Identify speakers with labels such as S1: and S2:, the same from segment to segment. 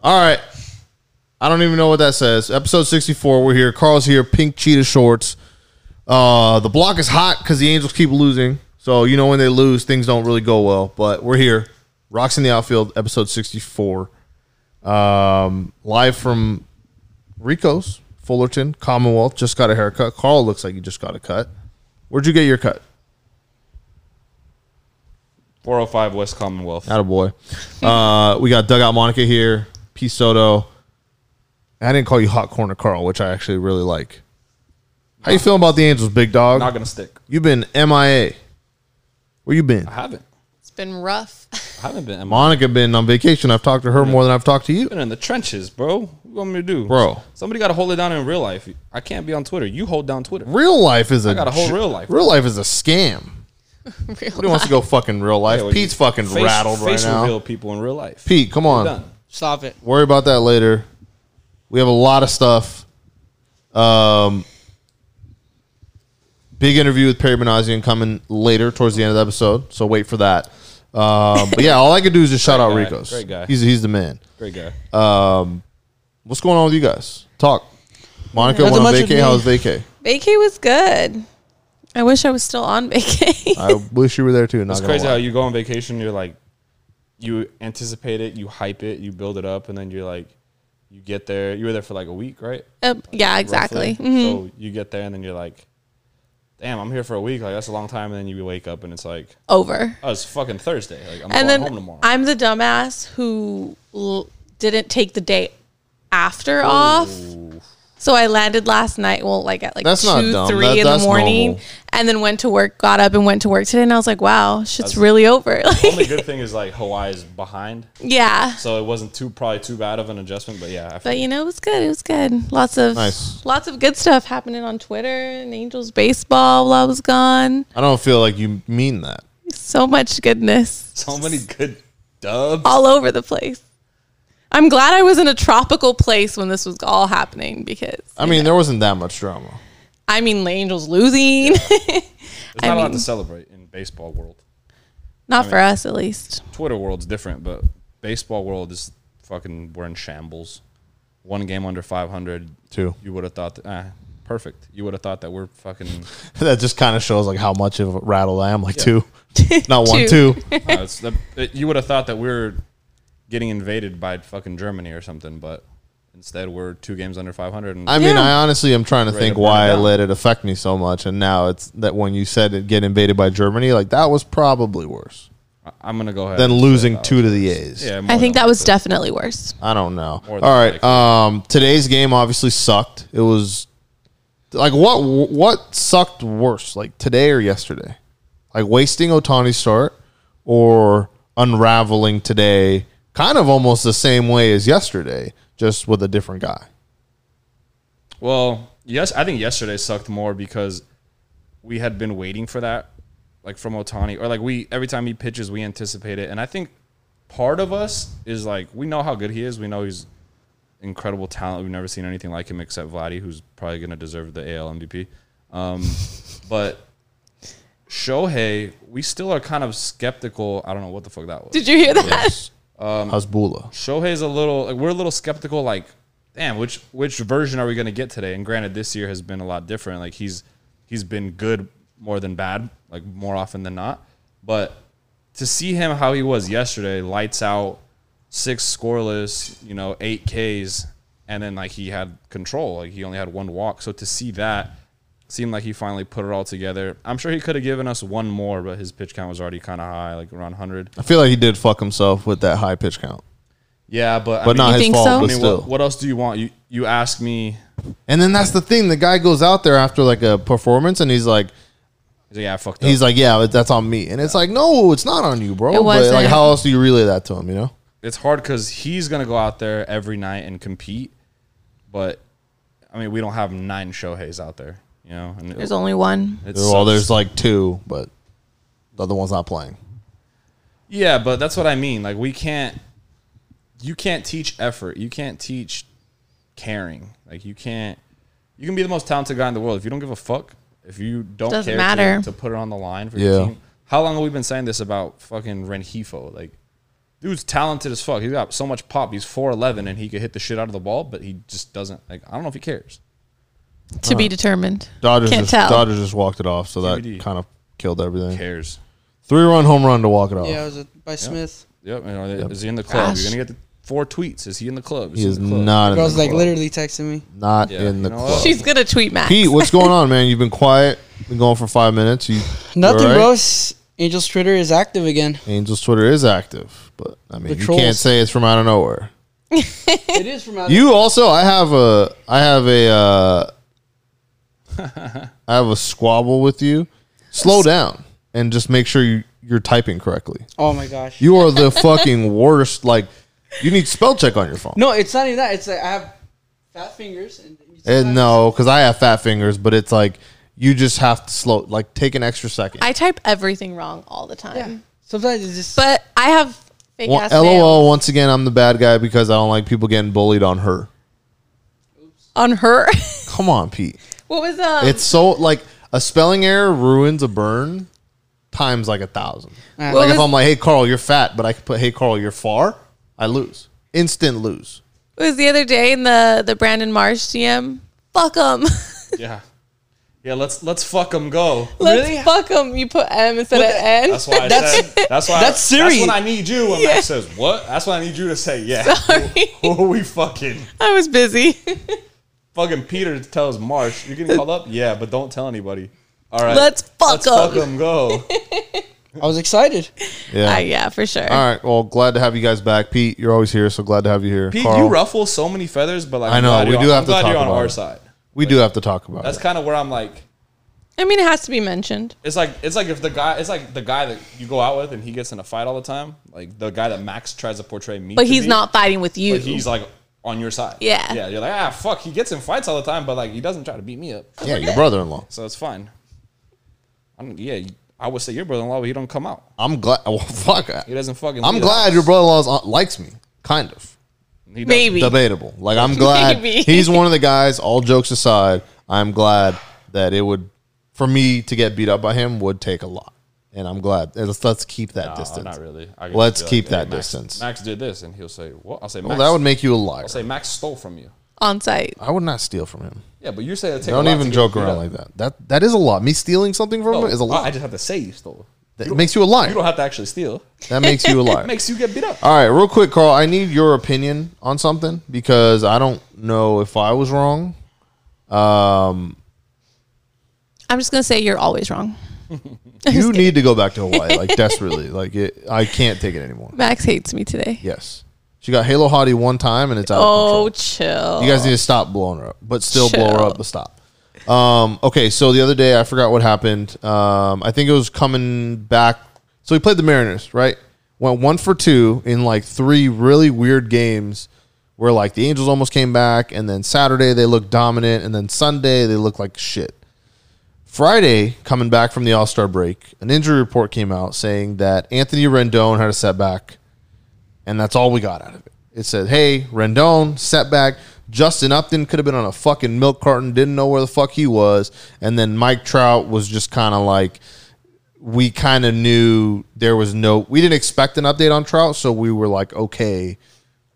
S1: All right. I don't even know what that says. Episode 64, we're here. Carl's here, pink cheetah shorts. Uh, the block is hot because the Angels keep losing. So, you know, when they lose, things don't really go well. But we're here. Rocks in the Outfield, episode 64. Um, live from Rico's, Fullerton, Commonwealth. Just got a haircut. Carl looks like he just got a cut. Where'd you get your cut?
S2: 405 West Commonwealth.
S1: Not a boy. Uh, we got Dugout Monica here, P Soto. I didn't call you Hot Corner Carl, which I actually really like. How you feeling about the Angels, big dog?
S2: Not gonna stick.
S1: You've been MIA. Where you been?
S2: I haven't.
S3: It's been rough.
S2: I haven't been. I've
S1: Monica been on vacation. I've talked to her more than I've talked to you.
S2: been in the trenches, bro. What you want me to do,
S1: Bro.
S2: Somebody got to hold it down in real life. I can't be on Twitter. You hold down Twitter.
S1: Real life is a
S2: got a whole
S1: j-
S2: real life.
S1: Real life is a scam.
S3: Real
S1: Who wants to go fucking real life?
S2: Yeah, well,
S1: Pete's
S2: you-
S1: fucking
S2: face-
S1: rattled
S2: face
S1: right now.
S2: reveal people in real life.
S1: Pete, uh, come
S2: We're
S1: on.
S2: done.
S4: Stop it.
S1: Worry about that later. We have a lot of stuff. Um, big interview with Perry Benazian coming later towards the end of the episode, so wait for that. Um, but yeah, all I could do is just shout out
S2: guy.
S1: Rico's.
S2: Great guy.
S1: He's he's the man.
S2: Great guy.
S1: What's going on with you guys? Talk. Monica
S4: Nothing
S1: went on
S4: much with
S1: vacay.
S4: me.
S1: How was vacay?
S3: vacay was good. I wish I was still on vacay.
S1: I wish you were there too. Not
S2: it's
S1: gonna
S2: crazy
S1: lie.
S2: how you go on vacation. You're like, you anticipate it, you hype it, you build it up, and then you're like, you get there. You were there for like a week, right?
S3: Um, yeah, exactly.
S2: Roughly.
S3: Mhm.
S2: So you get there, and then you're like, damn, I'm here for a week. Like that's a long time. And then you wake up, and it's like,
S3: Over.
S2: oh, it's fucking Thursday. Like I'm going
S3: And
S2: home
S3: then
S2: tomorrow.
S3: I'm the dumbass who l- didn't take the day after off. So I landed last night, well, like at like
S1: That's not
S3: two,
S1: dumb.
S3: three
S1: That-
S3: in
S1: that's
S3: the morning,
S1: normal.
S3: and then went to work. Got up and went to work today, and I was like, "Wow, shit's really over."
S2: The only
S3: Like,
S2: good thing is like Hawaii's behind,
S3: yeah,
S2: so it wasn't too probably too bad of an adjustment. But yeah, I
S3: but
S2: feel-
S3: you know, it was good. It was good. Lots of
S1: Nice.
S3: lots of good stuff happening on Twitter and Angels baseball while I was gone.
S1: I don't feel like you mean that.
S3: So much goodness
S2: so many good dubs.
S3: all over the place. I'm glad I was in a tropical place when this was all happening because
S1: I mean, there wasn't that much drama.
S3: I mean, the Angels losing.
S2: There's not
S3: I
S2: a lot
S3: mean-
S2: to celebrate in baseball world.
S3: Not for us, at least.
S2: Twitter world's different, but baseball world is fucking we're in shambles. One game under 500.
S1: Two.
S2: You would have thought that. ah, perfect. You would have thought that we're fucking.
S1: that just kind of shows like how much of a rattle I am. Like two, not one,
S3: Two.
S1: two.
S2: Ah, it's the- it- you would have thought that we're getting invaded by fucking Germany or something, but instead we're two games under 500. And
S1: I mean,
S3: Yeah.
S1: I honestly am trying to
S2: Ready
S1: think
S2: to burn
S1: why I
S2: it down.
S1: let it affect me so much, and now it's that when you said it get invaded by Germany, like that was probably worse
S2: I, am gonna go ahead.
S1: than
S2: and say
S1: losing
S2: that
S1: two
S2: was-
S1: to the A's.
S2: Yeah, more
S3: I think
S2: than
S3: that was
S2: likely.
S3: definitely worse.
S1: I don't know. All
S2: More than
S1: right,
S2: likely.
S1: um, today's game obviously sucked. It was like what what sucked worse, like today or yesterday, like wasting Otani's start or unraveling today, kind of almost the same way as yesterday, just with a different guy.
S2: Well, yes, I think yesterday sucked more because we had been waiting for that, like from Otani, or like we every time he pitches, we anticipate it. And I think part of us is like we know how good he is. We know he's incredible talent. We've never seen anything like him except Vladdy, who's probably going to deserve the AL MVP. Um, but Shohei, we still are kind of skeptical. I don't know what the fuck that was.
S3: Did you hear that?
S2: Um,
S1: Hasbulla.
S2: Shohei's a little like we're a little skeptical like damn which which version are we going to get today and granted this year has been a lot different like he's he's been good more than bad like more often than not but to see him how he was yesterday lights out six scoreless you know 8 Ks and then like he had control like he only had one walk so to see that seemed like he finally put it all together I'm sure he could have given us one more but his pitch count was already kind of high like around 100
S1: I feel like he did fuck himself with that high pitch count.
S2: yeah but
S1: But not
S3: You
S1: his
S3: think
S1: fault,
S3: so?
S1: but
S2: I mean,
S1: still.
S2: what, what else do you want? You you ask me.
S1: And then that's the thing. The guy goes out there after like a performance and he's like,
S2: He's like, yeah, I fucked up.
S1: he's like, yeah, but that's on me. And it's like, no, it's not on you, bro.
S3: It
S1: But like,
S3: wasn't.
S1: how else do you relay that to him? You know,
S2: it's hard because he's gonna go out there every night and compete, but I mean, we don't have nine Shohei's out there, you know. And
S3: There's only one.
S2: it
S1: well,
S2: sucks.
S1: there's like two, but the other one's not playing.
S2: yeah, but that's what I mean. Like, we can't. You can't teach effort. You can't teach caring. Like, you can't. You can be the most talented guy in the world if you don't give a fuck. If you don't
S3: Doesn't
S2: care to-
S3: matter.
S2: To, put it on the line for
S1: Yeah.
S2: your team. How long have we been saying this about fucking Renhifo? Like, dude's talented as fuck. He's got so much pop. He's four eleven and he could hit the shit out of the ball, but he just doesn't. Like I don't know if he cares.
S3: To be determined.
S1: Uh, Dodgers
S3: Can't
S1: just,
S3: tell.
S1: Dodgers just walked it off, so that
S2: TBD.
S1: kind of killed everything.
S2: Cares.
S1: Three run home run to walk it off.
S4: Yeah, it was a, by Smith.
S2: Yep. you know, Is he in the club?
S3: Gosh.
S2: You're gonna get the four tweets. Is he in the club?
S1: he
S2: he
S1: is
S2: in the club?
S1: not in
S4: Girl's
S1: the
S4: like
S1: club.
S4: literally texting me.
S1: not
S2: Yeah,
S1: in the
S2: you know
S1: club.
S2: what?
S3: She's gonna tweet Max.
S1: Pete, what's going on, man? You've been quiet. Been going for five minutes. You you
S4: Nothing,
S1: all right?
S4: bro. S- Angel's Twitter is active again.
S1: Angels Twitter is active, but I mean,
S4: The
S1: you
S4: trolls.
S1: can't say it's from out of nowhere.
S4: it is from out
S1: You also, I have a, I have a, uh, I have a squabble with you. Slow down and just make sure you, you're typing correctly.
S4: Oh my gosh.
S1: You are the fucking worst. Like, you need spell check on your phone.
S4: no, it's not even that. It's like I have fat fingers and,
S1: And Eh, uh, no, because I have fat fingers, but it's like you just have to slow, like take an extra second.
S3: I type everything wrong all the time.
S4: Yeah. Sometimes it's just
S3: But I have fake
S1: Well,
S3: ass
S1: LOL.
S3: nails
S1: Once again, I'm the bad guy because I don't like people getting bullied on her.
S3: on her.
S1: Come on, Pete.
S3: what was um
S1: It's so like a spelling error ruins a burn times like a thousand.
S4: What
S1: like if
S3: was-
S1: I'm like, hey Carl, you're fat, but I could put hey Carl, you're far, I lose. Instant lose.
S3: it was the other day in the the Brandon Marsh DM. Fuck him.
S2: Yeah. Yeah. Let's let's fuck him go.
S3: Let's
S4: Really?
S3: fuck him. You put M instead of N.
S2: That's why I
S4: That's-
S2: said. That's why.
S4: that's Siri.
S2: That's when I need you. When
S3: Yeah.
S2: Max says what? That's when I need you to say yeah.
S3: Sorry.
S2: Who are we fucking?
S3: I was busy.
S2: Fucking Peter tells Marsh, "You're getting called up." Yeah, but don't tell anybody. All right.
S3: Let's fuck
S2: Let's fuck
S3: him.
S2: him go.
S4: I was excited.
S1: Yeah.
S3: Uh, yeah, for sure.
S1: All right. Well, glad to have you guys back, Pete. You're always here, so glad to have you here.
S2: Pete,
S1: Carl,
S2: you ruffle so many feathers, but like
S1: I
S2: I'm
S1: know,
S2: glad
S1: we
S2: you're-
S1: do
S2: I'm
S1: have to
S2: glad
S1: talk
S2: you're on
S1: about
S2: our
S1: it.
S2: side.
S1: we do have to talk about
S2: That's
S1: it.
S2: kind of where I'm like.
S3: I mean, it has to be mentioned.
S2: It's like it's like if the guy it's like the guy that you go out with and he gets in a fight all the time, like the guy that Max tries to portray me.
S3: But
S2: to
S3: he's
S2: be,
S3: not fighting with you.
S2: But he's like on your side.
S3: Yeah.
S2: Yeah. You're like ah fuck. He gets in fights all the time, but like he doesn't try to beat me up,
S1: Yeah, your brother-in-law.
S2: so it's fine. I'm, yeah, I would say your brother-in-law, but he don't come out.
S1: I'm glad. Well, fuck.
S2: He doesn't fucking.
S1: I'm
S2: leave
S1: glad
S2: us.
S1: your brother-in-law likes me. Kind of.
S2: He doesn't.
S3: Maybe.
S1: debatable. Like I'm glad
S3: Maybe.
S1: he's one of the guys. All jokes aside, I'm glad that it would for me to get beat up by him would take a lot, and I'm glad. Let's let's keep that
S2: No,
S1: distance.
S2: Not really. I can
S1: Let's
S2: just be
S1: keep
S2: "Hey,
S1: that
S2: Max-
S1: distance."
S2: Max did this, and he'll say, "What?" I'll say,
S1: Well,
S2: "Max."
S1: that would make you a liar.
S2: I'll say, "Max stole from you."
S3: on site.
S1: I would not steal from him.
S2: Yeah, but you say it take
S1: Don't
S2: a lot to
S1: even
S2: get
S1: joke
S2: beat
S1: around
S2: up.
S1: like that. That that is a lot. Me stealing something from
S2: No,
S1: him is a lot.
S2: I just have to say you stole.
S1: that makes you a liar.
S2: You don't have to actually steal.
S1: that makes you a liar.
S2: It makes you get beat up.
S1: All right, real quick, Carl. I need your opinion on something because I don't know if I was wrong.
S3: I'm just gonna say you're always wrong.
S1: You need to go back to Hawaii, like desperately. Like it, I can't take it anymore.
S3: Max hates me today.
S1: Yes. She got Halo Hottie one time and it's out
S3: Oh,
S1: of
S3: chill.
S1: control. You guys need to stop blowing her up, but still blow her
S3: Chill.
S1: up, but stop. Um, okay, so the other day I forgot what happened. Um, I think it was coming back. So we played the Mariners, right? Went one for two in like three really weird games where like the Angels almost came back, and then Saturday they looked dominant, and then Sunday they looked like shit. Friday, coming back from the All Star break, an injury report came out saying that Anthony Rendon had a setback and that's all we got out of it. It said, "Hey, Rendon setback. Justin Upton could have been on a fucking milk carton, didn't know where the fuck he was." And then Mike Trout was just kind of like, we kind of knew there was no, we didn't expect an update on Trout, so we were like, okay,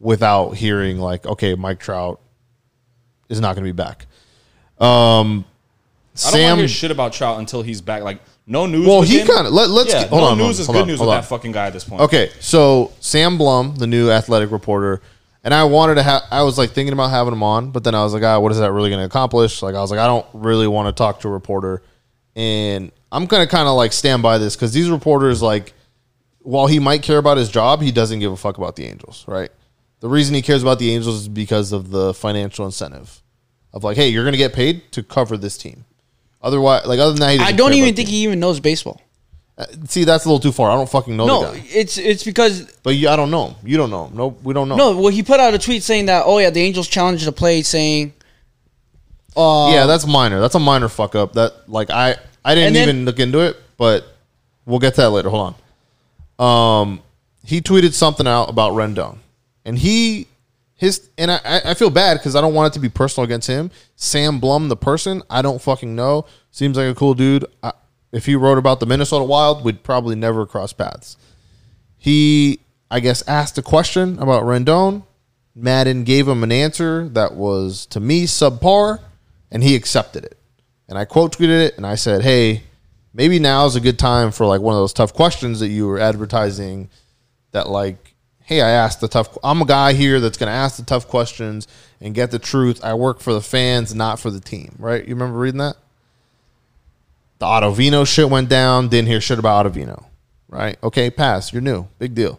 S1: without hearing like, okay, Mike Trout is not going to be back. Um,
S2: I don't want to
S1: Sam.
S2: hear shit about Trout until he's back. Like no news.
S1: Well,
S2: with
S1: he
S2: him.
S1: kind of let, let's
S2: yeah.
S1: get- hold
S2: no
S1: on.
S2: news is
S1: hold
S2: good
S1: on,
S2: news
S1: hold
S2: with
S1: on.
S2: that fucking guy at this point.
S1: Okay, so Sam Blum, the new athletic reporter, and I wanted to have. I was like thinking about having him on, but then I was like, ah, what is that really going to accomplish? Like, I was like, I don't really want to talk to a reporter, and I'm gonna kind of like stand by this because these reporters, like, while he might care about his job, he doesn't give a fuck about the Angels, right? The reason he cares about the Angels is because of the financial incentive of like, hey, you're gonna get paid to cover this team. Otherwise, like other than that, he
S4: I
S1: doesn't
S4: don't
S1: care
S4: even
S1: about
S4: think
S1: the- Uh,
S4: he even knows baseball.
S1: see that's a little too far. I don't fucking know
S4: No,
S1: the guy,
S4: it's it's because
S1: but you, I don't know him. You don't know him. No, we don't know.
S4: no, well he put out a tweet saying that oh yeah, the Angels challenged a play saying uh
S1: yeah, that's minor. That's a minor fuck up. That like I I didn't
S4: And then-
S1: even look into it, but we'll get to that later. Hold on. Um, he tweeted something out about Rendon, and he his and I I- I feel bad because I don't want it to be personal against him. Sam Blum, the person, I don't fucking know. Seems like a cool dude. I, if he wrote about the Minnesota Wild, we'd probably never cross paths. He. I guess, asked a question about Rendon. Madden gave him an answer that was, to me, subpar, and he accepted it. And I quote tweeted it, and I said, hey, maybe now is a good time for like one of those tough questions that you were advertising that like hey i asked the tough i'm a guy here that's going to ask the tough questions and get the truth i work for the fans not for the team right you remember reading that the Ottavino shit went down. Didn't hear shit about Ottavino. Right? Okay, pass. You're new. Big deal.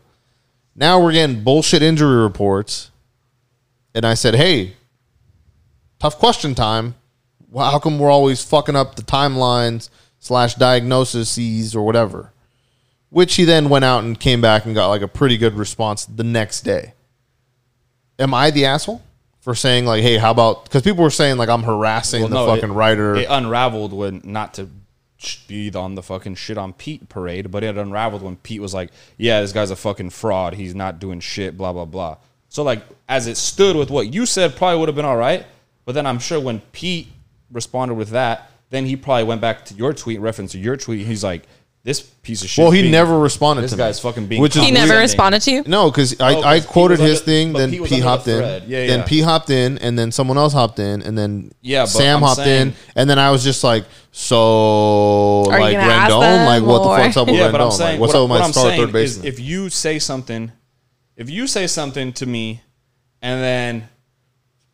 S1: Now we're getting bullshit injury reports. And I said, hey, tough question time. Well, how come we're always fucking up the timelines slash diagnoses or whatever? Which he then went out and came back and got like a pretty good response the next day. Am I the asshole for saying like, hey, how about? Because people were saying like I'm harassing
S2: Well,
S1: the
S2: no,
S1: fucking
S2: it-
S1: writer.
S2: It unraveled when not to sh- be on the fucking shit on Pete parade, but it unraveled when Pete was like, "Yeah, this guy's a fucking fraud. He's not doing shit." Blah blah blah. So like, as it stood with what you said, probably would have been all right. But then I'm sure when Pete responded with that, then he probably went back to your tweet, reference to your tweet. He's like, "This piece of shit."
S1: Well, he
S2: being-
S1: never responded
S2: This
S1: to
S2: guy's
S1: me,
S2: fucking being.
S1: which is
S3: He
S1: Just
S3: never
S2: condescending.
S3: responded to you.
S1: No, because I,
S2: Oh, 'cause
S1: I
S2: Pete
S1: quoted
S2: was
S1: his
S2: under-
S1: thing,
S2: but
S1: then
S2: Pete
S1: Pete,
S2: was under the
S1: hopped in,
S2: thread. Yeah,
S1: then
S2: yeah.
S1: Pete hopped in, and then someone else hopped in, and then
S2: Yeah, but
S1: Sam
S2: I'm
S1: hopped in,
S2: saying-
S1: and then I was just like, so
S3: you
S1: like
S3: gonna ask
S1: Rendon,
S3: them,
S1: like what
S3: or-
S1: the fuck's up with
S2: yeah,
S1: Rendon?
S2: but I'm
S1: Like,
S2: saying
S1: what's
S2: what,
S1: up with
S2: what
S1: my
S2: I'm
S1: star
S2: saying
S1: third
S2: is
S1: baseman?
S2: if you say something, if you say something to me, and then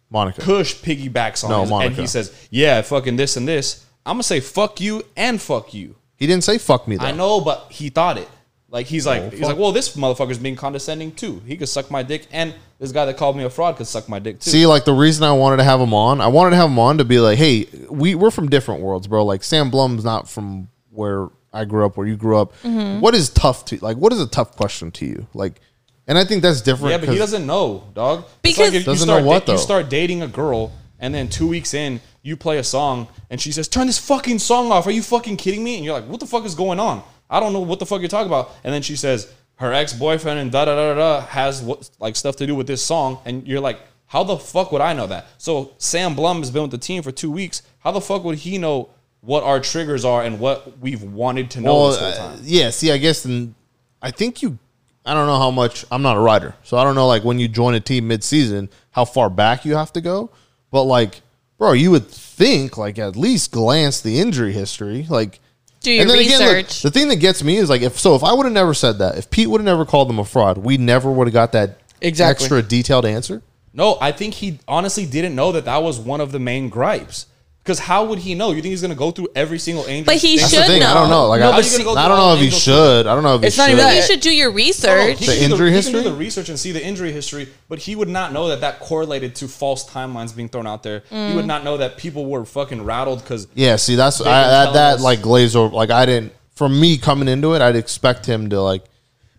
S1: Monica.
S2: Kush piggybacks on
S1: No,
S2: his, and
S1: Monica.
S2: he says, "Yeah, fucking this and this." I'm gonna say fuck you and fuck you.
S1: He didn't say fuck me though.
S2: I know, but he thought it. Like he's like he's
S1: fuck.
S2: like, well, this motherfucker's being condescending too. He could suck my dick, and this guy that called me a fraud could suck my dick too.
S1: See, like the reason I wanted to have him on, I wanted to have him on to be like, hey, we we're from different worlds, bro. Like Sam Blum's not from where I grew up, where you grew up. What is tough to like? What is a tough question to you? Like, and I think that's different.
S2: yeah, but he
S1: 'cause-
S2: doesn't know, dog. It's
S3: Because-
S2: if you
S1: Doesn't
S2: start
S1: know what,
S2: da- you
S1: though.
S2: start dating a girl, and then two weeks in, you play a song, and she says, "Turn this fucking song off." Are you fucking kidding me? And you're like, "What the fuck is going on? I don't know what the fuck you're talking about." And then she says, "Her ex boyfriend and da da da da da has what like stuff to do with this song," and you're like, "How the fuck would I know that?" So Sam Blum has been with the team for two weeks. How the fuck would he know what our triggers are and what we've wanted to know
S1: Well,
S2: this whole
S1: uh,
S2: time?
S1: yeah. See, I guess, and I think you. I don't know how much. I'm not a rider, so I don't know like when you join a team mid-season how far back you have to go. But like, bro, you would think like at least glance the injury history. Like,
S3: Do your
S1: look,
S3: research.
S1: the thing that gets me is like if so, if I would have never said that, if Pete would have never called them a fraud, we never would have got that
S4: Exactly.
S1: extra detailed answer.
S2: No, I think he honestly didn't know that that was one of the main gripes. Because how would he know? You think he's going to go through every single angel?
S3: But he
S1: That's
S3: should
S1: the thing. I don't
S3: know.
S1: know. Like,
S2: No,
S1: I,
S2: but
S1: I
S2: he's gonna go
S1: don't
S2: through
S1: know
S2: all
S1: if he
S2: angles.
S1: should. I don't know if
S4: It's
S1: he
S4: not
S1: should.
S4: even that.
S3: You should do your
S2: No,
S3: research.
S2: he
S1: The
S2: can do
S1: injury
S2: he can
S1: history?
S2: do the research and see the injury history, but he would not know that that correlated to false timelines being thrown out there. He
S3: Mm.
S2: would not know that people were fucking rattled because
S1: Yeah, see, that's I,
S2: can
S1: that
S2: tell
S1: that
S2: us.
S1: like glazed over. Like I didn't. For me coming into it, I'd expect him to like,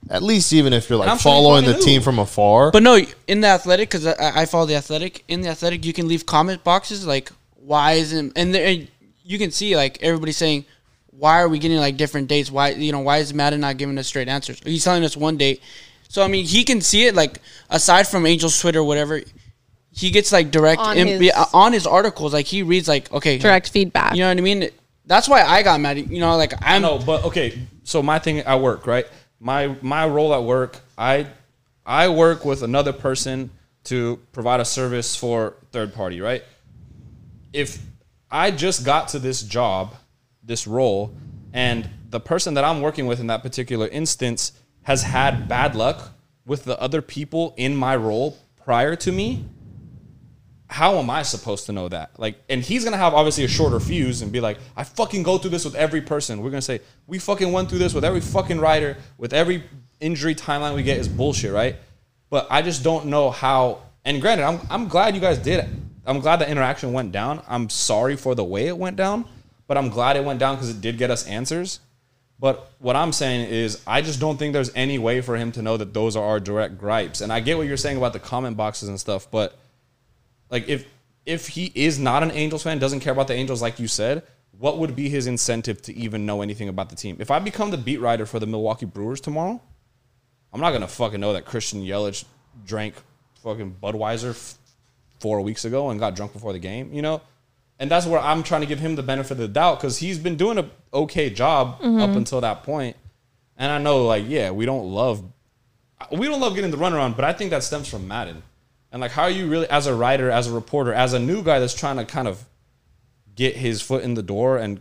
S1: at least even if you're
S2: I'm
S1: like
S2: sure he
S1: following the
S2: fucking knew.
S1: team from afar.
S4: But no, in the athletic, because I, I follow the athletic. In the athletic, you can leave comment boxes like, "Why isn't?" And, there, and you can see like everybody saying, "Why are we getting like different dates? Why you know why is Madden not giving us straight answers? He's telling us one date." So I mean, he can see it. Like aside from Angel's Twitter, whatever, he gets like direct
S3: On
S4: on,
S3: his-
S4: his, on his articles. Like he reads like, okay,
S3: Direct feedback.
S4: You know what I mean? That's why I got mad. You know, like I'm
S2: No, but okay. So my thing at work, right? My my role at work, I I work with another person to provide a service for third party, right? If I just got to this job, this role, and the person that I'm working with in that particular instance has had bad luck with the other people in my role prior to me, how am I supposed to know that? Like, and he's gonna have obviously a shorter fuse and be like, I fucking go through this with every person. We're gonna say, we fucking went through this with every fucking rider, with every injury timeline we get is bullshit, right? But I just don't know how. And granted, I'm, I'm glad you guys did. I'm glad the interaction went down. I'm sorry for the way it went down, but I'm glad it went down because it did get us answers. But what I'm saying is, I just don't think there's any way for him to know that those are our direct gripes. And I get what you're saying about the comment boxes and stuff, but like if if he is not an Angels fan, doesn't care about the Angels, like you said, what would be his incentive to even know anything about the team? If I become the beat writer for the Milwaukee Brewers tomorrow, I'm not gonna fucking know that Christian Yelich drank fucking Budweiser f- four weeks ago and got drunk before the game, you know. And that's where I'm trying to give him the benefit of the doubt because he's been doing a okay job up until that point. And I know, like, yeah, we don't love we don't love getting the runaround, but I think that stems from Madden. And like, how are you really, as a writer, as a reporter, as a new guy that's trying to kind of get his foot in the door and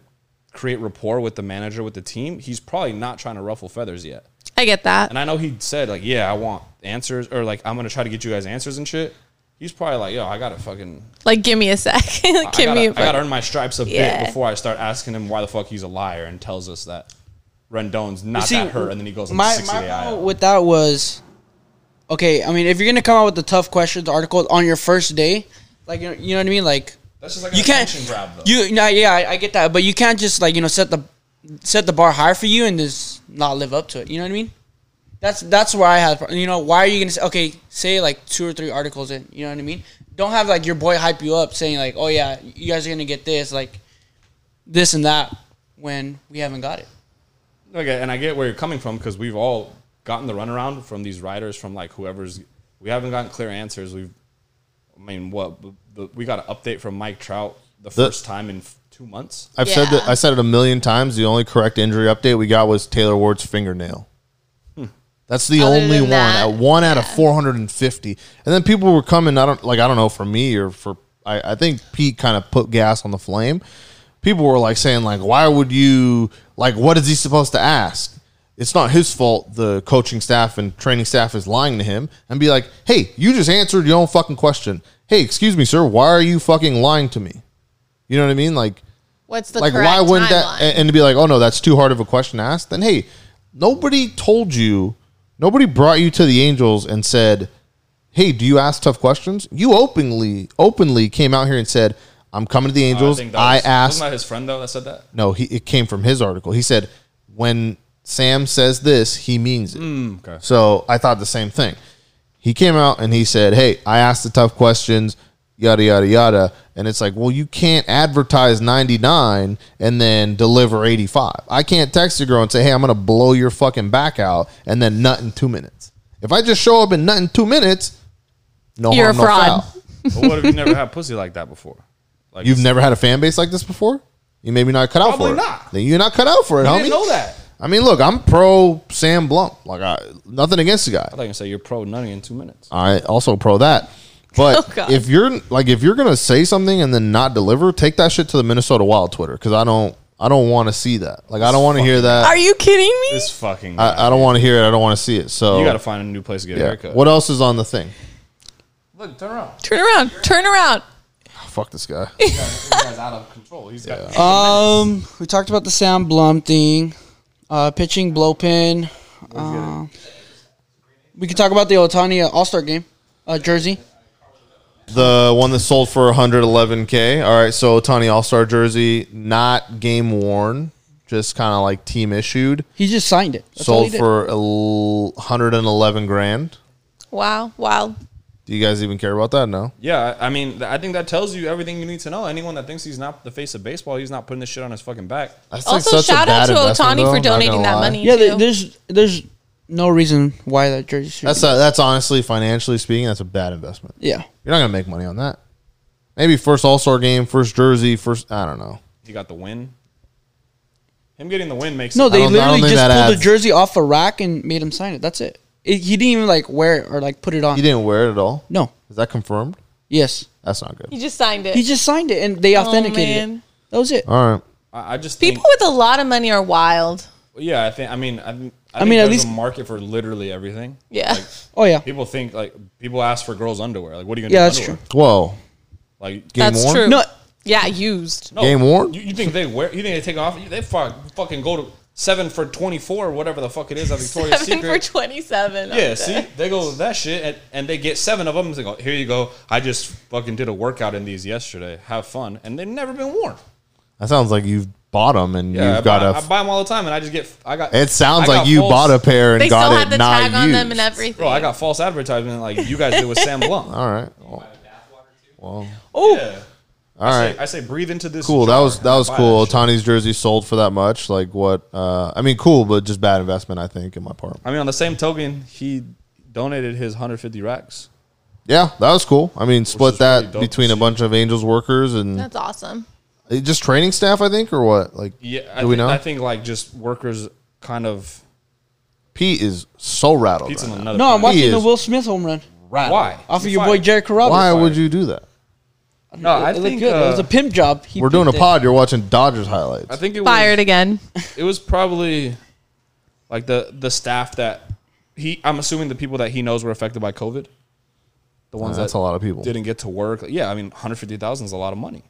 S2: create rapport with the manager, with the team? He's probably not trying to ruffle feathers yet.
S3: I get that.
S2: And I know he said like, yeah, I want answers, or like, I'm gonna try to get you guys answers and shit. He's probably like, yo, I gotta fucking,
S3: Like, give me a sec.
S2: I gotta,
S3: give me.
S2: I
S3: A
S2: gotta
S3: fucking-
S2: earn my stripes a
S3: Yeah.
S2: bit before I start asking him why the fuck he's a liar and tells us that Rendon's not
S4: See,
S2: that hurt, and then he goes on
S4: my
S2: 60
S4: my
S2: day
S4: problem
S2: IL.
S4: with that was okay. I mean, if you're gonna come out with the tough questions article on your first day, like you know, you know what I mean, like
S2: That's just like
S4: you
S2: an
S4: can't
S2: attention grab, though.
S4: you no yeah I, I get that, but you can't just like you know set the set the bar higher for you and just not live up to it. You know what I mean? That's that's where I had you know why are you gonna say okay say like two or three articles in you know what I mean? Don't have like your boy hype you up saying like oh yeah you guys are gonna get this like this and that when we haven't got it.
S2: Okay, and I get where you're coming from because we've all gotten the runaround from these writers, from like whoever's. We haven't gotten clear answers. We've, I mean, what the- the, we got an update from Mike Trout the first time in f- two months.
S1: I've said that
S3: Yeah.
S1: I said it a million times. The only correct injury update we got was Taylor Ward's fingernail. That's the
S3: Other
S1: only
S3: than
S1: one.
S3: that,
S1: at one out of four hundred and fifty, and then people were coming. I don't like. I don't know for me or for I. I think Pete kind of put gas on the flame. People were like saying like, why would you like? What is he supposed to ask? It's not his fault. The coaching staff and training staff is lying to him and be like, hey, you just answered your own fucking question. Hey, excuse me, sir. Why are you fucking lying to me? You know what I mean? Like,
S3: What's the
S1: like
S3: correct
S1: why wouldn't
S3: timeline?
S1: that and, and to be like oh no that's too hard of a question to ask then hey nobody told you nobody brought you to the angels and said hey do you ask tough questions you openly openly came out here and said i'm coming to the angels
S2: think that
S1: i
S2: was-
S1: asked
S2: Wasn't that his friend though that said that?
S1: no he, it came from his article he said when sam says this he means it
S2: Mm, okay.
S1: so i thought the same thing he came out and he said hey i asked the tough questions yada yada yada and it's like well you can't advertise 99 and then deliver 85 i can't text a girl and say hey i'm gonna blow your fucking back out and then nut in two minutes if i just show up and nut in two minutes no
S3: You're
S1: harm,
S3: a
S1: no
S3: fraud.
S1: foul.
S2: But what if you never had pussy like that before? Like
S1: You've never had a fan base like this before. You maybe not cut out
S2: Probably
S1: for it.
S2: not.
S1: Then you're not cut out for it,
S2: I
S1: homie.
S2: didn't know that.
S1: I mean, look, I'm pro Sam Blump. Like, I, nothing against the guy.
S2: I thought you were gonna say you're pro nutting in two minutes.
S1: I also pro that. But
S3: Oh, God.
S1: if you're like, if you're gonna say something and then not deliver, take that shit to the Minnesota Wild Twitter because I don't, I don't want to see that. Like, I don't want to hear that.
S3: Are you kidding me?
S2: This fucking.
S1: I, I don't want to hear it. I don't want to see it. So
S2: you gotta find a new place to get a
S1: yeah.
S2: haircut.
S1: What else is on the thing?
S2: Look, turn around.
S3: Turn around. Turn around.
S1: Oh, fuck this guy.
S2: This guy's out of control. He's got.
S4: Um, we talked about the Sam Blum thing, uh, pitching blowpin. Uh, we could talk about the Otani All Star game, uh, jersey.
S1: The one that sold for 111k. All right, so Otani All Star jersey, not game worn, just kind of like team issued.
S4: He just signed it. That's all he
S1: sold
S4: did.
S1: for el- 111 grand.
S3: Wow. Wow.
S1: Do you guys even care about that? No.
S2: Yeah, I I mean, th- I think that tells you everything you need to know. Anyone that thinks he's not the face of baseball, he's not putting this shit on his fucking back.
S1: That's
S3: Also, shout out to
S1: investment,
S3: Otani
S1: though,
S3: for
S1: not
S3: donating
S1: gonna
S3: that
S1: lie.
S3: money.
S4: Yeah, there-
S3: too.
S4: there's there's no reason why that jersey. Should
S1: That's
S4: be.
S1: a, that's honestly financially speaking, that's a bad investment.
S4: yeah.
S1: You're not gonna make money on that. Maybe first All Star game, first jersey, first I don't know.
S2: He got the win. Him getting the win makes
S4: No,
S2: it-
S1: don't- I
S4: they
S1: don't
S4: literally
S1: think
S4: just
S1: that
S4: pulled the
S1: adds-
S4: jersey off a rack and made him sign it. That's it. it. He didn't even like wear it or like put it on.
S1: He didn't wear it at all.
S4: No.
S1: Is that confirmed?
S4: Yes.
S1: That's not
S3: he
S1: good.
S3: just signed it.
S4: He just signed it and they
S3: Oh,
S4: authenticated it.
S3: man.
S4: That was it.
S1: All right.
S2: I, I just
S3: People
S2: people.
S3: with a lot of money are wild.
S2: yeah, I think. I mean, I, think- I,
S4: mean,
S2: mean,
S4: at
S2: there's
S4: least-
S2: a market for literally everything.
S3: Yeah.
S2: Like,
S4: Oh yeah.
S2: people think like people ask for girls' underwear. Like, what are you gonna?
S4: Yeah,
S2: do with
S4: that's
S2: underwear?
S1: Whoa.
S2: Like,
S1: Game
S3: That's
S1: worn?
S3: true.
S4: No,
S3: Yeah, used.
S2: no,
S1: Game worn?
S2: You, you think they wear? You think they take off? They fuck, fucking go to seven for twenty four or whatever the fuck it is at Victoria's
S3: Seven for
S2: Secret.
S3: twenty-seven.
S2: Yeah, see, they go with that shit, and, and they get seven of them. And they go, here you go. I just fucking did a workout in these yesterday. Have fun, and they've never been worn.
S1: That sounds like you've bought them and
S2: Yeah, I,
S1: you've got
S2: buy,
S1: a.
S2: I buy them all the time, and I just get. I got.
S1: it sounds
S2: I got
S1: like you
S2: false-
S1: bought a pair and
S3: They
S1: got
S3: still
S1: it
S3: had the
S1: not
S3: tag on them and
S1: used.
S3: everything.
S2: Bro, I got false advertisement like you guys did with Sam Blum.
S1: All right. Well,
S2: Oh, yeah.
S1: all right.
S2: I say breathe into this.
S1: Cool. That
S2: jar
S1: was
S2: and
S1: that
S2: I
S1: was
S2: buy
S1: cool.
S2: that shit.
S1: Otani's jersey sold for that much. Like what? Uh, I mean, cool, but just bad investment. I think in my part.
S2: I mean, on the same token, he donated his 150 racks.
S1: Yeah, that was cool. I mean, split
S2: is really
S1: that
S2: dope to
S1: between a
S2: see.
S1: bunch of Angels workers and
S3: That's awesome.
S1: Eh, just training staff, I think, or what? Like,
S2: Yeah, I,
S1: do we
S2: thi-
S1: know?
S2: I think like just workers kind of
S1: Pete is so rattled.
S2: Pete's
S1: right
S2: in
S1: now.
S2: another.
S4: No, I'm
S2: planet.
S1: He
S4: watching the
S1: is-
S4: Will Smith home run
S2: Why?
S4: off of
S2: You're
S4: your boy
S2: fired.
S4: Jared Carrabba.
S1: Why would you do that?
S2: No, I
S4: it looked
S2: think
S4: good. it was
S2: uh,
S4: a pimp job. He
S1: We're doing a
S4: pimped it.
S1: pod. You're watching Dodgers highlights.
S2: I think it was
S3: Fired again.
S2: it was probably like the the staff that he. I'm assuming the people that he knows were affected by COVID. The ones
S1: that's a
S2: that
S1: lot of people.
S2: didn't get to work. Yeah, I mean, 150,000 is a lot of money.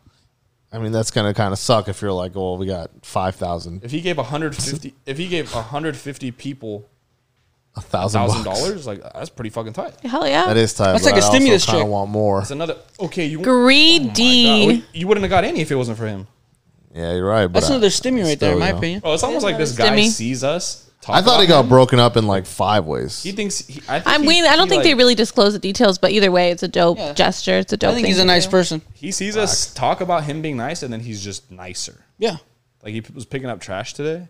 S1: I mean, that's gonna kind of suck if you're like, oh, we got five thousand,
S2: If he gave 150, if he gave 150 people
S1: a thousand
S2: thousand
S1: bucks.
S2: dollars, like that's pretty fucking tight.
S3: Hell yeah.
S1: That is tight.
S4: That's
S1: but
S4: like a
S1: I also
S4: stimulus
S1: kinda
S4: check.
S1: Want more?
S2: It's another okay. You
S3: Greedy.
S2: Well, you wouldn't have got any if it wasn't for him.
S1: Yeah, you're right. But
S4: That's
S1: I-
S4: another stimmy right there, in
S1: still,
S4: my
S1: yeah.
S4: opinion.
S2: Oh, it's almost like this guy
S3: Stimmy.
S2: sees us. Talk
S1: I thought
S2: about
S1: it got
S2: him.
S1: broken up in like five ways.
S2: He thinks. He, I, think
S3: I
S2: he-
S3: mean, I don't
S2: he,
S3: think
S2: like,
S3: they really disclose the details, but either way, it's a dope
S4: Yeah.
S3: gesture. It's a dope.
S4: I think
S3: thing
S4: he's a
S3: to
S4: nice
S3: do.
S4: person.
S2: He sees us talk about him being nice, and then he's just nicer.
S4: Yeah,
S2: Like he p- was picking up trash today.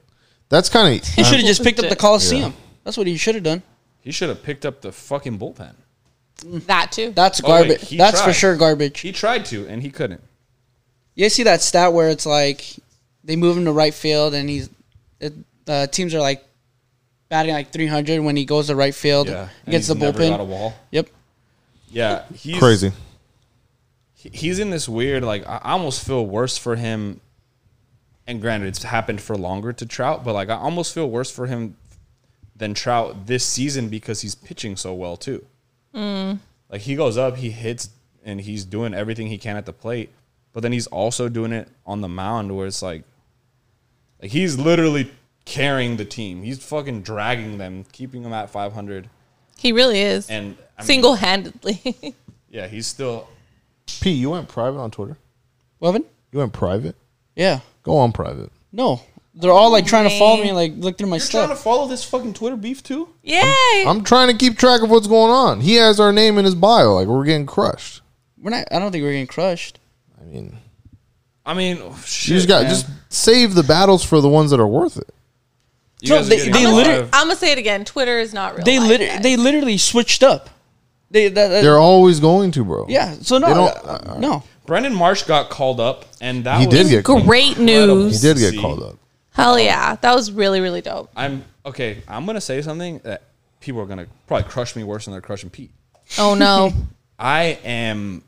S1: That's kind
S4: he should
S1: of.
S4: have just picked up the Coliseum. That's what he should have done.
S2: He should have picked up the fucking bullpen.
S3: That too.
S4: That's
S2: Oh, wait,
S4: garbage.
S2: he
S4: That's for
S2: tried.
S4: sure garbage.
S2: He tried to, and he couldn't.
S4: You see that stat where it's like they move him to right field and he's it, uh, teams are like batting like 300 when he goes to right field.
S2: Yeah, and
S4: gets the
S2: he's never got a
S4: bullpen.
S2: wall.
S4: Yep.
S2: Yeah, he's
S1: Crazy.
S2: he- He's in this weird. Like I I almost feel worse for him. And granted, it's happened for longer to Trout, but like I almost feel worse for him than Trout this season because he's pitching so well too. Like he goes up, he hits, and he's doing everything he can at the plate, but then he's also doing it on the mound where it's like, like he's literally carrying the team. He's fucking dragging them, keeping them at 500.
S3: he really is.
S2: And I mean,
S3: Single handedly.
S2: yeah, he's still.
S1: P, you went private on Twitter.
S4: Wevin?
S1: You went private.
S4: Yeah.
S1: Go on private.
S4: No. They're all like trying to follow me
S3: man.
S4: and like look through my
S2: You're
S4: stuff.
S2: trying to follow this fucking Twitter beef too?
S3: Yay.
S1: I'm trying to keep track of what's going on. He has our name in his bio. Like we're getting crushed.
S4: we're not. I don't think we're getting crushed.
S1: I mean,
S2: I mean, oh,
S1: you
S2: shit,
S1: just got
S4: man.
S1: just save the battles for the ones that are worth it.
S2: You
S4: No,
S2: guys are
S4: they-
S2: getting
S4: they
S2: a lot
S4: literally-
S2: of-
S3: I'm gonna say it again. Twitter is not real.
S4: They
S3: life,
S4: literally.
S3: guys.
S4: They literally switched up. They. That, that-
S1: They're always going to, bro.
S4: yeah. So no.
S1: They don't-
S4: uh, no.
S2: Brendan Marsh got called up, and that
S1: He
S2: was
S1: did get called up.
S3: Great
S2: incredible
S1: He
S3: news.
S2: to
S1: did get
S2: see.
S1: called up.
S3: Hell yeah. That was really really dope.
S2: I'm okay. I'm gonna say something that people are gonna probably crush me worse than they're crushing Pete.
S3: Oh no.
S2: I am.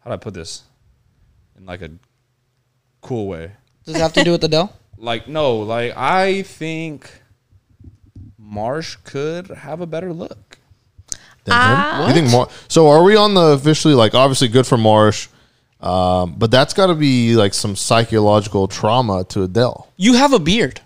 S2: How do I put this? In like a cool way.
S4: Does it have to do with Adele?
S2: Like no, like I think Marsh could have a better look.
S1: than him?
S3: Ah.
S1: You think Mar- so? Are we on the officially like obviously good for Marsh, um, but that's got to be like some psychological trauma to Adele.
S4: You have a beard.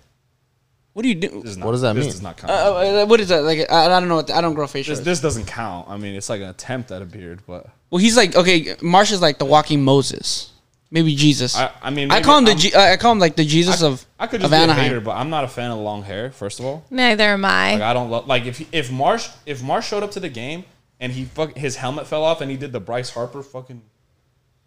S4: What do you do?
S2: This is not-
S1: What does that
S2: this
S1: mean?
S2: Does not count.
S4: Uh, uh, what is that? Like I, I don't know. What I don't grow facial.
S2: this, this doesn't count. I mean, it's like an attempt at a beard, but
S4: well, he's like okay. Marsh is like the walking Moses. Maybe Jesus.
S2: I, I mean,
S4: I
S2: maybe
S4: call him the.
S2: I'm-
S4: G, I I call him like the Jesus of
S2: I could
S4: of
S2: just be a
S4: Anaheim.
S2: hater, but I'm not a fan of long hair. First of all,
S3: Neither am
S2: Like
S3: I.
S2: I don't love like if if Marsh if Marsh showed up to the game and he fuck his helmet fell off and he did the Bryce Harper fucking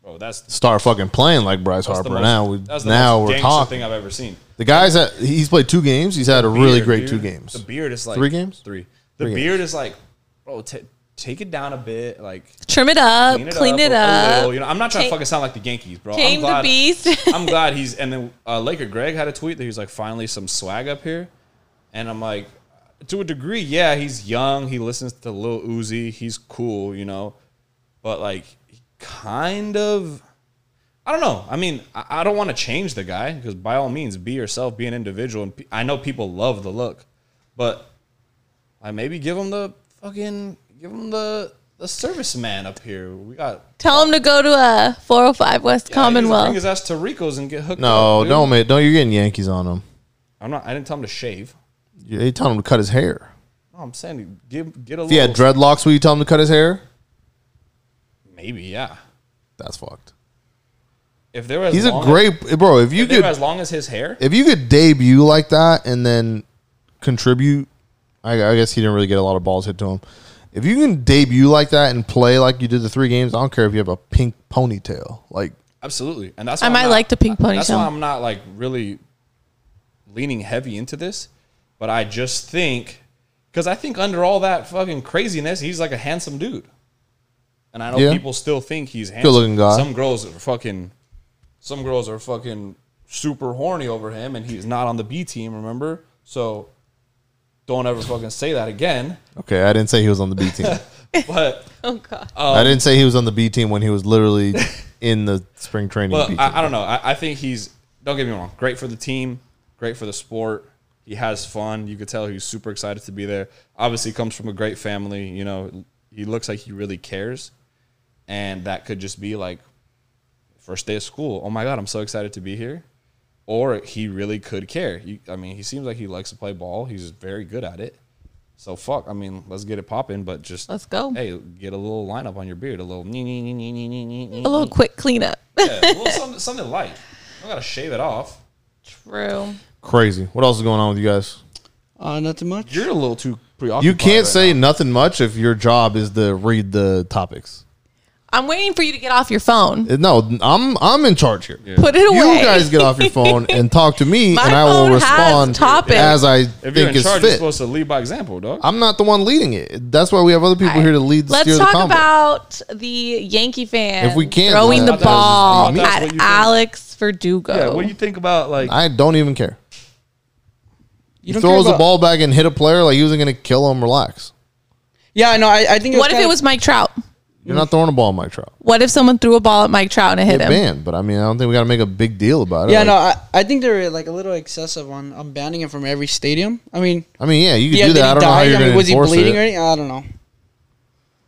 S2: bro that's that's
S1: Start fucking playing like Bryce
S2: the
S1: Harper.
S2: most,
S1: now we
S2: that's the
S1: now
S2: most
S1: we're
S2: gangster
S1: talking.
S2: thing I've ever seen.
S1: The guys that he's played two games. He's had a really
S2: Beard,
S1: great
S2: dude.
S1: two games.
S2: The beard is like
S1: Three games?
S2: Three. The
S1: Three
S2: beard is like bro t- take it down a bit like
S3: Trim it up.
S2: clean it
S3: Oh, clean
S2: up,
S3: it
S2: a
S3: up.
S2: little, you know I'm not trying
S3: Tame-
S2: to fucking sound like the Yankees bro.
S3: tame
S2: I'm
S3: the
S2: glad,
S3: beast.
S2: I'm glad he's and then uh, Laker Greg had a tweet that he was like finally some swag up here, and I'm like to a degree yeah he's young he listens to Lil Uzi he's cool you know, but like he kind of. I don't know. I mean, I I don't want to change the guy because by all means, be yourself, be an individual. And pe- I know people love the look, but I maybe give him the fucking give him the the serviceman up here. We got
S3: Tell him to go to uh, a
S2: Yeah, he
S3: 405 West
S2: needs to Bring
S3: Commonwealth.
S2: his ass to Rico's and get hooked.
S1: no,
S2: up, dude.
S1: don't man, don't you're getting Yankees on him.
S2: I'm not. I didn't tell him to shave.
S1: You, you tell him to cut his hair.
S2: No, I'm saying give get a
S1: If he
S2: little.
S1: had dreadlocks, would you tell him to cut his hair?
S2: maybe yeah.
S1: That's fucked.
S2: If they were as
S1: He's a
S2: long
S1: great bro. If you
S2: If they were
S1: could
S2: as long as his hair,
S1: if you could debut like that and then contribute, I, I guess he didn't really get a lot of balls hit to him. If you can debut like that and play like you did the three games, I don't care if you have a pink ponytail. Like
S2: absolutely. And that's why
S3: I
S2: I'm
S3: might
S2: not-
S3: like the pink
S2: That's why
S3: ponytail.
S2: I'm not like really leaning heavy into this, but I just think because I think under all that fucking craziness, he's like a handsome dude, and I know
S1: Yeah.
S2: people still think he's handsome.
S1: Good-looking guy.
S2: Some girls are fucking, some girls are fucking super horny over him, and he's not on the B team. Remember, so don't ever fucking say that again.
S1: Okay, I didn't say he was on the B team.
S2: But
S3: Oh god.
S2: Um,
S1: I didn't say he was on the B team when he was literally in the spring training. B
S2: But
S1: team.
S2: I, I don't know. I, I think he's don't get me wrong. Great for the team. Great for the sport. He has fun. You could tell he's super excited to be there. Obviously, comes from a great family. You know, he looks like he really cares, and that could just be like first day of school. Oh my god, I'm so excited to be here. Or he really could care. You, I mean, he seems like he likes to play ball. He's very good at it. So fuck. I mean, let's get it popping, but just
S3: Let's go.
S2: Hey, get a little lineup on your beard. A little. A
S3: A
S1: Um,
S3: little quick cleanup.
S2: yeah, a little something, something light. I gotta shave it off.
S3: True.
S1: Crazy. What else is going on with you guys?
S4: Uh, nothing much.
S2: You're a little too preoccupied.
S1: You can't
S2: right
S1: say
S2: now.
S1: nothing much if your job is to read the topics.
S3: I'm waiting for you to get off your phone.
S1: No, I'm I'm in charge here.
S3: Put it away.
S1: You guys get off your phone and talk to me,
S3: My
S1: and I will
S3: phone has
S1: respond
S3: topics.
S1: as I
S2: If you're
S1: think
S2: in
S1: is
S2: charge, you're
S1: fit.
S2: supposed to lead by example, dog.
S1: I'm not the one leading it. That's why we have other people here to lead.
S3: Let's
S1: steer
S3: talk
S1: the combo.
S3: about the Yankee fan
S1: If we can't,
S3: throwing
S1: then
S3: the
S1: I thought
S3: ball
S2: it was just me. I thought that's
S3: at
S2: what you
S3: Alex Verdugo.
S2: yeah. What do you think about like?
S1: I don't even care. He
S4: You don't care
S1: throws the
S4: about-
S1: ball back and hit a player like he wasn't going to kill him. Relax.
S4: Yeah, no, I, I think.
S3: What if
S4: kinda-
S3: it was Mike Trout?
S1: You're not throwing a ball, Mike Trout.
S3: What if someone threw a ball at Mike Trout and it hit
S1: Get
S3: him?
S1: banned, but I mean, I don't think we got to make a big deal about it.
S4: Yeah,
S1: Like,
S4: no, I, I think they're like a little excessive on, on banning it from every stadium. I mean,
S1: I mean, yeah, you can
S4: yeah,
S1: do
S4: did
S1: that. I
S4: he
S1: don't know how
S4: die?
S1: you're
S4: I mean,
S1: going
S4: was
S1: to
S4: he
S1: enforce
S4: bleeding
S1: it.
S4: or anything? I don't know.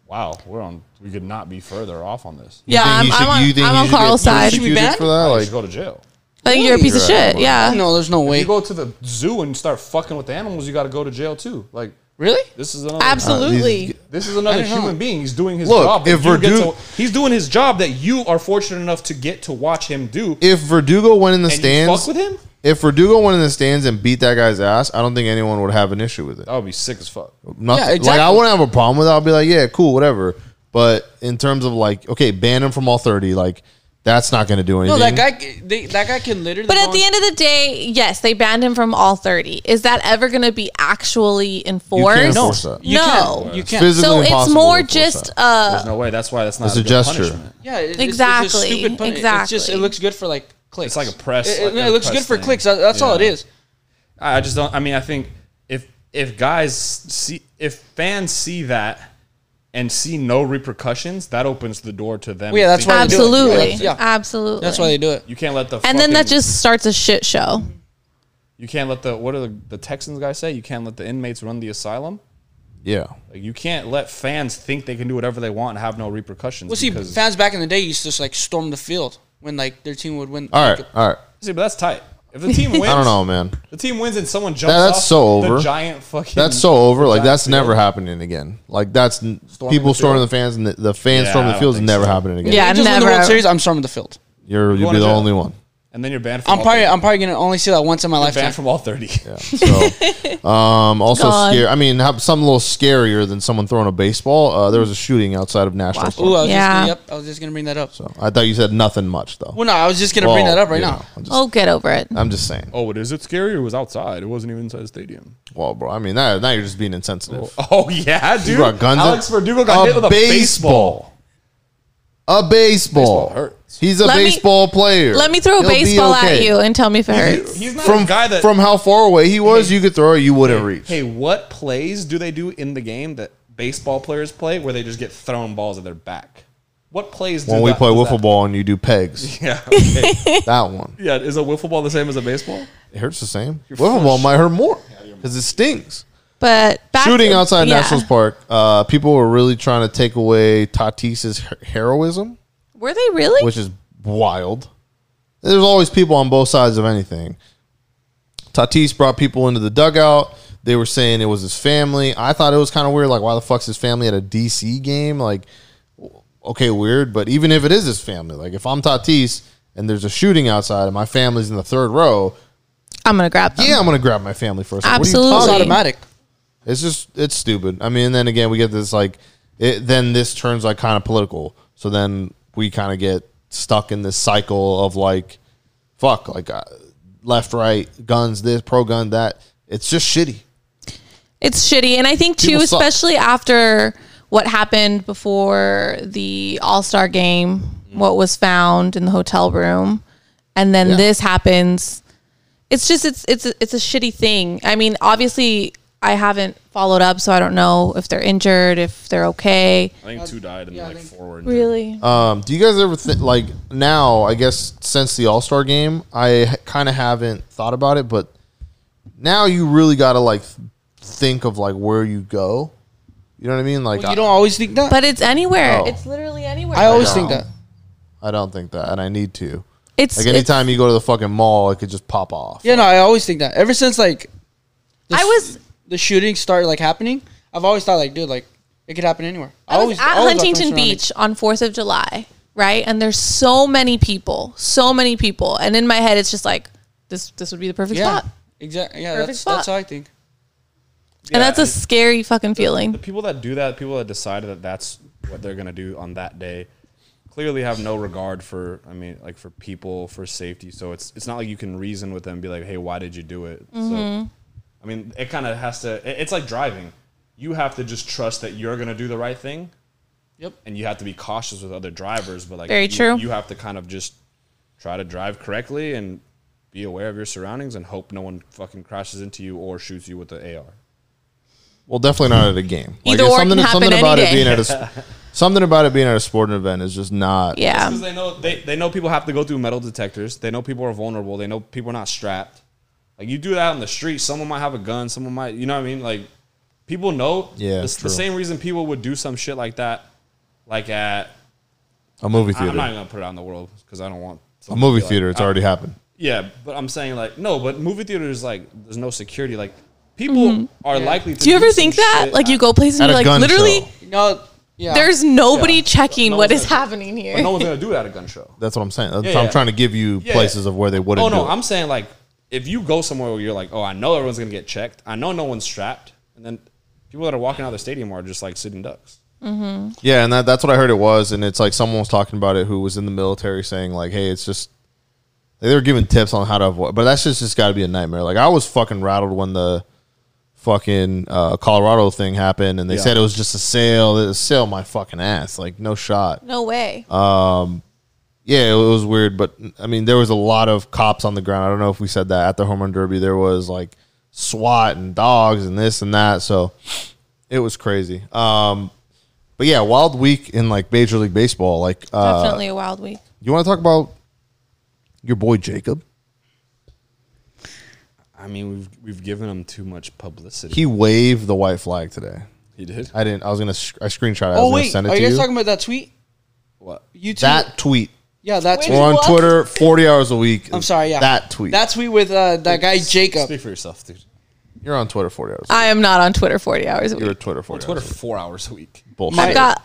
S2: wow, we're on. We could not be further off on this.
S3: Yeah,
S1: think
S3: I'm,
S1: he
S3: I'm
S1: should-
S3: on,
S1: you think
S3: I'm
S1: he
S3: on
S1: should get
S3: Carl's side.
S4: Should we
S1: persecuted
S4: banned?
S1: for that?
S2: I
S1: Like,
S2: should go to jail.
S3: I think you're a piece of shit. Yeah.
S4: No, there's no way.
S2: You go to the zoo and start fucking with the animals. You got to go to jail too. Like
S4: Really?
S2: this is another.
S3: Absolutely.
S1: uh, these-
S2: This is another
S4: I don't know.
S2: human being. He's doing his
S1: Look,
S2: job. that
S1: if
S2: you get
S1: Verdu-
S2: to- he's doing his job that you are fortunate enough to get to watch him do.
S1: if Verdugo went in the
S2: and you fuck
S1: stands,
S2: with him,
S1: if Verdugo went in the stands and beat that guy's ass, I don't think anyone would have an issue with it.
S2: that would be sick as fuck.
S1: Nothing.
S4: Yeah,
S1: Like I
S4: exactly.
S1: wouldn't have a problem with it. I'll be like, yeah, cool, whatever. But in terms of like, okay, ban him from all thirty. Like that's not going to do
S4: No,
S1: anything.
S4: that guy. c- They, that guy can literally.
S3: But
S4: go
S3: at the
S4: on-
S3: end of the day, yes, they banned him from all 30. Is that ever going to be actually enforced?
S1: enforce that.
S4: you
S3: no.
S4: can't. You
S1: It's
S4: can't.
S1: physically
S3: So it's
S1: impossible to
S3: more
S1: enforce
S3: just
S1: that.
S3: uh
S2: There's no way. That's why that's not
S1: It's a
S2: good
S1: gesture.
S2: punishment.
S4: Yeah, it- it's, It's,
S3: Exactly,
S4: a stupid pun- It's just
S3: exactly.
S4: it looks good for like clicks.
S2: It's like a press,
S4: It,
S2: like
S4: it-
S2: a
S4: it looks
S2: press
S4: good for
S2: thing.
S4: clicks. That- That's all it
S2: Yeah.
S4: is.
S2: I I just don't. I mean, I think if if guys see if fans see that and see no repercussions, that opens the door to them.
S4: Well, yeah, that's
S2: thinking-
S4: why they do it.
S3: absolutely.
S4: Yeah.
S3: Absolutely.
S4: That's why they do it.
S2: you can't let the
S3: And then that
S2: fucking-
S3: just starts a shit show.
S2: you can't let the what do the, the Texans guys say? You can't let the inmates run the asylum.
S1: yeah.
S2: Like you can't let fans think they can do whatever they want and have no repercussions.
S4: Well, see,
S2: because-
S4: fans back in the day used to just like storm the field when like their team would win.
S1: All right,
S4: Like,
S1: all right.
S2: see, but that's tight. If the team wins,
S1: I don't know, man.
S2: The team wins and someone jumps.
S1: that's
S2: off
S1: so over.
S2: The giant fucking.
S1: That's so over. Like
S2: giant
S1: that's
S2: field.
S1: never happening again. Like that's n people
S2: the field.
S1: storming the fans and the, the fans
S2: Yeah,
S1: storming
S2: I
S1: the
S2: don't
S1: field is
S2: think
S1: never
S2: so.
S1: happening again.
S3: Yeah,
S4: if they just win the
S3: never.
S4: World Series. I'm storming the field.
S1: You're you'll
S2: going
S1: be
S2: to
S1: the
S2: jail.
S1: only one.
S2: And then you're banned. From
S4: I'm
S2: all
S4: probably
S2: 30.
S4: I'm probably gonna only see that once in my lifetime.
S2: banned from all thirty.
S1: So, um, also
S3: Gone.
S1: scary. I mean, have something a little scarier than someone throwing a baseball. Uh, there was a shooting outside of National.
S3: Wow. uh,
S1: Park.
S4: Ooh, I was
S3: Yeah.
S4: just gonna, yep. I was just gonna bring that up.
S1: So I thought you said nothing much though.
S4: Well, no, I was just gonna bring
S1: Well,
S4: that up right
S1: you
S4: now.
S1: know, I'm just,
S3: Oh, get over it.
S1: I'm just saying.
S2: Oh, what is it scary? It was outside. It wasn't even inside the stadium.
S1: Well, bro, I mean, that, now you're just being insensitive.
S2: Oh yeah, dude.
S1: brought guns
S2: Alex
S1: out?
S2: Verdugo got
S1: A
S2: hit with a
S1: baseball.
S2: baseball.
S1: A baseball.
S2: Baseball hurts.
S1: He's a
S3: Let me-
S1: baseball player.
S3: Let me throw a
S1: He'll be
S3: baseball at
S1: okay.
S3: you and tell me if it hurts.
S2: He's not
S1: From
S2: a guy that.
S1: from how far away he was, you could throw it, you wouldn't reach.
S2: hey, what plays do they do in the game that baseball players play where they just get thrown balls at their back? What plays do
S1: when we
S2: that-
S1: play
S2: does
S1: wiffle
S2: that-
S1: ball and you do pegs,
S2: Yeah, okay.
S1: that one
S2: yeah. Is a wiffle ball the same as a baseball?
S1: it hurts the same.
S2: full
S1: Wiffle
S2: of
S1: ball
S2: shit.
S1: might hurt more because it stings.
S3: But back
S1: shooting
S3: to-
S1: outside
S3: yeah.
S1: Nationals Park, uh, people were really trying to take away Tatis's her- heroism,
S3: Were they really?
S1: which is wild. There's always people on both sides of anything. Tatis brought people into the dugout. They were saying it was his family. I thought it was kind of weird. Like, why the fuck's his family at a DC game? Like, w- okay, weird. But even if it is his family, like if I'm Tatis and there's a shooting outside and my family's in the third row,
S3: I'm gonna grab them.
S1: yeah, I'm gonna grab my family first. Like, what are you
S3: Absolutely.
S1: talking
S4: It's
S3: Sorry.
S4: automatic.
S1: it's just it's stupid. I mean, and then again, we get this like it, then this turns like kind of political. So then we kind of get stuck in this cycle of like, fuck, like uh, left, right, guns, this pro gun, that. It's just shitty.
S3: It's shitty, and I think too,
S1: People suck.
S3: especially after what happened before the All Star game, what was found in the hotel room, and then
S1: Yeah.
S3: this happens. It's just it's it's a- it's a shitty thing. I mean, obviously, I haven't followed up, so I don't know if they're injured, if they're okay.
S2: I think two died and
S4: Uh, yeah, I
S2: like
S4: think-
S2: four were injured.
S3: Really?
S1: Um, do you guys ever think like now? I guess since the All Star game, I kind of haven't thought about it, but now you really got to like think of like where you go. You know what I mean? Like
S4: you don't always think that.
S3: but it's anywhere.
S1: Oh.
S3: It's literally anywhere.
S4: I always
S1: No.
S4: think that.
S1: I, I don't think that, and I need to.
S3: it's
S1: Like anytime you go to the fucking mall, it could just pop off.
S4: Yeah, no, I always think that. Ever since like, the
S3: I
S4: sh-
S3: was-
S4: the shooting started like happening. I've always thought like, dude, like it could happen anywhere.
S3: I was at
S4: always thought from
S3: Huntington
S4: surroundings.
S3: Beach on 4th of July, right? And there's so many people, so many people. And in my head, it's just like, this, this would be the perfect
S4: Yeah,
S3: spot.
S4: exactly. Yeah,
S3: Perfect
S4: that's
S3: spot.
S4: that's how I think.
S3: and that's a
S2: it's-
S3: scary fucking feeling.
S2: the people that do that, people that decide that that's what they're gonna do on that day, clearly have no regard for. I mean, like for people, for safety. So it's it's not like you can reason with them, and be like, hey, why did you do it?
S3: Mm-hmm.
S2: So, I mean, it kind of has to. it- It's like driving. You have to just trust that you're gonna do the right thing,
S4: Yep.
S2: and you have to be cautious with other drivers. But like,
S3: Very
S2: you,
S3: true.
S2: You have to kind of just try to drive correctly and be aware of your surroundings and hope no one fucking crashes into you or shoots you with the AR.
S1: Well, definitely not at a game.
S3: Either
S1: it's
S3: or, it can happen
S1: something
S3: any
S1: about it
S3: day.
S1: being at a s- something about it being at a sporting event is just not.
S3: Yeah.
S2: because they know they, they know people have to go through metal detectors. They know people are vulnerable. They know people are not strapped. Like you do that on the street, someone might have a gun. Someone might, you know what I mean? Like people know.
S1: Yeah,
S2: the,
S1: it's
S2: the
S1: true.
S2: same reason people would do some shit like that, like at
S1: A movie
S2: I'm not even
S1: theater.
S2: gonna put it out in the world because I don't want
S1: A
S2: someone to
S1: movie
S2: be like,
S1: theater. It's
S2: "Ah,
S1: already happened.
S2: yeah, but I'm saying like no, but movie theaters like there's no security. Like people are likely. to
S3: Mm-hmm. Do you ever
S2: some
S3: think that?
S2: shit
S3: Like you
S2: at-
S3: go places
S1: At
S3: and
S1: a
S3: you're like,
S1: gun
S3: literally,
S1: show.
S4: No, yeah.
S3: there's nobody
S2: Yeah.
S3: checking
S2: No
S3: what
S2: one's
S3: is
S2: gonna-
S3: happening
S2: But
S3: here.
S2: no one's gonna do that at a gun show.
S1: That's what I'm saying. That's
S2: Yeah,
S1: I'm
S2: yeah.
S1: trying to give you
S2: Yeah,
S1: places of where they wouldn't.
S2: Oh no,
S1: do it.
S2: I'm saying like if you go somewhere where you're like, oh, I know everyone's gonna get checked. I know no one's strapped, and then people that are walking out of the stadium are just like sitting ducks.
S1: Yeah, and that, that's what I heard it was, and it's like someone was talking about it who was in the military saying like, "Hey, it's just they were giving tips on how to avoid," but that's just just got to be a nightmare. Like I was fucking rattled when the fucking uh, Colorado thing happened, and they
S2: Yeah.
S1: said it was just a sale. It was sale my fucking ass, like no shot.
S3: No way.
S1: Uh, Yeah, it was weird, but I mean, there was a lot of cops on the ground. I don't know if we said that at the home run derby. There was like SWAT and dogs and this and that, so it was crazy. Um, but yeah, wild week in like Major League Baseball. Like, uh,
S3: Definitely a wild week.
S1: you want to talk about your boy Jacob?
S2: I mean, we've we've given them too much publicity.
S1: He waved the white flag today.
S2: He did
S1: I didn't. I was gonna. sc- I screenshot. It. I
S4: Oh
S1: was
S4: wait,
S1: gonna send it
S4: are
S1: to
S4: you
S1: you.
S4: guys talking about that tweet?
S2: what?
S4: You tweet?
S1: that tweet.
S4: yeah, that
S3: Wait,
S4: tweet.
S1: We're on
S3: What?
S1: Twitter forty hours a week.
S4: I'm sorry, yeah.
S1: That tweet.
S4: That tweet with uh, that guy
S2: Speak
S4: Jacob.
S2: for yourself, dude.
S1: You're on Twitter forty hours. A week.
S3: I am not on Twitter 40 hours a
S1: You're on
S3: week.
S1: Twitter
S2: On
S1: forty.
S2: Twitter,
S1: hours a week.
S2: four hours a week.
S1: Bullshit.
S3: I've got,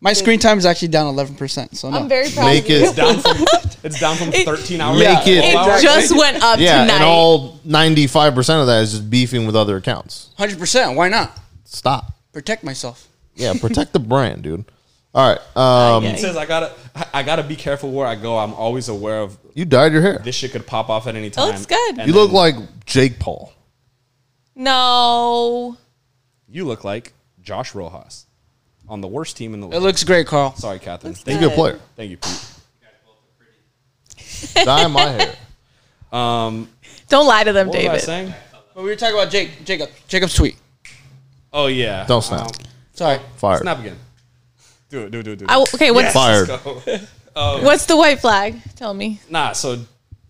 S4: My screen time is actually down 11, percent so no.
S3: I'm very proud
S1: Make
S3: of you.
S1: it.
S2: Down from, it's down from
S3: It-
S2: thirteen hours.
S1: Make
S2: to
S1: it-
S2: 12
S3: It
S2: hours.
S3: just went up
S1: Yeah,
S3: tonight.
S1: and all ninety-five percent of that is just beefing with other accounts.
S4: hundred percent. Why not
S1: Stop.
S4: protect myself?
S1: Yeah, protect the brand, dude. All right, um,
S3: Yeah.
S2: It says I gotta I, I gotta be careful where I go. I'm always aware of
S1: you dyed your hair.
S2: this shit could pop off at any time.
S3: looks good.
S2: And
S1: You look
S2: then
S1: like Jake Paul.
S3: no.
S2: you look like Josh Rojas on the worst team in the
S4: It
S2: league.
S4: looks great, Carl.
S2: Sorry, Catherine.
S3: Looks
S2: Thank
S1: He's a good player.
S2: Thank you, Pete.
S1: Dye my hair.
S3: Don't lie to them,
S2: What was I
S3: David.
S2: saying?
S4: But we were talking about Jake, Jacob, Jacob's tweet.
S2: Oh yeah. Um,
S1: Don't snap.
S4: Sorry.
S1: Fire.
S2: Snap again. Do it. Do it. Do it. Do it.
S3: I, okay, what's,
S1: Fired.
S3: what's the white flag? Tell me.
S2: Nah. So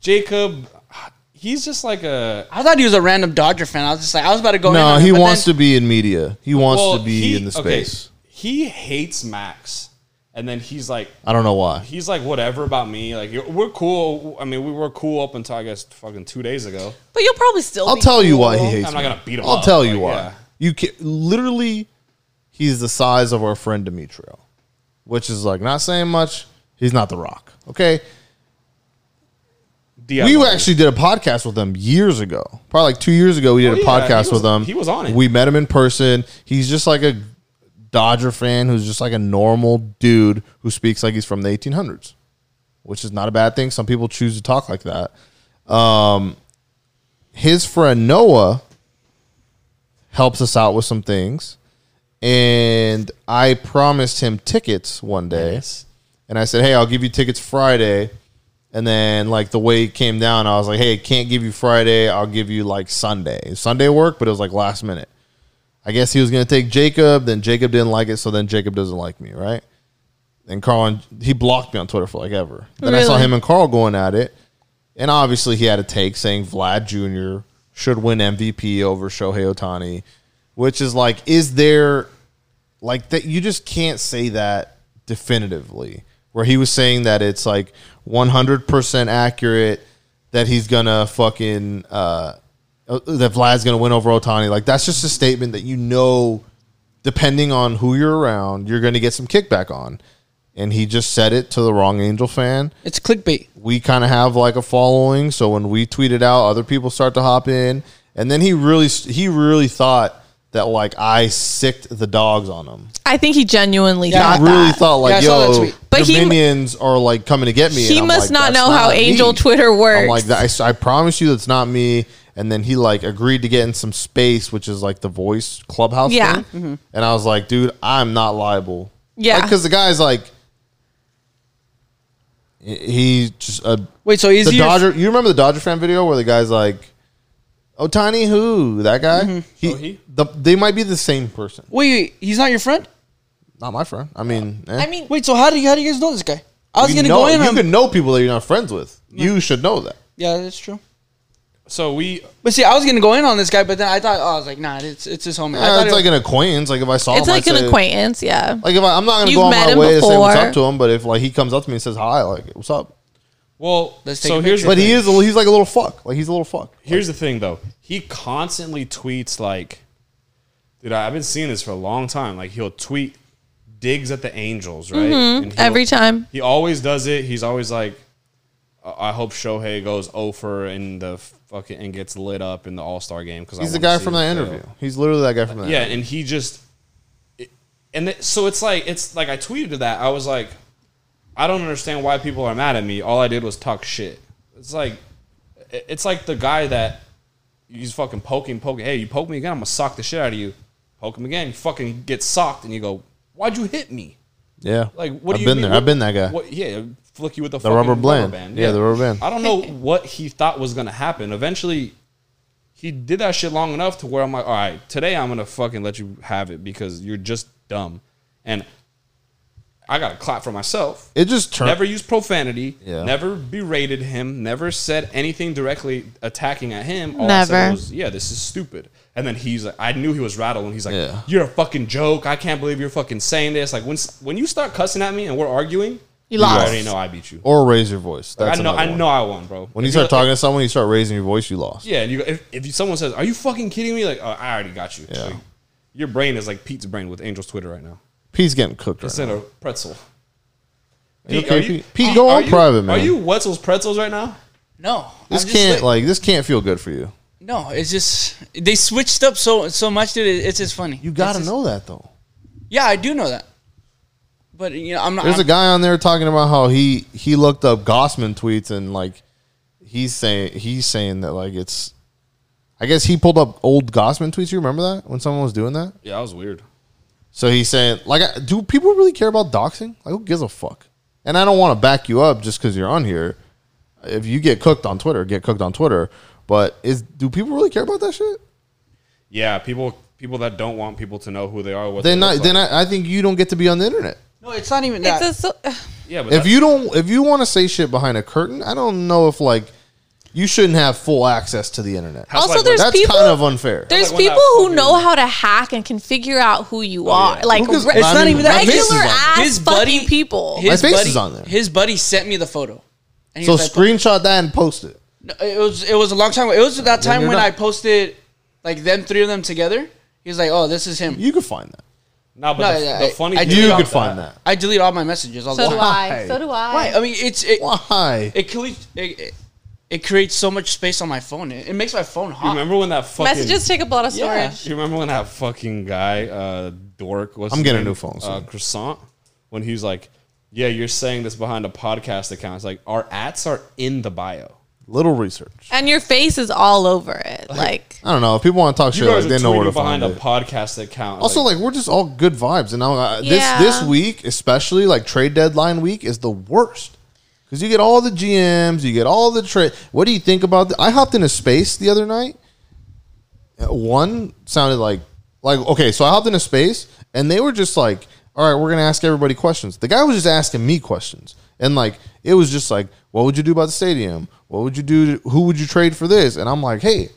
S2: Jacob, he's just like a.
S4: I thought he was a random Dodger fan. I was just like, I was about to go. in
S1: No,
S4: on
S1: he
S4: him, but
S1: wants
S4: then-
S1: to be in media. He wants
S2: well,
S1: to be
S2: he-
S1: in the
S2: okay,
S1: space.
S2: he hates Max, and then he's like,
S1: I don't know why.
S2: he's like whatever about me. Like you're- we're cool. I mean, we were cool up until I guess fucking two days ago.
S3: But you'll probably still
S1: I'll
S3: be
S1: tell you why he
S3: cool.
S1: hates.
S2: I'm not
S1: me.
S2: gonna beat him
S1: I'll
S2: up,
S1: tell you
S2: like,
S1: why.
S2: yeah.
S1: You can literally, he's the size of our friend Demetrio, which is like not saying much. He's not the Rock. Okay,
S2: DIY.
S1: we actually did a podcast with him years ago, probably like two years ago. We did
S2: Oh,
S1: a
S2: yeah,
S1: podcast
S2: he was-
S1: with him.
S2: he was on it.
S1: We met him in person. He's just like a Dodger fan who's just like a normal dude who speaks like he's from the 1800s, which is not a bad thing. Some people choose to talk like that. Um, his friend Noah helps us out with some things, and I promised him tickets one day.
S2: Yes.
S1: And I said, "Hey, I'll give you tickets Friday And then like the way it came down, I was like, hey, can't give you Friday. I'll give you like Sunday. Sunday work, but it was like last minute. I guess he was going to take Jacob. Then Jacob didn't like it. So then Jacob doesn't like me, right? And Carl, and, he blocked me on Twitter for like ever. Then I saw
S3: Really?
S1: him and Carl going at it. And obviously he had a take saying Vlad Jr. should win MVP over Shohei Otani, which is like, is there like that you just can't say that definitively where he was saying that it's like 100% accurate that he's gonna fucking uh that Vlad's gonna win over Otani like that's just a statement that you know depending on who you're around you're gonna get some kickback on and he just said it to the wrong angel fan
S4: It's clickbait.
S1: we kind of have like a following so when we tweet it out other people start to hop in and then he really he really thought that like I sicked the dogs on him
S3: I think he genuinely
S4: Yeah,
S3: thought
S1: I really
S3: that.
S1: thought like,
S4: Yeah, I saw that
S1: yo,
S4: tweet.
S3: But
S1: the
S3: he-
S1: minions are like coming to get me.
S3: He
S1: And I'm like,
S3: must not
S1: "That's
S3: know how
S1: not
S3: angel
S1: me."
S3: Twitter works.
S1: I'm like, "That- I, I promise you, that's not me. And then he like agreed to get in some space, which is like the voice clubhouse.
S3: Yeah. Mm-hmm.
S1: thing. And I was like, dude, I'm not liable.
S3: Yeah.
S1: because the guy's like, he- he just a
S4: Wait, so is
S1: the
S4: he
S1: Dodger. You remember the Dodger fan video where the guy's like, Otani, who that guy?
S3: Mm-hmm.
S1: He,
S5: he?
S1: The, they might be the same person.
S4: Wait, wait, he's not your friend.
S1: Not my friend. I mean, eh.
S3: I mean,
S4: Wait, so how do you how do you guys know this guy? I was
S1: You
S4: gonna
S1: know-
S4: go in
S1: You
S4: on.
S1: can know people that you're not friends with. You should know that.
S4: yeah, that's true.
S5: So we
S4: But see, I was gonna go in on this guy, but then I thought, oh, I was like, nah, it's it's his homie. I
S1: Yeah,
S4: thought
S1: it's
S4: it-
S1: like an acquaintance. Like if I saw
S3: it's
S1: him,
S3: like
S1: I'd
S3: an
S1: say-
S3: acquaintance. Yeah.
S1: Like if I, I'm not gonna
S3: You've
S1: go on
S3: met
S1: my
S3: him
S1: way to say what's
S3: before.
S1: up to him, but if like he comes up to me and says hi, like what's up?
S5: well.
S4: Let's take
S5: so
S4: a
S5: here's
S4: picture.
S5: the
S1: But he
S5: thing.
S1: is a- he's like a little fuck. Like he's a little fuck.
S2: Here's the thing, though. He constantly tweets like, "Dude, I- I've been seeing this for a long time." Like he'll tweet digs at the Angels, right? And he'll-
S3: Mm-hmm. Every time.
S2: he always does it. He's always like, "I I hope Shohei goes over in the fucking and gets lit up in the All Star game." Because
S1: He's the guy from that interview. He's literally that guy from that.
S2: Yeah,
S1: interview.
S2: and he just, it- and th- so it's like it's like I tweeted to that. I was like, I don't understand why people are mad at me. All I did was talk shit. It's like, it- it's like the guy that he's fucking poking, poking. Hey, you poke me again, I'm gonna sock the shit out of you. Poke him again, you fucking get socked, and you go, "Why'd you hit me?"
S1: yeah.
S2: Like, what
S1: I've
S2: do you
S1: been
S2: mean?
S1: there.
S2: What-
S1: I've been that guy.
S2: What, yeah, flick you with the,
S1: The
S2: fucking
S1: rubber band. Yeah, the rubber band.
S2: I don't know what he thought was gonna happen. Eventually, he did that shit long enough to where I'm like, all right, today I'm gonna fucking let you have it because you're just dumb, and I gotta clap for myself.
S1: It just turned.
S2: Never used profanity.
S1: Yeah.
S2: Never berated him. Never said anything directly attacking at him. All I
S3: Never.
S2: said was, "Yeah, this is stupid." And then he's like, "I knew he was rattled." And he's like,
S1: Yeah.
S2: "You're a fucking joke. I can't believe you're fucking saying this." Like when s- when you start cussing at me and we're arguing,
S3: You lost.
S2: I already know I beat you.
S1: or raise your voice.
S2: I
S1: Oh, That's
S2: know.
S1: another
S2: I
S1: one.
S2: know I won, bro.
S1: When you
S2: If
S1: start
S2: you're-
S1: talking to someone, you start raising your voice. You lost.
S2: yeah, and you if, if you- someone says, "Are you fucking kidding me?" Like, oh, I already got you.
S1: Yeah.
S2: Like, your brain is like Pete's brain with Angel's Twitter right now.
S1: P's getting cooked right
S2: It's
S1: now.
S2: in a pretzel.
S1: You okay, Pete? Pete, go on
S2: you-
S1: private, man.
S2: Are you Wetzel's pretzels right now?
S4: no,
S1: This
S4: I'm just
S1: can't like this can't feel good for you.
S4: No, it's just they switched up so so much, dude. It, it's just funny.
S1: You
S4: It's
S1: got to
S4: just-
S1: know that though.
S4: Yeah, I do know that. But you know, I'm not.
S1: There's a
S4: I'm-
S1: guy on there talking about how he he looked up Gossman tweets and like he's saying he's saying that like it's I guess he pulled up old Gossman tweets. You remember that when someone was doing that?
S2: Yeah, that was weird.
S1: So he's saying like, I- do people really care about doxing? Like, who gives a fuck? And I don't want to back you up just because you're on here. If you get cooked on Twitter, get cooked on Twitter. But is do people really care about that shit?
S2: Yeah, people people that don't want people to know who they are. What
S1: Then
S2: they
S1: I
S2: look
S1: then
S2: like.
S1: I, I think you don't get to be on the internet.
S4: no, it's not even that.
S3: It's a, so-
S2: Yeah, but
S1: if
S2: that-
S1: you don't if you want to say shit behind a curtain, I don't know if like you shouldn't have full access to the internet.
S2: That's
S3: also
S2: like-
S3: there's
S1: That's
S3: people
S1: kind of unfair.
S3: there's
S2: like when that
S3: people who
S2: fucking-
S3: know how to hack and can figure out who
S1: Oh,
S3: you are.
S2: yeah.
S3: Like
S1: Who gives-
S3: re-
S1: It's not even that- my face is
S3: regular
S1: on.
S3: ass
S4: His
S3: fucking
S4: buddy-
S3: people.
S1: My face
S4: buddy,
S1: is on there.
S4: His buddy sent me the photo. And he
S1: So
S4: was like,
S1: screenshot that and post it.
S4: No, it was it was a long time. ago. It was that time
S1: you're
S4: when
S1: not-
S4: I posted like them three of them together. He was like, "Oh, this is him."
S1: You could find that.
S2: no, but
S4: No,
S2: the,
S4: yeah,
S2: the
S4: I-
S2: funny
S4: I
S2: thing
S4: do
S1: You
S4: got
S1: could
S2: about
S1: find that.
S4: I delete all my messages. All
S3: So
S4: the
S3: do
S4: time.
S3: I. So do I.
S4: Why? I mean, it's it.
S1: Why?
S4: It, cle- it, it it creates so much space on my phone. It, it makes my phone
S2: You
S4: hot.
S2: remember when that fucking
S3: Messages take up a lot of
S4: Yeah.
S3: storage.
S2: You remember when that fucking guy, uh, dork, was?
S1: I'm getting a new phone
S2: Uh,
S1: soon.
S2: croissant, when he's like, "Yeah, you're saying this behind a podcast account." It's like our ads are in the bio.
S1: Little research.
S3: And your face is all over it. Like
S1: I don't know. If people want to talk
S2: You
S1: shit, like,
S2: guys are
S1: they know where to
S2: tweeting
S1: find
S2: behind a
S1: it.
S2: podcast account.
S1: Also, like we're just all good vibes, and now uh, this
S3: Yeah.
S1: this week, especially like trade deadline week, is the worst Because you get all the GMs, you get all the trade. What do you think about? The- I hopped into space the other night. Uh, One sounded like like okay, so I hopped into space and they were just like, all right, we're gonna ask everybody questions. The guy was just asking me questions and like it was just like, what would you do about the stadium? What would you do? To, who would you trade for this? And I'm like, hey,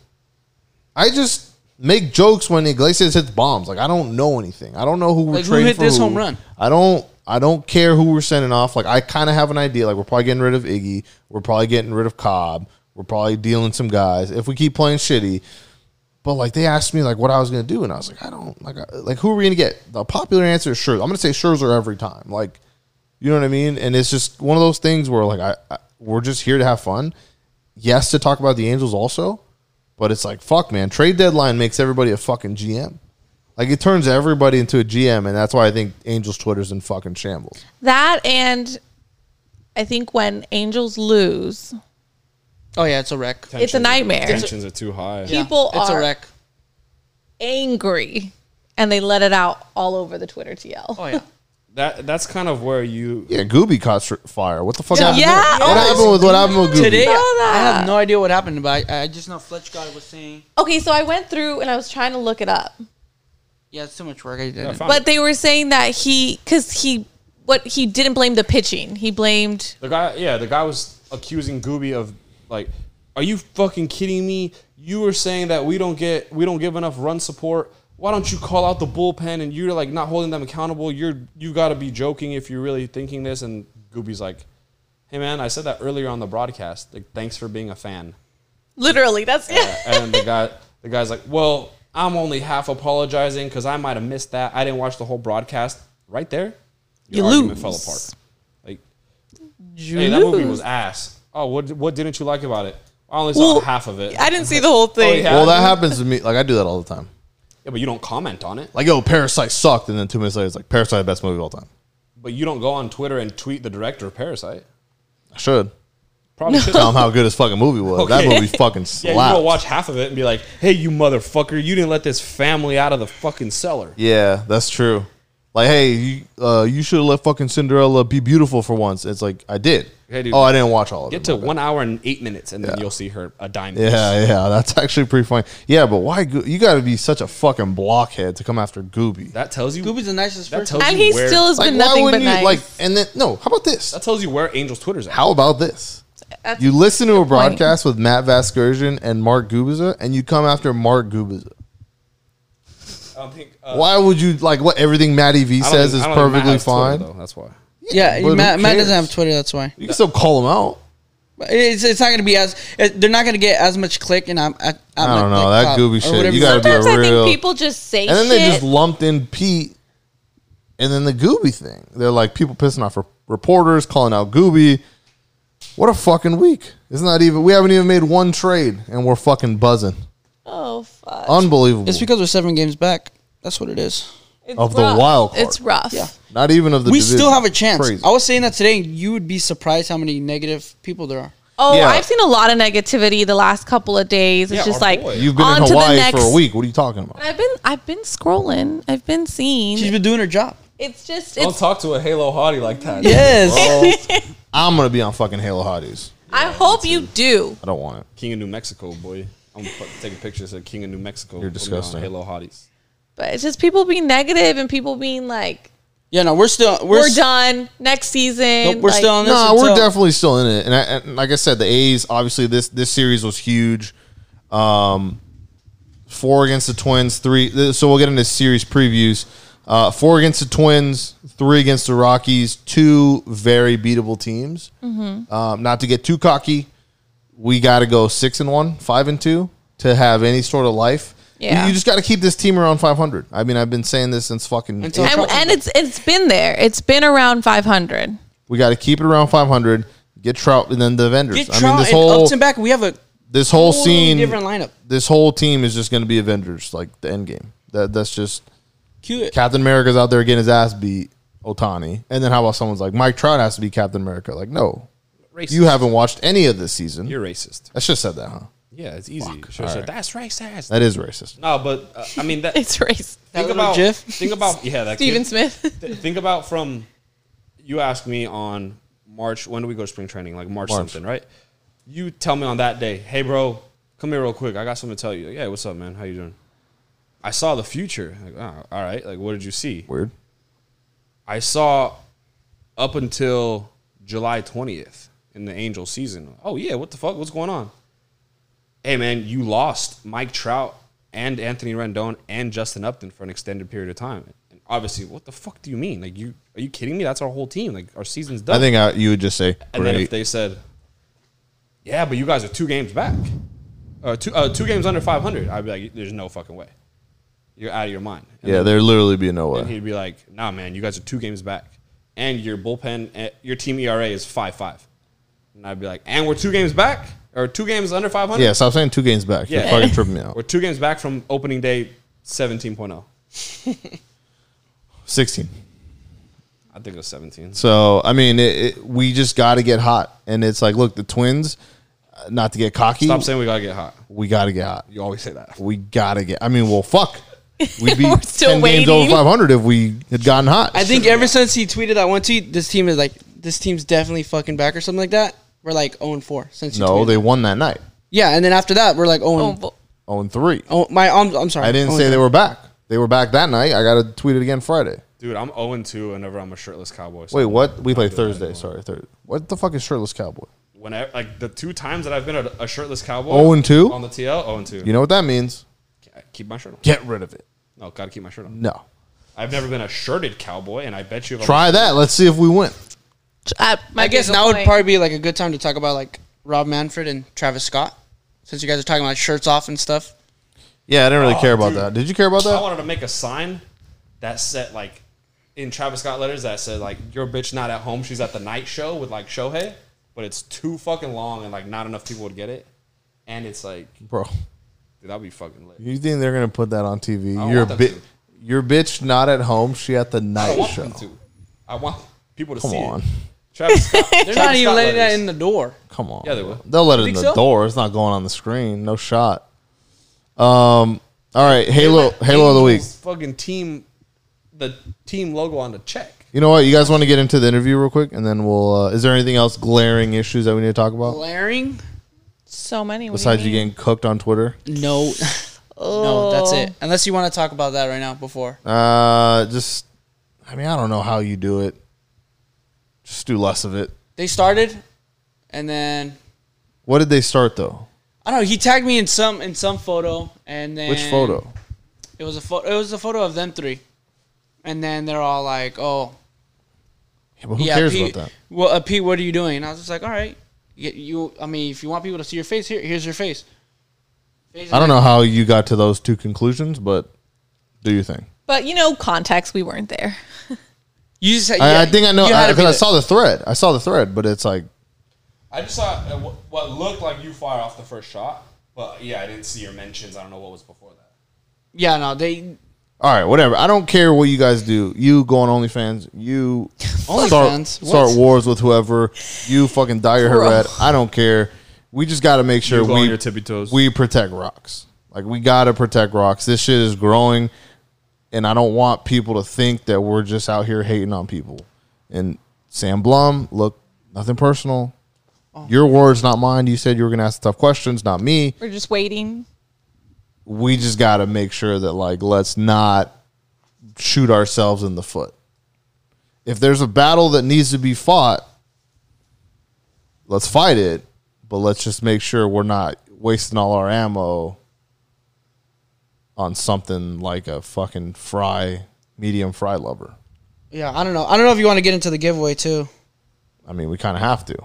S1: I just make jokes when Iglesias hits bombs. Like I don't know anything. I don't know who we're
S4: Like, who
S1: trading
S4: hit
S1: for
S4: this
S1: who.
S4: home run?
S1: I don't. I don't care who we're sending off. Like I kind of have an idea. Like we're probably getting rid of Iggy. We're probably getting rid of Cobb. We're probably dealing some guys if we keep playing shitty. But like they asked me like what I was gonna do, and I was like, I don't like I- like who are we gonna get? The popular answer is Scherzer. I'm gonna say Scherzer every time. Like, you know what I mean? And it's just one of those things where like I, I we're just here to have fun. Yes, to talk about the Angels also, but it's like fuck, man. Trade deadline makes everybody a fucking GM. Like it turns everybody into a GM, and that's why I think Angels Twitter's in fucking shambles.
S3: That and I think when angels lose,
S4: Oh yeah, it's a wreck.
S3: it's a nightmare.
S2: Tensions are too high.
S4: Yeah,
S3: People
S4: it's
S3: are-
S4: a wreck.
S3: Angry, and they let it out all over the Twitter TL.
S4: Oh yeah.
S2: That that's kind of where you
S1: Yeah, Gooby caught str- fire. What the fuck?
S4: Yeah.
S1: happened?
S3: Yeah.
S1: What happened with what happened with Gooby?
S4: Today,
S3: saw
S4: I
S3: that.
S4: have no idea what happened, but I, I just know Fletch God was saying,
S3: Okay, so I went through and I was trying to look it up.
S4: "Yeah, it's too much work." I did.
S2: Yeah,
S4: it.
S2: fine.
S3: But they were saying that he, because he, what he didn't blame the pitching. He blamed
S2: The guy, yeah, the guy was accusing Gooby of like, "Are you fucking kidding me? You were saying that we don't get, we don't give enough run support. Why don't you call out the bullpen and you're like not holding them accountable? You're you got to be joking if you're really thinking this." And Gooby's like, "Hey man, I said that earlier on the broadcast. Like, thanks for being a fan."
S3: literally. That's it.
S2: and the guy the guy's like, "Well, I'm only half apologizing because I might have missed that. I didn't watch the whole broadcast. Right there,
S3: You
S2: argument
S3: lose.
S2: fell apart. Like, hey, that movie was ass. Oh, what what didn't you like about it? I only saw
S3: Well,
S2: half of it.
S3: I didn't see the whole thing.
S2: Oh, yeah.
S1: Well, that happens to me. Like I do that all the time.
S2: yeah, but you don't comment on it.
S1: Like yo, Parasite sucked, and then two minutes later, it's like Parasite best movie of all time.
S2: But you don't go on Twitter and tweet the director of Parasite.
S1: I should
S2: Probably should.
S1: tell him how good his fucking movie was. That
S2: Okay.
S1: movie fucking
S2: Yeah,
S1: slapped.
S2: you go watch half of it and be like, "Hey, you motherfucker, you didn't let this family out of the fucking cellar."
S1: Yeah, that's true. Like, hey, you, uh, you should have let fucking Cinderella be beautiful for once. It's like I did.
S2: Hey, dude.
S1: oh, I didn't watch all of
S2: Get
S1: it.
S2: to
S1: my bad.
S2: one hour and eight minutes, and then you'll see her a dime. piece.
S1: Yeah, yeah, that's actually pretty funny. Yeah, but why Go- you got to be such a fucking blockhead to come after Gooby?
S2: that tells you.
S4: Goopy's the nicest
S2: That
S4: person.
S2: tells
S3: and
S2: you
S3: he
S2: where-
S3: still has
S1: Like,
S3: been
S1: why
S3: nothing but
S1: wouldn't you
S3: nice.
S1: like? And then no, how about this?
S2: That tells you where Angel's Twitter's at.
S1: How about this?
S3: That's-
S1: You listen to a
S3: good point.
S1: broadcast with Matt Vasgersian and Mark Gubiza, and you come after Mark Gubiza.
S2: I don't think. Uh,
S1: Why would you like what everything Matty V
S2: I don't
S1: says
S2: think-
S1: is
S2: I don't think Matt
S1: perfectly
S2: has Twitter,
S1: fine?
S2: though, that's why.
S4: yeah,
S1: but who
S4: Matt, Matt doesn't
S1: cares?
S4: have Twitter. That's why.
S1: You can still call him out.
S4: But It's, it's not going to be as. It, they're not going to get as much click, and I'm. I, I'm
S1: I don't
S4: like,
S1: know,
S4: like,
S1: that
S4: pop,
S1: Goopy
S4: or
S1: shit,
S4: whatever
S1: you gotta
S4: want.
S1: be a
S3: Sometimes I
S1: real-
S3: think people just say
S1: And then
S3: shit.
S1: they just lumped in Pete and then the Gooby thing. They're like people pissing off re- reporters, calling out Gooby. What a fucking week. It's not even we haven't even made one trade and we're fucking buzzing.
S3: oh fuck!
S1: Unbelievable.
S4: It's because we're seven games back. That's what it is.
S3: It's
S1: of the
S3: rough.
S1: wild card.
S3: It's rough.
S4: Yeah.
S1: not even of the
S4: we
S1: division.
S4: still have a chance.
S1: Crazy.
S4: I was saying that today. and You would be surprised how many negative people there are.
S3: Oh,
S1: Yeah.
S3: I've seen a lot of negativity the last couple of days. It's
S2: Yeah,
S3: just
S2: our
S3: like
S2: boy.
S1: You've been in
S3: on to the
S1: Hawaii for
S3: next-
S1: a week. What are you talking about?
S3: I've been I've been scrolling. I've been seeing.
S4: She's been doing her job.
S3: it's just
S2: Don't
S3: it's.
S2: talk to a Halo hottie like that.
S4: Yes.
S1: Oh. I'm gonna be on fucking Halo Hotties.
S3: I hope you do.
S1: I don't want it.
S2: King of New Mexico, boy. I'm fuck- taking pictures of King of New Mexico. You're
S1: disgusting.
S2: Halo hotties.
S3: But it's just people being negative and people being like,
S4: Yeah. No, we're still. We're,
S3: "We're,
S4: s-
S3: done next season."
S4: Nope, we're
S3: like,
S4: still on this.
S1: No, we're
S4: until-
S1: definitely still in it. And, I, and like I said, the A's obviously this this series was huge. Um, four against the Twins, three. th- So we'll get into series previews. Uh, four against the Twins, three against the Rockies. Two very beatable teams.
S4: Mm-hmm.
S1: Um, not to get too cocky, we got to go six and one, five and two to have any sort of life.
S3: Yeah.
S1: You, you just got to keep this team around 500. I mean, I've been saying this since fucking
S4: Until-
S3: And, and it's it's been there. It's been around 500.
S1: We got to keep it around 500. Get Trout and then the vendors.
S4: Get
S1: I
S4: Trout
S1: mean, this
S4: and
S1: whole
S4: Upton back. We have a
S1: this whole
S4: totally
S1: scene,
S4: different lineup.
S1: this whole team is just going to be Avengers, like the end game. That that's just
S4: cute.
S1: Captain America's out there getting his ass beat, Otani, and then how about someone's like Mike Trout has to be Captain America? Like, no,
S2: Racist.
S1: you haven't watched any of this season.
S2: You're racist.
S1: I should have said that, huh?
S2: Yeah, it's easy. Should've said, That's racist.
S1: That is racist.
S2: no, but uh, I mean that.
S3: It's race.
S4: That
S2: think
S4: little
S2: about
S4: gif?
S2: think about yeah that
S3: Steven
S2: kid.
S3: Smith.
S2: Th- think about from you asked me on March. When do we go to spring training? Like March,
S1: March.
S2: something, right? You tell me on that day, hey bro, come here real quick. I got something to tell you. Like, yeah, what's up, man? How you doing? I saw the future. Like, oh, all right. Like, what did you see?
S1: Weird.
S2: I saw up until July 20th in the Angel season. Oh yeah, what the fuck? What's going on? Hey man, you lost Mike Trout and Anthony Rendon and Justin Upton for an extended period of time. And obviously, what the fuck do you mean? Like you are you kidding me? That's our whole team. Like our season's done.
S1: I think I, you would just say
S2: and then
S1: great.
S2: if they said, "Yeah, but you guys are two games back, uh, two uh, two games under 500," I'd be like, "There's no fucking way. You're out of your mind." And
S1: yeah,
S2: then-
S1: there'd literally be no
S2: and
S1: way.
S2: he'd be like, "Nah, man, you guys are two games back, and your bullpen, eh, your team ERA is five five. And I'd be like, "And we're two games back, or two games under five hundred.
S1: Yeah, stop saying two games back. You're
S2: Yeah.
S1: fucking tripping me out.
S2: we're two games back from opening day seventeen oh."
S1: Sixteen.
S2: I think it was seventeen.
S1: So I mean, it, it, we just got to get hot, and it's like, look, the Twins. uh, Not to get cocky,
S2: Stop saying we gotta get hot.
S1: we got to get hot.
S2: You always say that.
S1: We got to get. I mean, well, fuck. We'd be
S3: We're still
S1: 10 games
S3: waiting.
S1: over 500 if we had gotten hot.
S4: I think ever since he tweeted that one tweet, this team is like this team's definitely fucking back or something like that. We're like 0 and 4 since you
S1: no,
S4: tweeted.
S1: they won that night.
S4: yeah, and then after that we're like 0
S3: Oh,
S4: and,
S3: bo-
S1: Oh, and three.
S4: oh, my I'm, I'm sorry. Oh,
S1: I didn't
S4: 0
S1: say
S4: and-
S1: they were back. They were back that night. I got to tweet it again Friday.
S2: Dude, I'm 0 2 whenever I'm a shirtless cowboy. So
S1: Wait, what? We play
S2: do that
S1: Thursday.
S2: anymore.
S1: Sorry, Thursday. What the fuck is shirtless cowboy?
S2: Whenever, like the two times that I've been a, a shirtless cowboy
S1: 0-2?
S2: on the TL, 0 and 2.
S1: You know what that means?
S2: keep my shirt on.
S1: Get rid of it.
S2: No, gotta keep my shirt on.
S1: No.
S2: I've never been a shirted cowboy, and I bet you if I'm-
S1: Try that. Let's see if we win.
S3: that might
S4: I
S3: be a
S4: guess
S3: good
S4: now would
S3: point.
S4: probably be like a good time to talk about like Rob Manfred and Travis Scott since you guys are talking about shirts off and stuff.
S1: Yeah, I didn't really
S2: Oh,
S1: care about
S2: dude.
S1: that. Did you care about
S2: I
S1: that?
S2: wanted to make a sign that said like in Travis Scott letters that said like your bitch not at home, she's at the night show with like Shohei, but it's too fucking long and like not enough people would get it. And it's like
S1: Bro,
S2: dude, that'd be fucking lit.
S1: you think they're going to put that on TV?
S2: don't
S1: Your,
S2: want them
S1: bi-
S2: to.
S1: your bitch not at home. She at the
S2: I don't
S1: night
S2: want
S1: show.
S2: them to. I want people to
S1: Come
S2: see it.
S1: on.
S2: Travis Scott.
S4: They're not even letting that in the door.
S1: Come on.
S2: Yeah, they will.
S1: They'll let it in
S4: Think
S1: the
S4: so?
S1: door. It's not going on the screen. No shot. Um. All right, Halo. Halo of the week.
S2: Fucking team the team logo on the check.
S1: You know what? You guys want to get into the interview real quick, and then we'll. Uh, is there anything else glaring issues that we need to talk
S4: Oh.
S1: about
S4: Glaring?
S3: so many. what do
S1: besides you
S3: mean?
S1: getting cooked on Twitter?
S4: No. no, that's it. Unless you want to talk about that right now before.
S1: Uh, just. I mean, I don't know how you do it. Just do less of it.
S4: They started and then
S1: What did they start though?
S4: I don't know, he tagged me in some in some photo and then
S1: Which photo?
S4: It was a photo it was a photo of them three. And then they're all like, "Oh,
S1: Yeah, but who
S4: yeah,
S1: cares
S4: Pete,
S1: about that?
S4: Well, uh, Pete, what are you doing? And I was just like, all right, you, you. I mean, if you want people to see your face, here, here's your face. Face
S1: I don't
S4: and-
S1: know how you got to those two conclusions, but do your thing.
S3: But you know, context. We weren't there.
S4: You just,
S1: I,
S4: yeah,
S1: I think I know
S4: you had to
S1: because
S4: be
S1: I
S4: the-
S1: saw the thread. I saw the thread, but it's like
S2: I just saw uh, wh- what looked like you fire off the first shot, but yeah, I didn't see your mentions. I don't know what was before that.
S4: Yeah, no, they
S1: All right, whatever. I don't care what you guys do. You go on OnlyFans. You start,
S4: OnlyFans?
S1: start
S4: What?
S1: wars with whoever. You fucking dye your hair
S3: Bro.
S1: red. I don't care. We just got to make sure
S2: You go
S1: we
S2: on your tippy toes.
S1: we protect rocks. Like we got to protect rocks. This shit is growing, and I don't want people to think that we're just out here hating on people. And Sam Blum, look, nothing personal.
S4: Oh.
S1: Your words, not mine. You said you were gonna ask tough questions, not me
S3: We're just waiting.
S1: we just got to make sure that like let's not shoot ourselves in the foot. If there's a battle that needs to be fought, let's fight it, but let's just make sure we're not wasting all our ammo on something like a fucking fry medium fry lover.
S4: yeah, I don't know. I don't know if you want to get into the giveaway too.
S1: I mean, we kind of have to.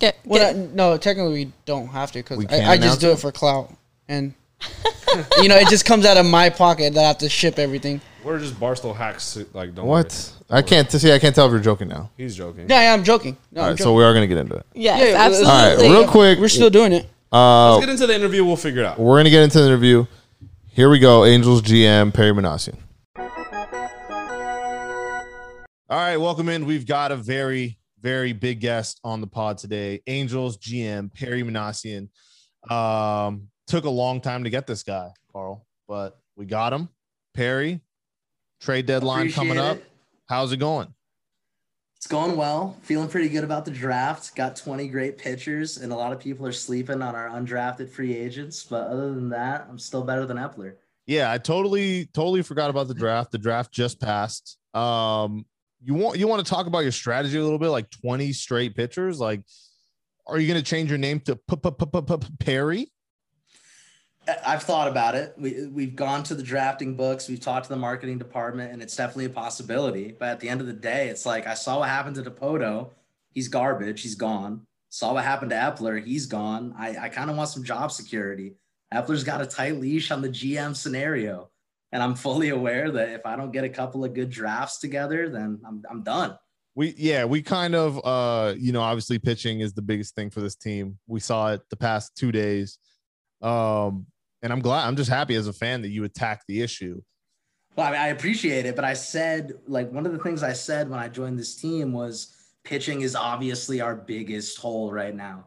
S3: Get,
S4: Well,
S3: get-
S4: I- no, technically we don't have to because
S1: We can't
S4: I, I just
S1: announce
S4: do
S1: it?
S4: it for clout, and you know it just comes out of my pocket that I have to ship everything.
S2: We're just barstool hacks. Like, don't
S1: What? I can't see. I can't tell if you're joking now.
S2: He's joking.
S4: Yeah, yeah I'm joking. No,
S1: All
S4: I'm
S1: right, so
S4: joking.
S1: we are gonna get into it.
S3: yes,
S4: Yeah, well,
S3: absolutely.
S1: All right, real quick.
S4: we're still doing it.
S2: Let's get into the interview. We'll figure it out.
S1: We're gonna get into the interview. Here we go. Angels GM Perry Manassian. All right, welcome in. We've got a very, very big guest on the pod today. Angels GM Perry Manassian. Um, took a long time to get this guy, Carl, but we got him. Perry, trade deadline coming up. How's it going?
S6: it's going well. Feeling pretty good about the draft. Got 20 great pitchers, and a lot of people are sleeping on our undrafted free agents. But other than that, I'm still better than Epler.
S1: Yeah, I totally totally forgot about the draft. The draft just passed. Um, you want you want to talk about your strategy a little bit, like twenty straight pitchers. Like, are you going to change your name to P- P- P- P- P- Perry?
S6: I- I've thought about it. We we've gone to the drafting books, we've talked to the marketing department, and it's definitely a possibility. But at the end of the day, it's like I saw what happened to Depoto. He's garbage. He's gone. Saw what happened to Epler. He's gone. I, I kind of want some job security. Epler's got a tight leash on the GM scenario. And I'm fully aware that if I don't get a couple of good drafts together, then I'm, I'm done.
S1: we yeah we kind of uh you know obviously pitching is the biggest thing for this team we saw it the past two days um and i'm glad i'm just happy as a fan that you attack the issue
S6: Well, I, mean, I appreciate it, but I said like one of the things I said when I joined this team was pitching is obviously our biggest hole right now.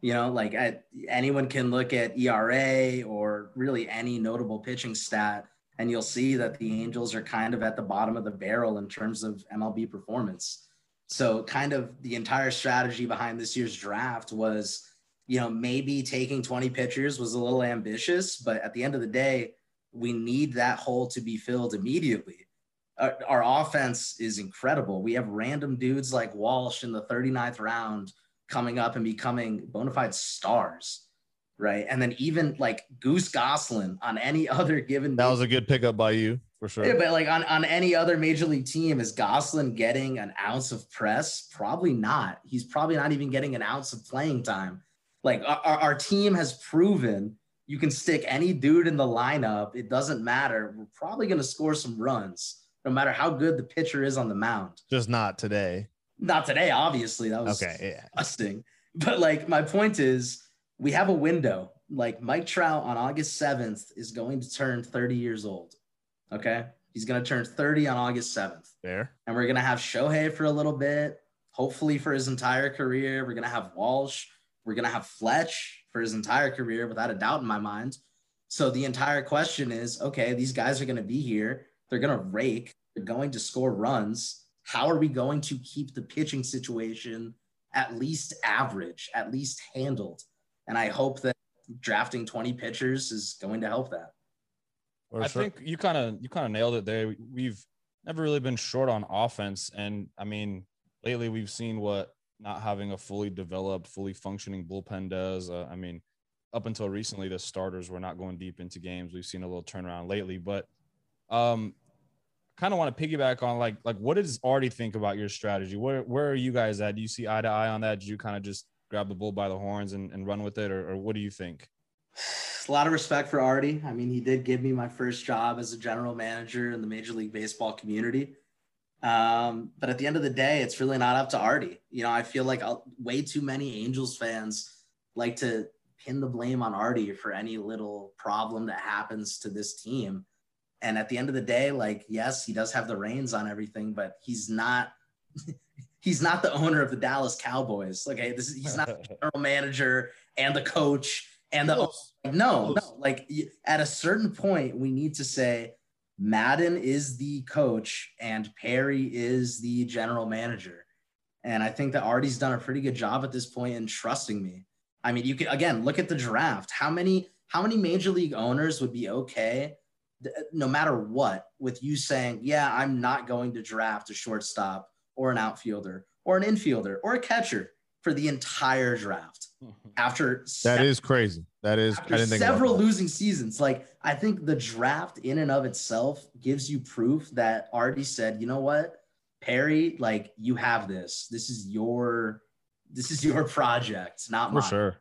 S6: You know, like I, anyone can look at ERA or really any notable pitching stat, and you'll see that the Angels are kind of at the bottom of the barrel in terms of MLB performance. So, kind of the entire strategy behind this year's draft was, you know, maybe taking 20 pitchers was a little ambitious, but at the end of the day, we need that hole to be filled immediately. Uh, Our, our offense is incredible. We have random dudes like Walsh in the 39th round coming up and becoming bona fide stars, right? And then even like Goose Goslin on any other given
S1: that was a good pickup by you for sure
S6: yeah, but like on, on any other major league team, is Goslin getting an ounce of press? Probably not. He's probably not even getting an ounce of playing time. Like our, our our team has proven you can stick any dude in the lineup. It doesn't matter. We're probably going to score some runs, no matter how good the pitcher is on the mound.
S1: just not today
S6: Not today, obviously. That was
S1: okay yeah
S6: disgusting. But like my point is, we have a window. Like Mike Trout on August 7th is going to turn 30 years old. Okay. He's going to turn 30 on August 7th.
S1: there
S6: And we're going to have Shohei for a little bit, hopefully for his entire career. We're going to have Walsh. We're going to have Fletch for his entire career, without a doubt in my mind. So the entire question is okay, these guys are going to be here. They're going to rake. They're going to score runs. How are we going to keep the pitching situation at least average, at least handled? And I hope that drafting 20 pitchers is going to help that.
S1: For
S2: I
S1: sure.
S2: think you kind of you kind of nailed it there. We've never really been short on offense, and I mean, lately we've seen what not having a fully developed, fully functioning bullpen does. Uh, I mean, up until recently, the starters were not going deep into games. We've seen a little turnaround lately, but um, kind of want to piggyback on like like what does Artie think about your strategy? Where where are you guys at? Do you see eye to eye on that? Do you kind of just grab the bull by the horns and, and run with it, or, or what do you think?
S6: a lot of respect for Artie. I mean, he did give me my first job as a general manager in the Major League Baseball community. Um, but at the end of the day, it's really not up to Artie. You know, I feel like uh, way too many Angels fans like to pin the blame on Artie for any little problem that happens to this team. And at the end of the day, like, yes, he does have the reins on everything, but he's not. He's not the owner of the Dallas Cowboys. Okay, this is, he's not the general manager and the coach and the no, no. Like y- at a certain point, we need to say Madden is the coach and Perry is the general manager. And I think that Artie's done a pretty good job at this point in trusting me. I mean, you can again look at the draft. How many how many major league owners would be okay, th- no matter what, with you saying, "Yeah, I'm not going to draft a shortstop or an outfielder or an infielder or a catcher for the entire draft." After
S1: that
S6: seven-
S1: is crazy that is i
S6: after
S1: didn't think about
S6: several
S1: that.
S6: losing seasons. Like I think the draft in and of itself gives you proof that Artie said, you know what, Perry, like you have this. This is your this is your project, not
S1: for
S6: mine.
S1: sure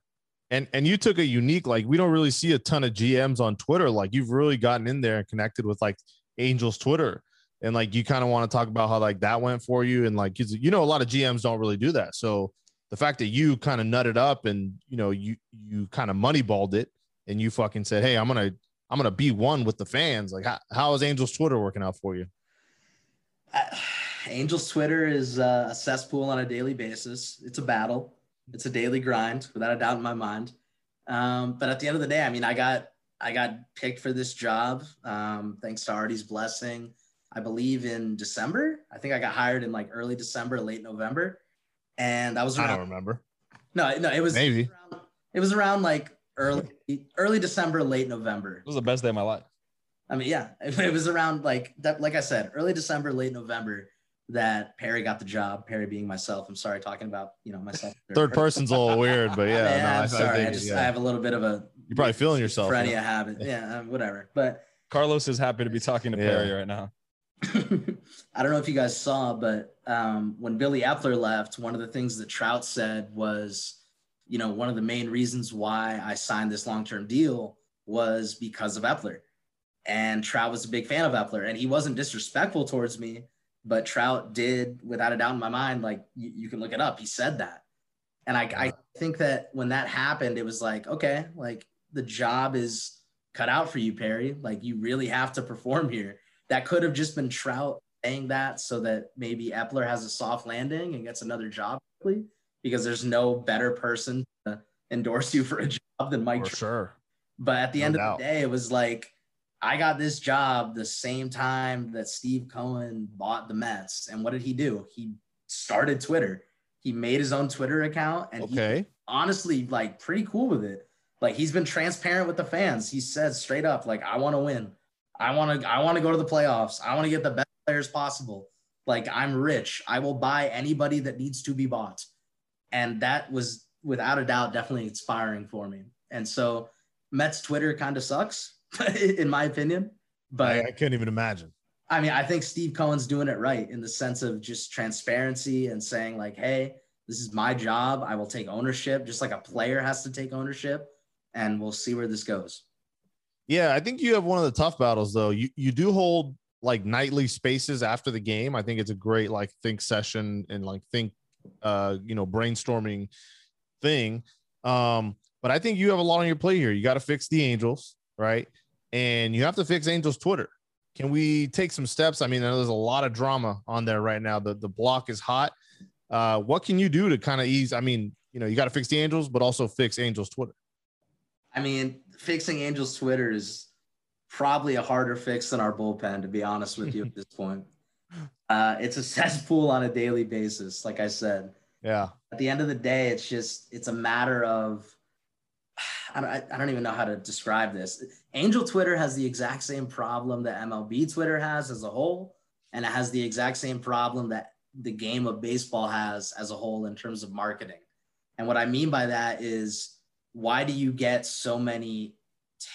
S1: and and you took a unique like we don't really see a ton of gms on twitter like you've really gotten in there and connected with like angels twitter and like you kind of want to talk about how like that went for you and like 'cause, you know a lot of gms don't really do that so the fact that you kind of nutted up and you know you you kind of moneyballed it and you fucking said hey i'm gonna i'm gonna be one with the fans like how, how is angels twitter working out for you
S6: I- Angels Twitter is uh, a cesspool on a daily basis. It's a battle. It's a daily grind, without a doubt in my mind. Um, but at the end of the day, I mean, I got I got picked for this job um, thanks to Artie's blessing. I believe in December. I think I got hired in like early December, late November, and I was
S1: I
S6: around.
S1: don't remember.
S6: No, no, it was
S1: Maybe.
S6: It was around, it was around like early early December, late November.
S2: It was the best day of my life.
S6: I mean, yeah, it was around like that. Like I said, early December, late November, that Perry got the job. Perry being myself. I'm sorry, talking about you know myself. in
S1: Third person's a little weird, but yeah.
S6: Yeah,
S1: no,
S6: I'm
S1: I- I
S6: sorry. I,
S1: dig it,
S6: just
S1: yeah.
S6: I have a little bit of a
S1: You're probably feeling yourself.
S6: schizophrenia
S1: yeah.
S6: habit. Yeah, um, whatever. But
S2: Carlos is happy to be talking to
S1: Yeah.
S2: Perry right now.
S6: I don't know if you guys saw, but um, when Billy Epler left, one of the things that Trout said was, you know, one of the main reasons why I signed this long-term deal was because of Epler. And Trout was a big fan of Epler, and he wasn't disrespectful towards me, but Trout did, without a doubt in my mind, like you, you can look it up. He said that. And I, I think that when that happened, it was like, okay, like the job is cut out for you, Perry. Like you really have to perform here. That could have just been Trout saying that so that maybe Epler has a soft landing and gets another job quickly because there's no better person to endorse you for a job than Mike
S1: For
S6: Trout.
S1: sure.
S6: But at the
S1: No
S6: end
S1: doubt.
S6: of the day, it was like, I got this job the same time that Steve Cohen bought the Mets. And what did he do? He started Twitter. He made his own Twitter account and he
S1: Okay.
S6: honestly like pretty cool with it. Like he's been transparent with the fans. He said straight up, like, I want to win. I want to I want to go to the playoffs. I want to get the best players possible. Like I'm rich. I will buy anybody that needs to be bought. And that was without a doubt definitely inspiring for me. And so Mets Twitter kind of sucks, in my opinion. But
S1: I, I couldn't even imagine.
S6: I mean, I think Steve Cohen's doing it right in the sense of just transparency and saying, like, hey, this is my job. I will take ownership, just like a player has to take ownership, and we'll see where this goes.
S1: Yeah, I think you have one of the tough battles though. You you do hold like nightly spaces after the game. I think it's a great like think session and like think uh you know brainstorming thing. Um but I think you have a lot on your plate here. You got to fix the Angels, right? And you have to fix Angels Twitter. Can we take some steps? I mean, I know there's a lot of drama on there right now. The the block is hot. Uh what can you do to kind of ease I mean, you know, you got to fix the Angels but also fix Angels Twitter.
S6: I mean, fixing Angels Twitter is probably a harder fix than our bullpen, to be honest with you at this point. Uh, it's a cesspool on a daily basis, like I said.
S1: Yeah.
S6: at the end of the day, it's just it's a matter of I don't, I- I don't even know how to describe this. Angel Twitter has the exact same problem that MLB Twitter has as a whole, and it has the exact same problem that the game of baseball has as a whole in terms of marketing. And what I mean by that is why do you get so many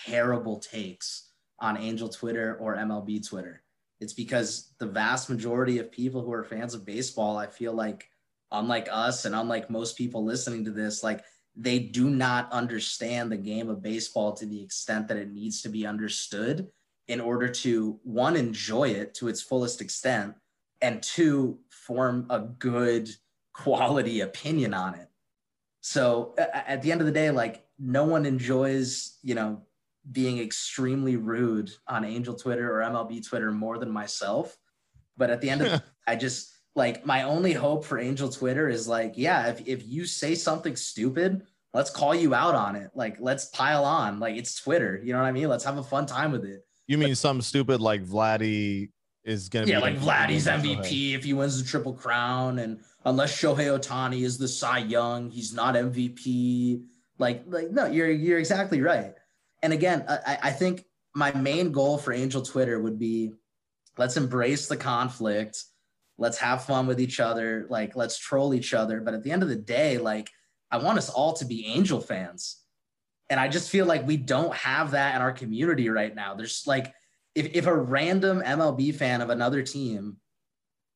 S6: terrible takes on Angel Twitter or MLB Twitter? It's because the vast majority of people who are fans of baseball, I feel like unlike us and unlike most people listening to this, like they do not understand the game of baseball to the extent that it needs to be understood in order to one, enjoy it to its fullest extent, and two, form a good quality opinion on it. So a- a- at the end of the day, like no one enjoys, you know, being extremely rude on Angel Twitter or MLB Twitter more than myself. But at the end of I just like my only hope for Angel Twitter is like, yeah, if, if you say something stupid, let's call you out on it. Like, let's pile on. Like, it's Twitter. You know what I mean? Let's have a fun time with it.
S1: You mean something stupid like Vladdy is gonna
S6: Yeah,
S1: be
S6: like Vladdy's MVP if he wins the Triple Crown, and unless Shohei Otani is the Cy Young, he's not MVP. Like, like no, you're you're exactly right. And again, I, I- I think my main goal for Angel Twitter would be let's embrace the conflict, let's have fun with each other, like let's troll each other. But at the end of the day, like I want us all to be Angel fans. And I just feel like we don't have that in our community right now. There's like if, if a random MLB fan of another team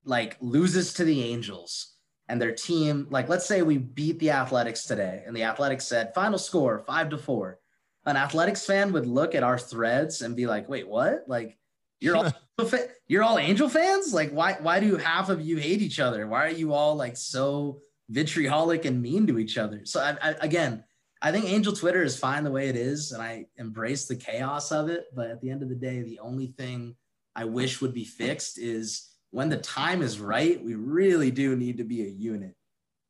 S6: like loses to the Angels and their team, like let's say we beat the Athletics today and the Athletics said final score five to four, an Athletics fan would look at our threads and be like, wait, what? Like you're all Angel fa- you're all Angel fans? Like why why do half of you hate each other? Why are you all like so vitriolic and mean to each other? So I, I, again, I think Angel Twitter is fine the way it is, and I embrace the chaos of it. But at the end of the day, the only thing I wish would be fixed is when the time is right, we really do need to be a unit.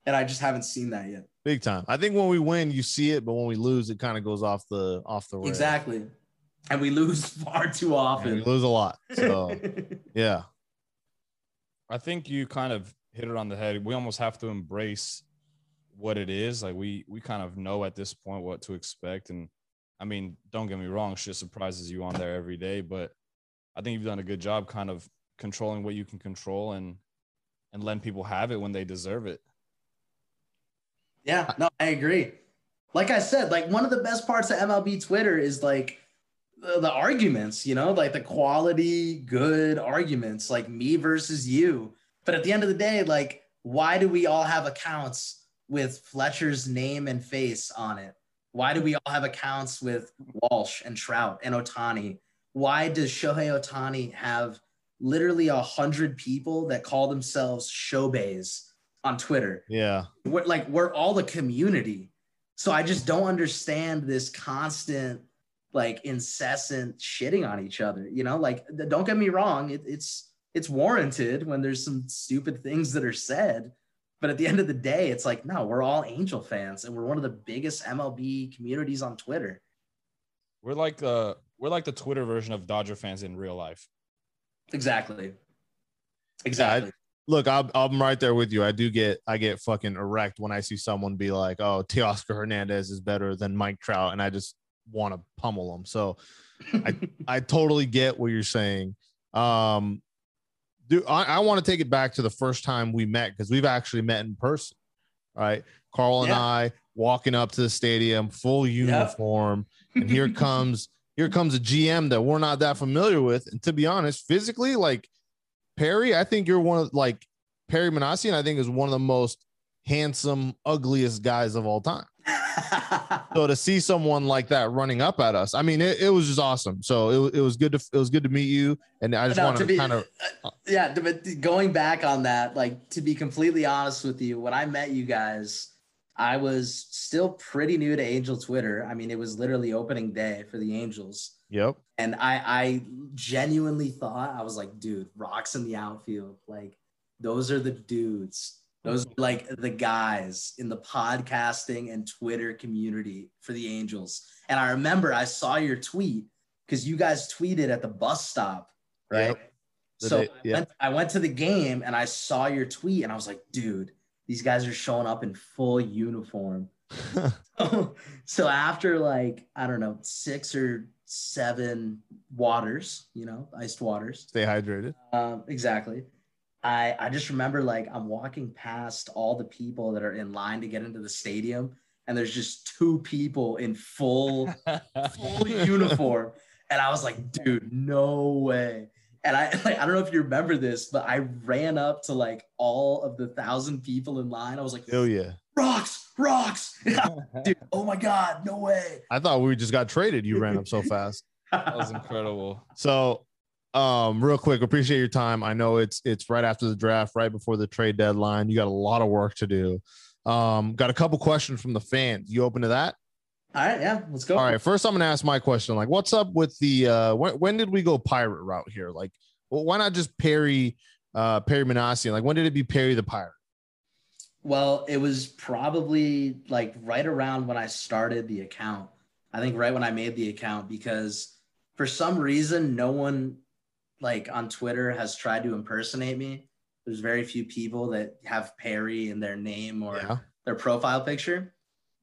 S6: And I just haven't seen that yet.
S1: Big time. I think when we win, you see it, but when we lose, it kind of goes off the off the rails.
S6: Exactly. And we lose far too
S1: And we
S6: often.
S1: lose a lot. So yeah.
S2: I think you kind of hit it on the head. We almost have to embrace what it is. Like we we kind of know at this point what to expect. And I mean, don't get me wrong, shit surprises you on there every day. But I think you've done a good job kind of controlling what you can control and and letting people have it when they deserve it.
S6: Yeah, no, I agree. Like I said, like one of the best parts of MLB Twitter is like the, the arguments, you know, like the quality, good arguments, like me versus you. But at the end of the day, like, why do we all have accounts with Fletcher's name and face on it? Why do we all have accounts with Walsh and Trout and Otani? Why does Shohei Otani have literally a hundred people that call themselves Shobays on Twitter?
S1: Yeah.
S6: we're like we're all the community so i just don't understand this constant like incessant shitting on each other you know like th- don't get me wrong it, it's it's warranted when there's some stupid things that are said but at the end of the day it's like no we're all angel fans and we're one of the biggest mlb communities on twitter
S2: We're like the we're like the Twitter version of Dodger fans in real life.
S6: exactly exactly
S1: Look, I'm, I'm right there with you. I do get I get fucking erect when I see someone be like, "Oh, Teoscar Hernandez is better than Mike Trout," and I just want to pummel him. So, I I totally get what you're saying. Um, do I, I want to take it back to the first time we met because we've actually met in person, right? Carl and
S6: Yeah.
S1: I walking up to the stadium, full uniform, and here comes here comes a GM that we're not that familiar with. And to be honest, physically, like Perry, I think you're one of like Perry Manassian, I think is one of the most handsome, ugliest guys of all time. So to see someone like that running up at us, I mean, it, it was just awesome. So it, wa- it was good to it was good to meet you, and I just
S6: No,
S1: wanted
S6: to
S1: to uh,
S6: be- uh,
S1: kind of
S6: yeah, but going back on that, like to be completely honest with you, when I met you guys, I was still pretty new to Angel Twitter. I mean, it was literally opening day for the Angels.
S1: yep.
S6: And I, I genuinely thought, I was like, dude, rocks in the outfield. Like, those are the dudes. Those
S1: Mm-hmm.
S6: are like the guys in the podcasting and Twitter community for the Angels. And I remember I saw your tweet because you guys tweeted at the bus stop, right?
S1: The
S6: So
S1: day- yeah.
S6: I, went, I went to the game and I saw your tweet and I was like, dude, these guys are showing up in full uniform. so, so after like, I don't know, six or seven waters, you know, iced waters,
S1: Stay hydrated.
S6: um, exactly. I, I just remember like I'm walking past all the people that are in line to get into the stadium, and there's just two people in full full uniform, and I was like, dude, no way. And I like, I don't know if you remember this, but I ran up to like all of the thousand people in line. I was like,
S1: Oh yeah,
S6: rocks, rocks, dude. Oh my god, no way.
S1: I thought we just got traded. You ran up so fast.
S2: That was incredible.
S1: So, um, real quick, appreciate your time. I know it's it's right after the draft, right before the trade deadline. You got a lot of work to do. Um, got a couple questions from the fans. You open to that?
S6: all right, yeah, let's go.
S1: All right. First, I'm gonna ask my question. Like, what's up with the uh, when, when did we go pirate route here? Like, well, why not just Perry uh, Perry Manassian? Like, when did it be Perry the pirate?
S6: Well, it was probably like right around when I started the account. I think right when I made the account because for some reason no one like on Twitter has tried to impersonate me. There's very few people that have Perry in their name or
S1: Yeah.
S6: their profile picture.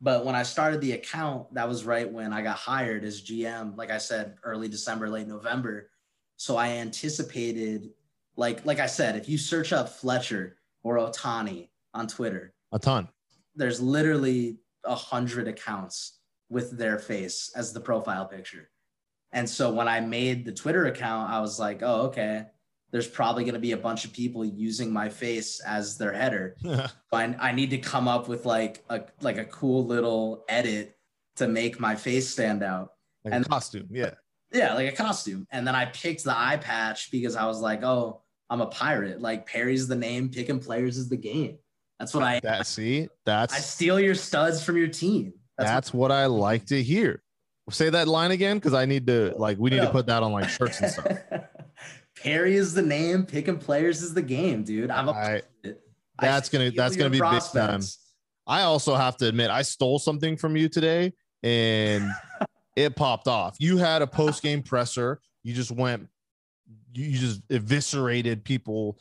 S6: But when I started the account, that was right when I got hired as GM, like I said, early December, late November. So I anticipated like like I said, if you search up Fletcher or Otani on Twitter,
S1: A ton.
S6: there's literally a hundred accounts with their face as the profile picture. And so when I made the Twitter account, I was like, oh, okay, there's probably going to be a bunch of people using my face as their header. I, I need to come up with like a like a cool little edit to make my face stand out.
S1: Like
S6: And-
S1: a costume. Yeah.
S6: Yeah, like a costume. And then I picked the eye patch because I was like, oh, I'm a pirate. Like Perry's the name, picking players is the game. That's what I
S1: That see
S6: I
S1: that's
S6: steal your studs from your team.
S1: that's, what I like to hear. Say that line again because I need to like we need to
S6: Yeah.
S1: put that on like shirts and stuff.
S6: Perry is the name. Picking players is the game, dude. I'm a
S1: I-
S6: pirate. I
S1: that's gonna
S6: steal
S1: that's gonna
S6: your
S1: be big time.
S6: prospects.
S1: I also have to admit I stole something from you today and it popped off. You had a post game presser. You just went you, you just eviscerated people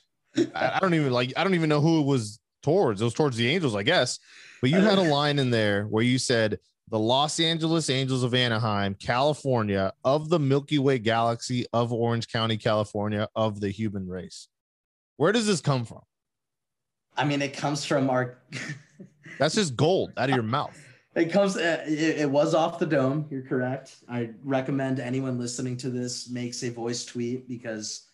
S1: I, I don't even like. I don't even know who it was towards. It was towards the Angels, I guess. But you had a line in there where you said the Los Angeles Angels of Anaheim, California, of the Milky Way galaxy of Orange County, California, of the human race. Where does this come from?
S6: I mean, it comes from our.
S1: That's just gold out of your mouth.
S6: It comes. uh, It, it was off the dome. You're correct. I recommend anyone listening to this makes a voice tweet because,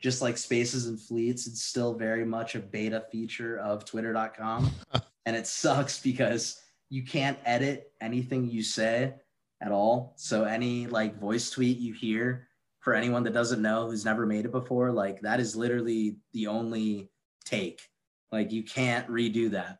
S6: just like spaces and fleets, it's still very much a beta feature of Twitter.com, and it sucks because you can't edit anything you say at all. So any like voice tweet you hear for anyone that doesn't know who's never made it before, like that is literally the only take. Like you can't redo that.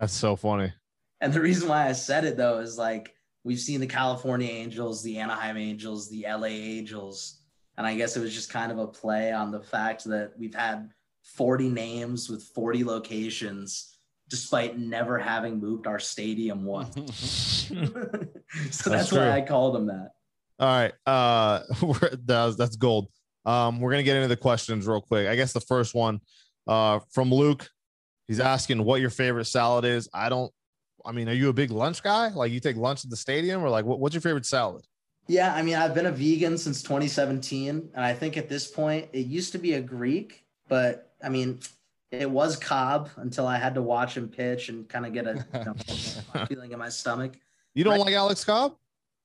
S1: That's so funny.
S6: And the reason why I said it though is like we've seen the California Angels, the Anaheim Angels, the LA Angels. And I guess it was just kind of a play on the fact that we've had 40 names with 40 locations despite never having moved our stadium once. so that's,
S1: Mm-hmm. true.
S6: why I called them that.
S1: All right. Uh, we're, that was, that's gold. Um, we're going to get into the questions real quick. I guess the first one uh, from Luke. He's asking what your favorite salad is. I don't, I mean, are you a big lunch guy? Like you take lunch at the stadium or like what, what's your favorite salad?
S6: Yeah, I mean, I've been a vegan since 2017, and I think at this point it used to be a Greek, but I mean, it was Cobb until I had to watch him pitch and kind of get a you know, feeling in my stomach.
S1: You don't like Alex Cobb?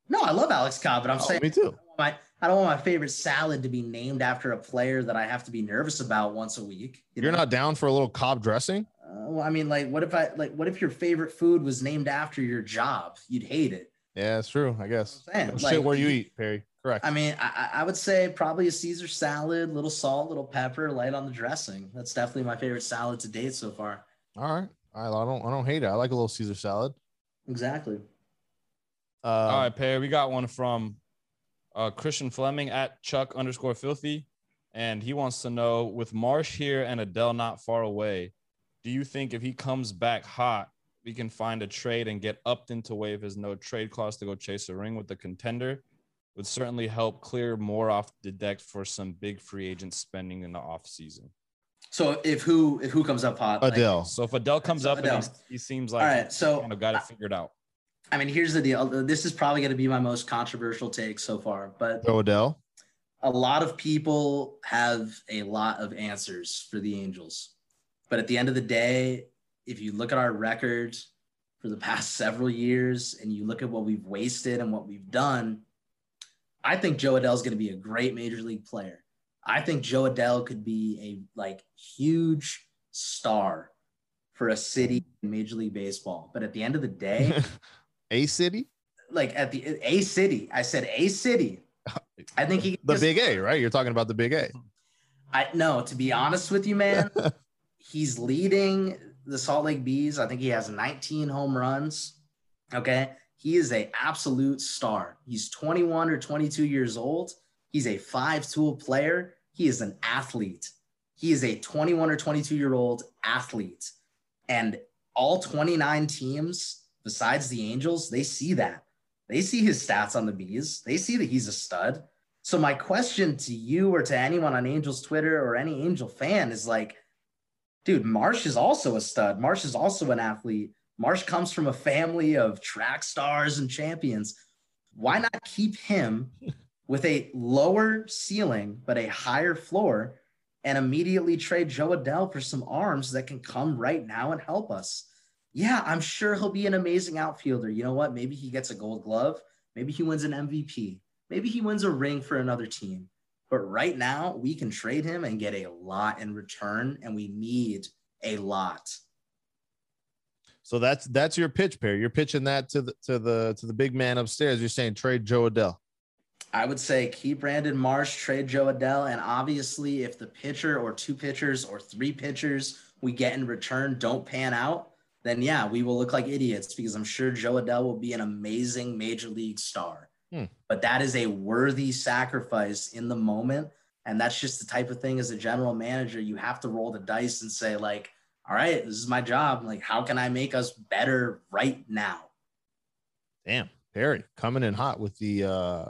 S6: No, I love Alex Cobb, but I'm
S1: Oh,
S6: saying
S1: me too.
S6: I don't want my I don't want my favorite salad to be named after a player that I have to be nervous about once a week. you
S1: You're
S6: know?
S1: not down for a little Cobb dressing?
S6: Uh, well, I mean, like, what if I like? What if your favorite food was named after your job? You'd hate it.
S1: Yeah, it's true. I guess.
S6: I'm saying,
S1: Shit
S6: like,
S1: where you
S6: you-
S1: eat, Perry. Correct.
S6: I mean, I, I I would say probably a Caesar salad, little salt, little pepper, light on the dressing. That's definitely my favorite salad to date so far.
S1: All right. All right. I don't, I don't hate it. I like a little Caesar salad.
S6: Exactly.
S1: Uh,
S2: All right, Perry, we got one from uh, Christian Fleming at Chuck underscore filthy. And he wants to know with Marsh here and Adele not far away, do you think if he comes back hot, we can find a trade and get Upton to waive his no trade clause to go chase a ring with the contender? Would certainly help clear more off the deck for some big free agent spending in the offseason.
S6: So if who if who comes up hot, like-
S1: Adele.
S2: So if Adele comes
S6: So
S2: up
S6: Adele.
S2: and he's- he seems
S6: all
S2: like
S6: right. So
S2: kind of got it figured out.
S6: I mean, here's the deal. This is probably going to be my most controversial take so far, but
S1: Go Adele.
S6: a lot of people have a lot of answers for the Angels. But at the end of the day, if you look at our record for the past several years and you look at what we've wasted and what we've done, I think Joe Adele's going to be a great major league player. I think Joe Adele could be a like huge star for a city in Major League Baseball. But at the end of the day,
S1: A City?
S6: like at the a city, I said a city. I think he
S1: The
S6: just-
S1: big A, right? You're talking about the big A.
S6: I no, to be honest with you, man, he's leading the Salt Lake Bees. I think he has 19 home runs. Okay. He is a absolute star. He's 21 or 22 years old. He's a five-tool player. He is an athlete. He is a 21 or 22 year old athlete. And all 29 teams besides the Angels, they see that. They see his stats on the Bees. They see that he's a stud. So my question to you or to anyone on Angels Twitter or any Angel fan is like, dude, Marsh is also a stud. Marsh is also an athlete. Marsh comes from a family of track stars and champions. Why not keep him with a lower ceiling but a higher floor and immediately trade Joe Adele for some arms that can come right now and help us? Yeah, I'm sure he'll be an amazing outfielder. You know what? Maybe he gets a gold glove. Maybe he wins an MVP. Maybe he wins a ring for another team. But right now, we can trade him and get a lot in return, and we need a lot.
S1: So that's that's your pitch, Perry. You're pitching that to the to the to the big man upstairs. You're saying trade Joe Adele.
S6: I would say keep Brandon Marsh, trade Joe Adele, and obviously, if the pitcher or two pitchers or three pitchers we get in return don't pan out, then yeah, we will look like idiots because I'm sure Joe Adele will be an amazing major league star.
S1: Hmm.
S6: But that is a worthy sacrifice in the moment. And that's just the type of thing as a general manager, you have to roll the dice and say, like, all right, this is my job. Like, how can I make us better right now?
S1: Damn, Perry coming in hot with the uh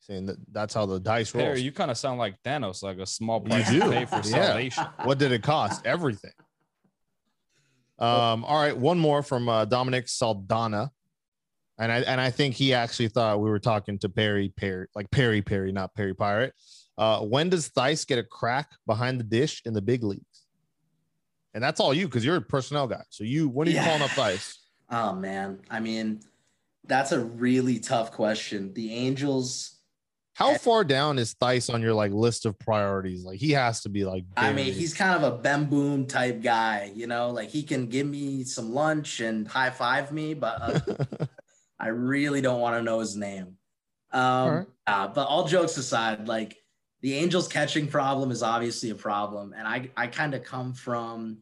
S1: saying that that's how the dice rolls.
S2: Perry, you kind of sound like Thanos, like a small price
S1: do.
S2: to pay for salvation.
S1: What did it cost? Everything. Um, all right, one more from uh, Dominic Saldana. And I and I think he actually thought we were talking to Perry Perry, like Perry Perry, not Perry Pirate. Uh, when does Thice get a crack behind the dish in the big leagues? And that's all you because you're a personnel guy. So you when are you
S6: Yeah.
S1: calling up Thice?
S6: Oh man, I mean, that's a really tough question. The Angels,
S1: How far down is Thice on your like list of priorities? Like he has to be like
S6: I mean,
S1: buried.
S6: he's kind of a bem boom type guy, you know, like he can give me some lunch and high five me, but uh, I really don't want to know his name. Um,
S1: right.
S6: uh, but all jokes aside, like the Angels catching problem is obviously a problem. And I, I kind of come from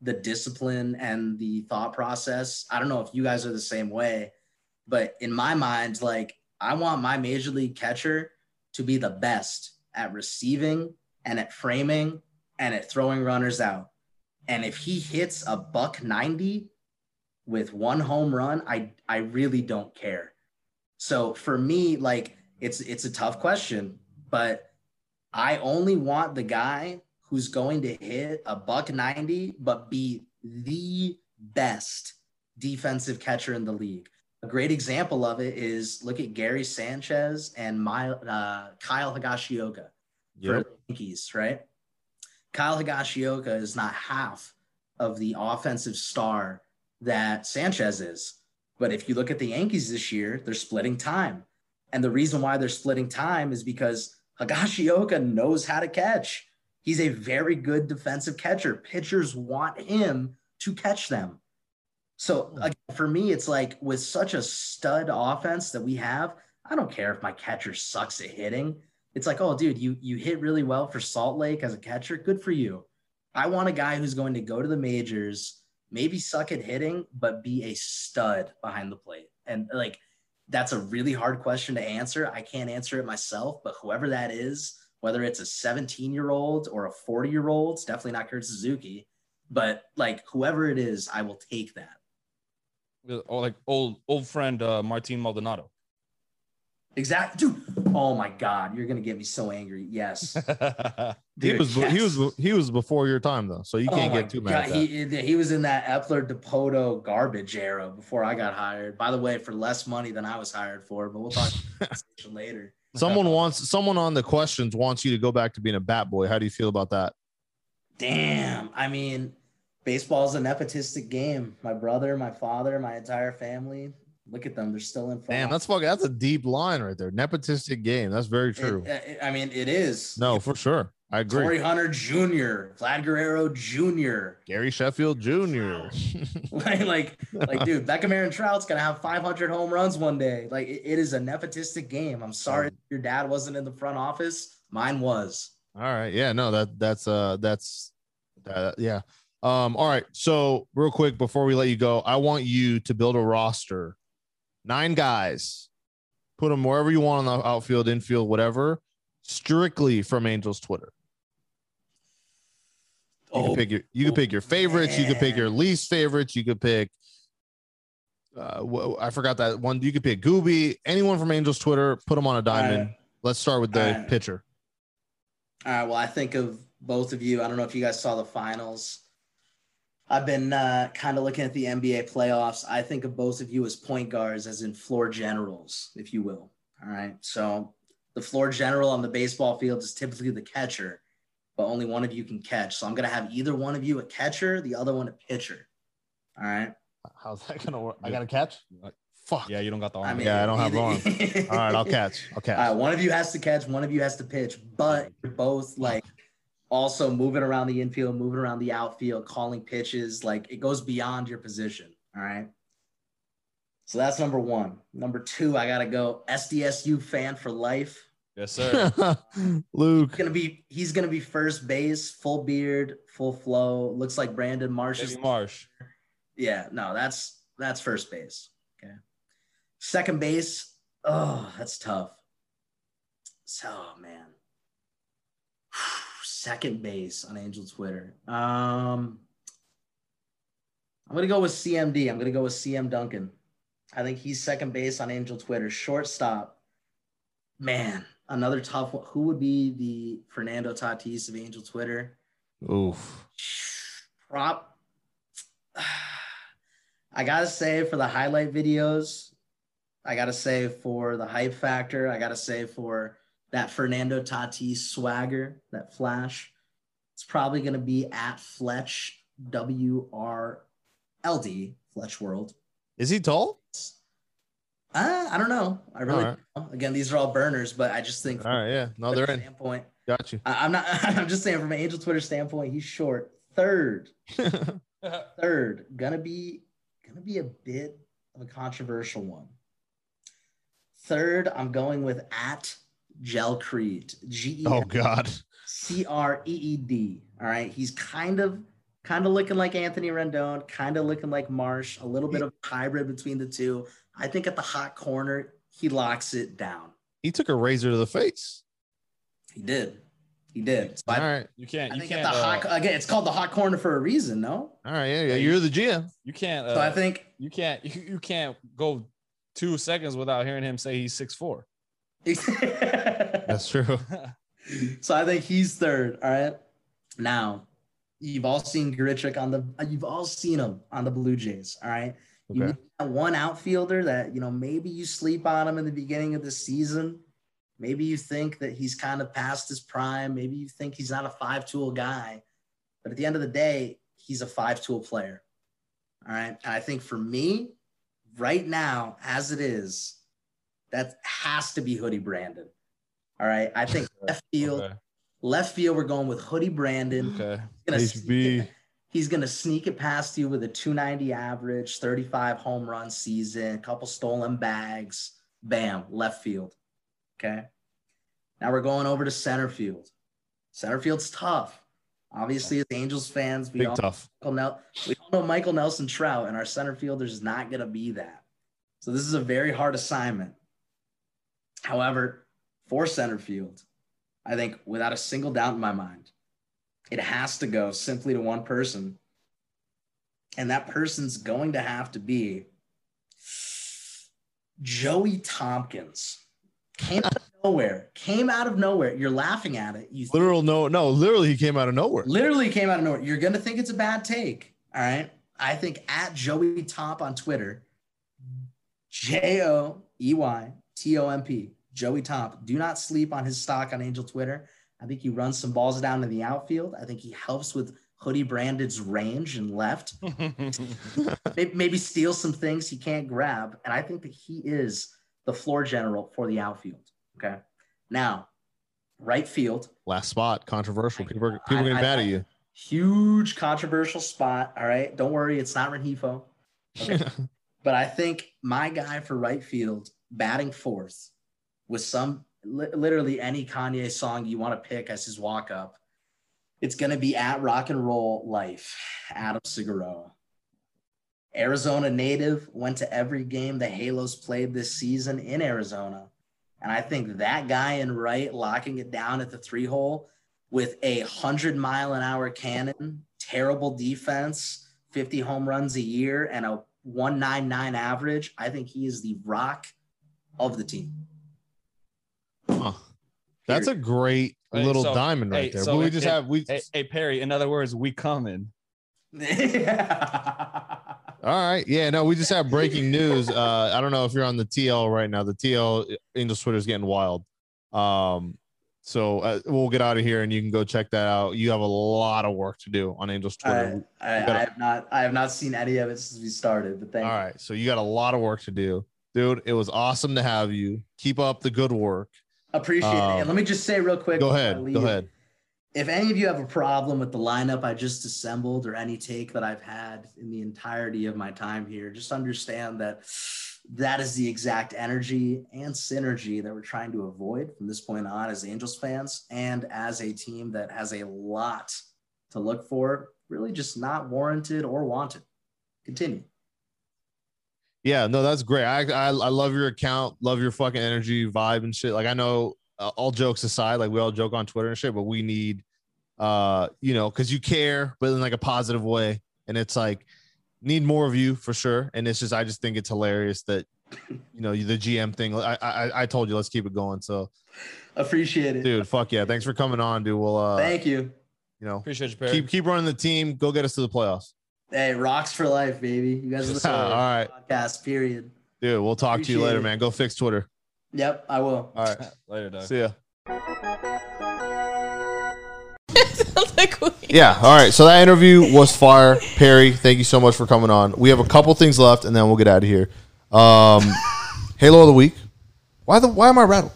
S6: the discipline and the thought process. I don't know if you guys are the same way, but in my mind, like I want my major league catcher to be the best at receiving and at framing and at throwing runners out. And if he hits a buck 90 with one home run, I I really don't care. So for me, like it's it's a tough question, but I only want the guy who's going to hit a buck 90 but be the best defensive catcher in the league. A great example of it is look at Gary Sanchez and my, uh, Kyle Higashioka for the Yankees, right? Kyle Higashioka is not half of the offensive star that Sanchez is. But if you look at the Yankees this year, they're splitting time. And the reason why they're splitting time is because Higashioka knows how to catch. He's a very good defensive catcher. Pitchers want him to catch them. So again, for me, it's like with such a stud offense that we have, I don't care if my catcher sucks at hitting it's like, oh, dude, you you hit really well for Salt Lake as a catcher. Good for you. I want a guy who's going to go to the majors, maybe suck at hitting, but be a stud behind the plate. And like, that's a really hard question to answer. I can't answer it myself, but whoever that is, whether it's a 17 year old or a 40 year old, it's definitely not Kurt Suzuki. But like, whoever it is, I will take that.
S2: Or oh, like old old friend uh, Martin Maldonado.
S6: Exact, dude. Oh my God, you're gonna get me so angry. Yes.
S1: he
S6: Dude,
S1: was be- he
S6: yes.
S1: was he was before your time though, so you can't
S6: Oh my
S1: get too mad. at
S6: God,
S1: that.
S6: He, he was in that Epler DePoto garbage era before I got hired. By the way, for less money than I was hired for, but we'll talk about that later.
S1: Someone wants someone on the questions wants you to go back to being a bat boy. How do you feel about that?
S6: Damn. I mean, baseball's an nepotistic game. My brother, my father, my entire family. Look at them. They're still in.
S1: Damn, that's fucking that's a deep line right there. Nepotistic game. That's very true.
S6: I mean, it is.
S1: no, for sure. I agree.
S6: Corey Hunter Jr., Vlad Guerrero Jr.
S1: Gary Sheffield Jr.
S6: like, like, like, dude, Beckham Aaron Trout's gonna have 500 home runs one day. Like, it- it is a nepotistic game. I'm sorry your dad wasn't in the front office. Mine was.
S1: All right. Yeah. No. That that's uh that's uh, yeah. Um. All right. So real quick before we let you go, I want you to build a roster, nine guys, put them wherever you want on the outfield, infield, whatever, strictly from Angels Twitter. You can pick your you can pick your favorites. You can pick your least favorites. You could pick. Uh, wh- I forgot that one. You could pick Gooby. Anyone from Angels Twitter. Put them on a diamond. Let's start with the
S6: Alright.
S1: pitcher.
S6: All right. Well, I think of both of you. I don't know if you guys saw the finals. I've been uh, kind of looking at the NBA playoffs. I think of both of you as point guards, as in floor generals, if you will. All right. So the floor general on the baseball field is typically the catcher, but only one of you can catch. So I'm going to have either one of you a catcher, the other one a pitcher. All right.
S1: How's that gonna work? I gotta catch. Fuck.
S2: Yeah, you don't got the arm.
S1: Um, Yeah, I don't have
S6: either-
S1: All right, I'll catch. I'll catch.
S6: All right, one of you has to catch, one of you has to pitch, but you're both like also moving around the infield, moving around the outfield, calling pitches. Like it goes beyond your position. All right. So that's number one. Number two, I gotta go SDSU fan for life.
S2: Yes, sir.
S1: Luke.
S6: Gonna be he's gonna be first base, full beard, full flow. Looks like Brandon Marsh is
S2: Davey Marsh.
S6: yeah, no, that's that's first base. Okay. Second base, oh, that's tough. So man. Second base on Angel Twitter. Um I'm gonna go with CMD. I'm gonna go with CM Duncan. I think he's second base on Angel Twitter. Shortstop. man, another tough one. Who would be the Fernando Tatis of Angel Twitter?
S1: Oof.
S6: Prop. I gotta say for the highlight videos, I gotta say for the hype factor, I gotta say for that Fernando Tatis swagger, that flash. It's probably gonna be at Fletch W R L D Fletch World.
S1: Is he tall?
S6: Uh, I don't know. I really
S1: All right.
S6: don't know. again these are all burners, but I just think
S1: All right, yeah. No,
S6: from
S1: they're
S6: a
S1: in.
S6: standpoint.
S1: Got you.
S6: I- I'm not. I'm just saying from an Angel Twitter standpoint, he's short. Third, third, gonna be gonna be a bit of a controversial one. Third, I'm going with at Gel Creed. G E
S1: Oh God.
S6: C R E E D. All right, he's kind of kind of looking like Anthony Rendon, kind of looking like Marsh, a little bit of hybrid between the two. I think at the hot corner, he locks it down.
S1: He took a razor to the face.
S6: He did. He did. So
S1: All
S6: I-
S1: right.
S2: You can't.
S6: I
S2: You
S6: think at
S2: can't.
S6: the
S2: Uh,
S6: hot again, it's called the hot corner for a reason, no?
S1: All right. Yeah, yeah. You're the GM.
S2: you can't. Uh,
S6: so I think
S2: you can't. You, you can't go two seconds without hearing him say he's six four.
S1: That's true.
S6: so I think he's third. All right. Now, you've all seen Grichuk on the you've all seen him on the Blue Jays. All right. You
S1: Okay.
S6: need that one outfielder that you know maybe you sleep on him in the beginning of the season. Maybe you think that he's kind of past his prime. Maybe you think he's not a five-tool guy. But at the end of the day, he's a five-tool player. All right. And I think for me, right now, as it is, that has to be Hoodie Brandon. All right. I think left field,
S2: Okay.
S6: left field, we're going with Hoodie Brandon.
S2: okay.
S6: He's gonna sneak it- He's going to sneak it past you with a 290 average, 35 home run season, couple stolen bags. Bam, left field. Okay. Now we're going over to center field. Center field's tough. Obviously, as Angels fans, we
S1: Big
S6: all,
S1: tough.
S6: Michael Nel- we all know Michael Nelson Trout, and our center fielder's not going to be that. So this is a very hard assignment. However, for center field, I think without a single doubt in my mind, it has to go simply to one person. And that person's going to have to be Joey Tompkins. Came out of nowhere. Came out of nowhere. You're laughing at it. You
S1: Literal no no. Literally, he came out of nowhere.
S6: Literally came out of nowhere. You're gonna think it's a bad take. All right. I think at Joey Tomp on Twitter, J O E Y T O M P, Joey Tomp. Do not sleep on his stock on Angel Twitter. I think he runs some balls down in the outfield. I think he helps with Hoodie Branded's range and left. May- Maybe steal some things he can't grab. And I think that he is the floor general for the outfield. Okay. Now, right field,
S1: Last spot. Controversial. People are, people are getting
S6: I- I-
S1: mad at you.
S6: huge controversial spot. All right. Don't worry, it's not Renhefo. Okay. but I think my guy for right field batting fourth with some li- literally any Kanye song you want to pick as his walk up. It's going to be at rock and roll life, Adam Segura. Arizona native, went to every game the Halos played this season in Arizona. And I think that guy in right locking it down at the three hole with a 100 mile an hour cannon, terrible defense, 50 home runs a year, and a 199 average, I think he is the rock of the team.
S1: Huh. That's a great
S2: Hey,
S1: little
S2: so-
S1: diamond right
S2: hey,
S1: there.
S2: so
S1: but we
S2: it-
S1: just
S2: it-
S1: have we.
S2: Hey, hey Perry. In other words, we coming.
S1: All right. Yeah. No, we just have breaking news. Uh, I don't know if you're on the TL right now. The TL Angels Twitter is getting wild. Um, so uh, we'll get out of here and you can go check that out. You have a lot of work to do on Angels
S6: I,
S1: Twitter.
S6: I,
S1: Better.
S6: I have not I have not seen any of it since we started, but thank
S1: All right. So you got a lot of work to do, dude. It was awesome to have you. Keep up the good work.
S6: appreciate
S1: Um,
S6: it. And let me just say real quick.
S1: Go
S6: before I
S1: ahead.
S6: leave,
S1: Go ahead.
S6: If any of you have a problem with the lineup I just assembled or any take that I've had in the entirety of my time here, just understand that that is the exact energy and synergy that we're trying to avoid from this point on as Angels fans and as a team that has a lot to look for, really just not warranted or wanted. Continue.
S1: Yeah, no, that's great. I, I I love your account, love your fucking energy, vibe, and shit. Like I know, uh, all jokes aside, like we all joke on Twitter and shit, but we need, uh, you know, because you care, but in like a positive way, and it's like need more of you for sure. And it's just I just think it's hilarious that you know the GM thing. I I, I told you let's keep it going. So
S6: Appreciate it.
S1: dude, fuck yeah, thanks for coming on, dude. We'll uh,
S6: Thank you.
S1: you know
S2: Appreciate you, Perry.
S1: keep keep running the team. Go get us to the playoffs,
S6: Hey, rocks for life, baby. You guys are the
S1: All right.
S6: podcast, period.
S1: dude. We'll talk to you
S6: Appreciate
S1: later,
S6: it.
S1: man. Go fix Twitter.
S6: Yep, I will.
S1: All right,
S2: Later, dog.
S1: see ya.
S3: Sounds like we-
S1: Yeah. All right. So that interview was fire. Perry, thank you so much for coming on. We have a couple things left, and then we'll get out of here. Um, Halo of the week. Why the? Why am I rattled?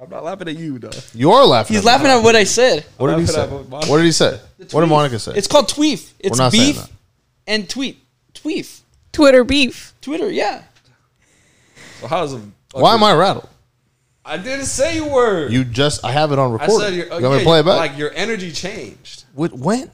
S2: I'm not laughing at you, dog.
S1: You are laughing. at
S4: He's
S1: me.
S4: laughing at what I said.
S1: What did he
S2: laughing
S1: say?
S2: at what Monica-
S1: What did he say? What did Monica say?
S4: It's called tweef. It's
S1: not saying
S4: beef
S1: that.
S4: and tweet. Tweef.
S3: Twitter beef.
S4: Twitter, yeah.
S2: So how's it?
S1: why am I rattled?
S7: I didn't say you were.
S1: You just. I have it on
S7: I
S1: recording.
S7: said
S2: oh,
S7: you're,
S1: you want me
S7: yeah,
S1: to play it back?
S7: like your energy changed.
S1: What- when?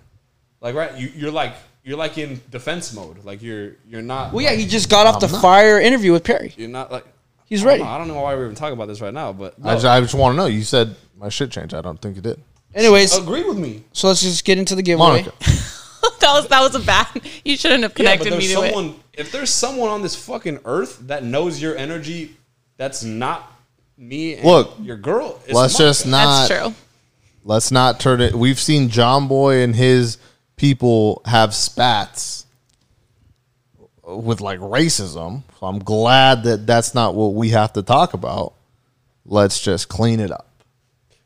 S7: Like right, you, you're like you're like in defense mode. Like you're you're not.
S4: Well, yeah, he just got off the fire interview with Perry.
S7: You're not like.
S4: He's
S7: I don't
S4: ready.
S7: know- I don't know why we're even talking about this right now, but
S1: I
S7: no,
S1: just, I just want to know. You said my shit changed. I don't think you did.
S4: Anyways,
S7: agree with me.
S4: so let's just get into the giveaway.
S1: Oh, Monica.
S3: that was that was a bad. You shouldn't have
S7: Yeah, but
S3: connected me
S7: there's
S3: to it.
S7: someone. If there's someone on this fucking earth that knows your energy, that's not me. And
S1: Look,
S7: your girl. It's
S1: Let's
S7: Monica.
S1: just not.
S3: That's true.
S1: Let's not turn it. We've seen John Boy and his people have spats with like racism. So I'm glad that that's not what we have to talk about. Let's just clean it up.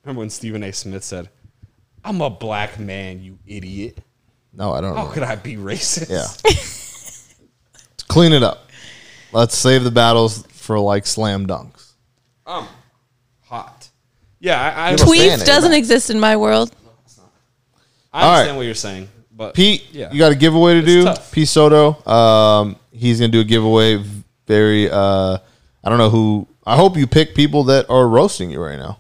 S7: Remember when Stephen A. Smith said, "I'm a black man, you idiot.
S1: No, I don't
S7: How
S1: know.
S7: Oh, could I be racist?"
S1: Yeah. Let's clean it up. Let's save the battles for like slam dunks.
S7: I'm hot. Yeah, I, I,
S1: You're a fan,
S7: understand-
S3: Tweef
S1: eh,
S3: doesn't
S1: man?
S3: exist in my world.
S7: I understand
S1: right.
S7: what you're saying, but
S1: Pete,
S7: yeah,
S1: you got a giveaway to do.
S7: tough.
S1: Pete Soto, um, he's gonna do a giveaway. Very, uh, I don't know who. I hope you pick people that are roasting you right now.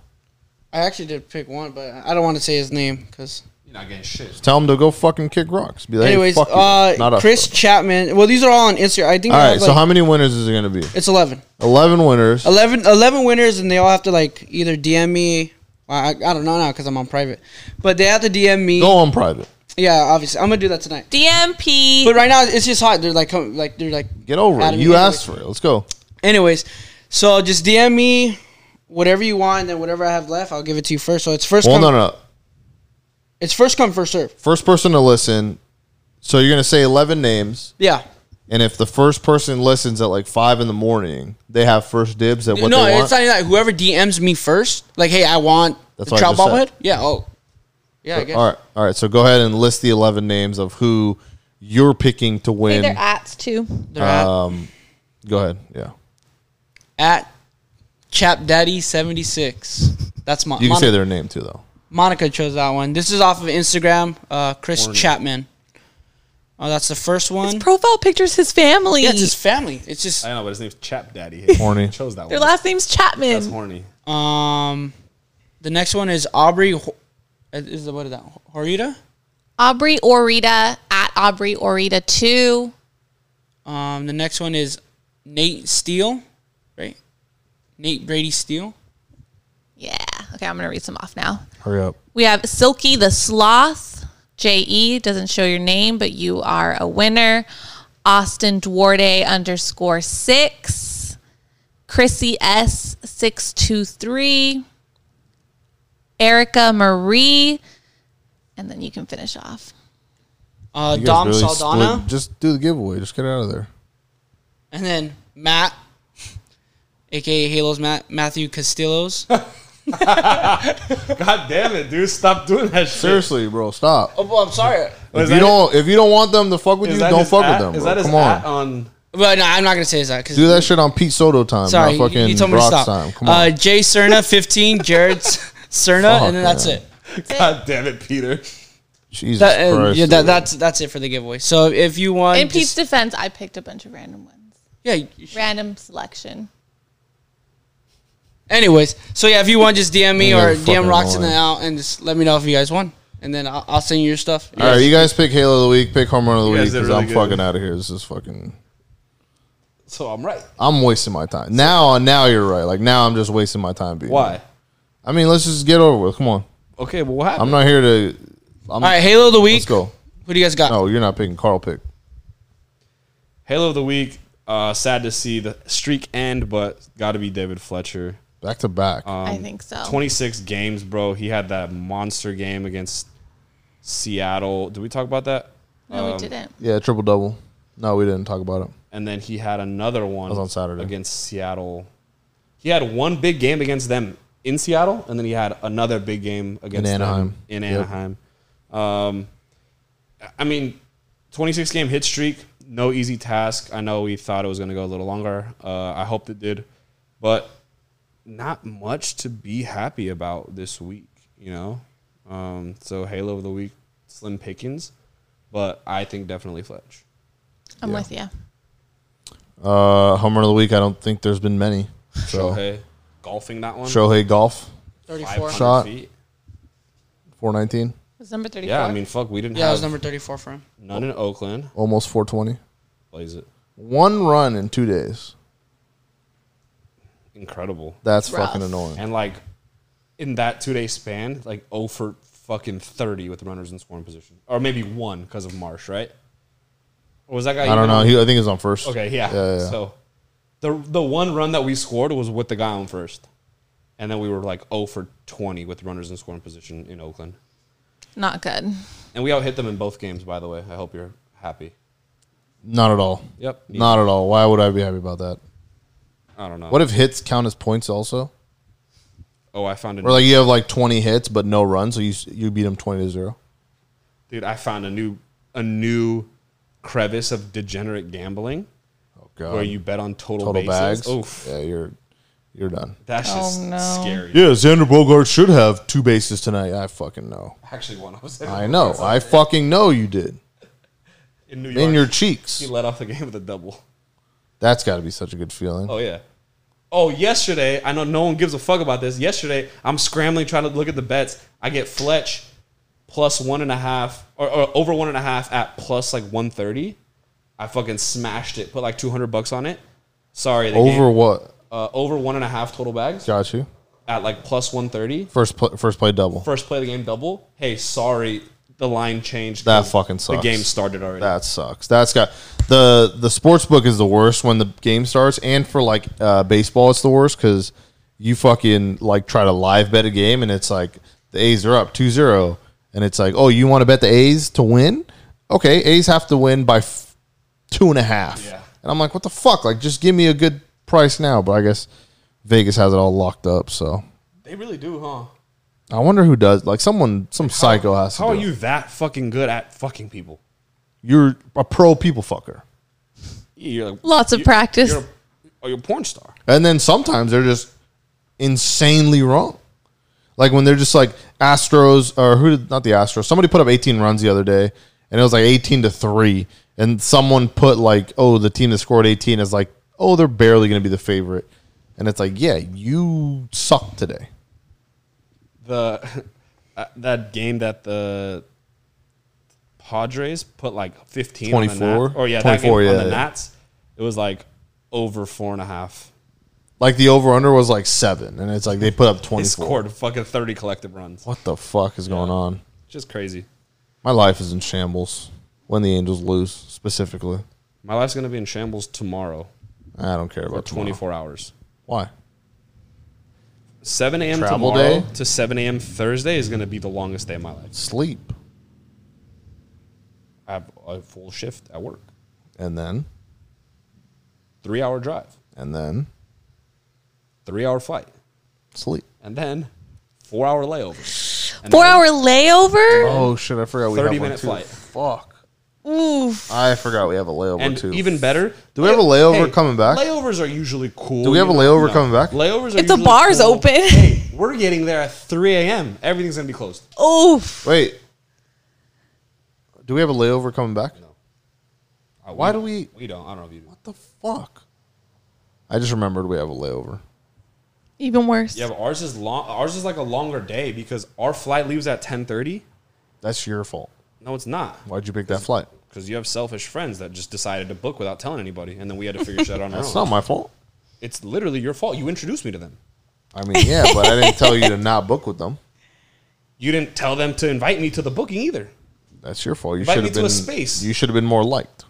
S4: I actually did pick one, but I don't want to say his name because.
S7: you're not getting shit.
S1: Tell them to go fucking kick rocks. Be like,
S4: Anyways,
S1: fuck you. Not
S4: uh,
S1: us,
S4: Chris
S1: though.
S4: Chapman. Well, these are all on Instagram. I think. I
S1: All right,
S4: have,
S1: so
S4: like-
S1: how many winners is it gonna be?
S4: It's 11.
S1: Eleven winners.
S4: 11, 11 winners, and they all have to like either DM me. I, I don't know now because I'm on private, but they have to DM me.
S1: Go on private.
S4: Yeah, obviously, I'm gonna do that tonight.
S3: DMP.
S4: But right now, it's just hot. They're like, come, like they're like.
S1: Get over it.
S4: Adam,
S1: You
S4: yeah,
S1: asked for it. Let's go.
S4: Anyways, so just DM me whatever you want, and then whatever I have left, I'll give it to you first. So it's first.
S1: Well,
S4: come,
S1: no, no. no.
S4: It's first come first serve.
S1: First person to listen. So you're gonna say eleven names,
S4: Yeah.
S1: and if the first person listens at like five in the morning, they have first dibs at what
S4: no,
S1: they want.
S4: it's not even that. Whoever DMs me first, like, hey, I want
S1: That's
S4: the
S1: what I
S4: trout
S1: just said.
S4: bobblehead. Yeah. Oh. Yeah. I guess.
S1: All right, all right. So go ahead and list the eleven names of who you're picking to
S3: Say
S1: win. Um,
S3: their ats too.
S4: They're at-
S1: uh, go ahead. Yeah,
S4: at Chap Daddy seventy six. That's my
S1: you can
S4: Monica,
S1: say their name too, though.
S4: Monica chose that one. This is off of Instagram. Uh, Chris Chapman. Oh, that's the first
S3: His
S4: one.
S3: profile picture's his family.
S4: yeah, it's his family. It's just
S7: I don't know, but his name's Chap Daddy. He
S1: Horny.
S7: chose that
S3: their
S7: one.
S3: last name's
S7: That's
S3: Chapman.
S7: horny.
S4: um, the next one is Aubrey. Ho- uh, Is the what is that? Horita.
S3: Aubrey Orita at Aubrey Orita two.
S4: Um, the next one is Nate Steele, right? Nate Brady Steele.
S3: Yeah. Okay, I'm gonna read some off now.
S1: Hurry up.
S3: We have Silky the Sloth, JE, doesn't show your name, but you are a winner. Austin Duarte underscore six, Chrissy S623, Erica Marie, and then you can finish off.
S4: Uh,
S1: You guys
S4: Dom
S1: really
S4: Saldana.
S1: split- Just do the giveaway. Just get it out of there.
S4: And then Matt, aka Halos Matt Matthew Castillos.
S7: God damn it, dude! Stop doing that shit.
S1: Seriously, bro, stop.
S4: oh, well, I'm sorry,
S1: if
S7: Is
S1: you
S7: that-
S1: don't, if you don't want them to fuck with you,
S7: is that
S1: don't
S7: his
S1: fuck
S7: at?
S1: with them.
S7: Is
S1: bro.
S7: that his
S1: Come on,
S7: at Oh. on?
S4: but no, I'm not gonna say this out because
S1: do that shit on Pete Soto time.
S4: Sorry,
S1: not
S4: you,
S1: fucking
S4: you told me to
S1: Brock's
S4: stop.
S1: time. Come
S4: Uh,
S1: on.
S4: Jay Cerna, 15, Jared S- Cerna,
S1: Fuck,
S4: and then that's
S1: man.
S4: it.
S7: God damn it, Peter!
S1: Jesus
S4: That, and
S1: Christ.
S4: yeah, that,
S1: dude.
S4: that's that's it for the giveaway. So if you want,
S3: In Pete's
S4: just,
S3: defense, I picked a bunch of random ones,
S4: yeah. you-
S3: random selection.
S4: Anyways, so yeah, if you want, just DM me
S1: You guys
S4: or
S1: are fucking
S4: DM Roxanne
S1: annoying.
S4: out and just let me know if you guys won, and then I'll, I'll send you your stuff.
S1: All right, you guys pick Halo of the week, pick Home Run of the
S7: You
S1: week
S7: guys did
S1: because
S7: really
S1: I'm
S7: good.
S1: fucking out of here. This is fucking.
S7: So I'm right.
S1: I'm wasting my time now. Now you're right. Like now, I'm just wasting my time. Being
S7: Why?
S1: I mean, let's just get over with. Come on.
S7: Okay, but what happened?
S1: I'm not here to. I'm,
S4: All right, Halo of the week.
S1: Let's go.
S4: Who do you guys got?
S1: No, you're not picking Carl. Pick.
S7: Halo of the week.
S2: Uh, sad to see the streak end, but got to be David Fletcher.
S1: Back to back.
S7: Uh.
S2: Um,
S3: I think so.
S2: 26 games, bro. He had that monster game against Seattle. Did we talk about that?
S3: no,
S2: um,
S3: we didn't.
S1: yeah, triple double. No, we didn't talk about it.
S2: And then he had another one
S1: was on Saturday.
S2: against Seattle. He had one big game against them in Seattle, and then he had another big game against them
S1: Anaheim.
S2: in
S1: Yep.
S2: Anaheim. Um, I mean, 26 game hit streak, no easy task. I know we thought it was going to go a little longer. Uh, I hoped it did, but not much to be happy about this week, you know. Um, so Halo of the week, slim pickings, but I think definitely Fletch.
S3: I'm with you.
S1: Uh, home run of the week. I don't think there's been many. So Shohei,
S2: Shohei golfing that one.
S1: golf
S4: 34.
S2: 500
S1: Shot.
S2: feet.
S1: four nineteen,
S3: Was number 34?
S2: Yeah, I mean, fuck, we didn't
S4: Yeah, it was
S2: have
S4: number 34 for him.
S2: none in Oakland.
S1: almost four twenty.
S2: Plays it
S1: One run in two days.
S2: incredible,
S1: That's
S3: Rough.
S1: fucking annoying.
S2: and like in that two day span, like 0 for fucking thirty with runners in scoring position, or maybe one because of Marsh, right? Or was that guy?
S1: I don't
S2: even
S1: know.
S2: on-
S1: He, I think he's on first.
S2: okay, yeah.
S1: Yeah, yeah.
S2: So the the one run that we scored was with the guy on first, and then we were like 0 for twenty with runners in scoring position in Oakland,
S3: Not good.
S2: and we out hit them in both games. By the way, I hope you're happy.
S1: Not at all.
S2: Yep.
S1: Not at all. Why would I be happy about that?
S2: I don't know.
S1: What if hits count as points also?
S2: oh, I found a
S1: Or like you have like twenty hits but no runs, so you s- you beat them twenty to zero.
S2: dude i found a new a new crevice of degenerate gambling
S1: Oh god.
S2: where you bet on total,
S1: total
S2: bases
S1: bags.
S2: Oof,
S1: Yeah, you're you're done.
S2: that's
S3: Oh,
S2: just
S3: no.
S2: scary
S1: Yeah, Xander Bogart should have two bases tonight. I fucking know.
S2: actually one i was
S1: I know. I fucking know you did.
S2: in new york
S1: In your
S2: he
S1: cheeks.
S2: let off the game with a double
S1: That's got to be such a good feeling.
S2: oh yeah oh yesterday i know no one gives a fuck about this yesterday i'm scrambling trying to look at the bets i get fletch plus one and a half or, or over one and a half at plus like 130 i fucking smashed it put like 200 bucks on it sorry the
S1: Over
S2: game-
S1: what?
S2: uh, over one and a half total bags
S1: Got you.
S2: at like plus 130
S1: First pl- first play double.
S2: first play of the game double hey sorry the line changed
S1: That fucking sucks.
S2: the game started already
S1: That sucks. That's got the the sports book is the worst when the game starts, and for like uh, baseball, it's the worst because you fucking like try to live bet a game, and it's like the A's are up 2-0, and it's like, oh, you want to bet the A's to win? Okay, A's have to win by f- two and a half,
S2: Yeah.
S1: and I'm like, what the fuck? Like, just give me a good price now. But I guess Vegas has it all locked up, so.
S2: they really do huh
S1: I wonder who does like someone some psycho has to
S2: how are
S1: do it.
S2: you that fucking good at fucking people
S1: You're a pro people fucker.
S2: you're like
S3: Lots of practice.
S2: you're a, oh, you're a porn star
S1: And then sometimes they're just insanely wrong. Like when they're just like Astros or who did not the Astros. Somebody put up 18 runs the other day and it was like 18 to 3 and someone put like oh the team that scored 18 is like oh they're barely going to be the favorite. And it's like yeah, you suck today.
S2: the uh, that game that the Padres put like 15 on the
S1: 24?
S2: Nats. or yeah
S1: 24,
S2: that game on
S1: yeah,
S2: the
S1: yeah.
S2: Nats it was like over four and a half
S1: Like the over under was like 7 and it's like they put up
S2: they
S1: 24.
S2: scored fucking 30 collective runs
S1: What the fuck is going on?
S2: just crazy
S1: My life is in shambles when the Angels lose specifically.
S2: my life's gonna be in shambles tomorrow
S1: I don't care
S2: for
S1: about 24.
S2: 24 hours
S1: Why?
S2: 7 a.m.
S1: Travel
S2: tomorrow
S1: day?
S2: to 7 a.m. Thursday is going to be the longest day of my life.
S1: Sleep.
S2: I have a full shift at work,
S1: And then
S2: three hour drive,
S1: and then
S2: three hour flight,
S1: sleep.
S2: and then four hour layover. And
S3: Four
S2: then
S3: hour layover?
S1: Oh shit! I forgot we
S2: 30
S1: have
S2: minute
S1: one too.
S2: flight.
S1: Fuck!
S2: Oh.
S3: Oof.
S1: I forgot we have a layover
S2: And
S1: too.
S2: even better,
S1: Do we have a layover coming back?
S2: Layovers are usually cool.
S1: Do we have
S2: you
S1: a layover coming back?
S2: Layovers are
S3: If the
S2: usually
S3: bar's
S2: cool.
S3: open.
S2: Hey, we're getting there at 3 a.m. Everything's going to be closed.
S3: Oof.
S1: wait. Do we have a layover coming back?
S2: No. Uh,
S1: Why do we-
S2: We don't. I don't know if you do.
S1: What the fuck? I just remembered we have a layover.
S3: Even worse.
S2: Yeah, but ours is long. Ours is like a longer day because our flight leaves at 10:30.
S1: That's your fault.
S2: No, it's not.
S1: Why'd you pick that flight?
S2: because you have selfish friends that just decided to book without telling anybody, and then we had to figure shit out on our
S1: That's
S2: own.
S1: not my fault.
S2: it's literally your fault. You introduced me to them.
S1: I mean, yeah, but I didn't tell you to not book with them.
S2: You didn't tell them to invite me to the booking either.
S1: That's your fault. You
S2: Invite
S1: should
S2: me
S1: have
S2: to a
S1: been.
S2: space.
S1: You should have been more liked.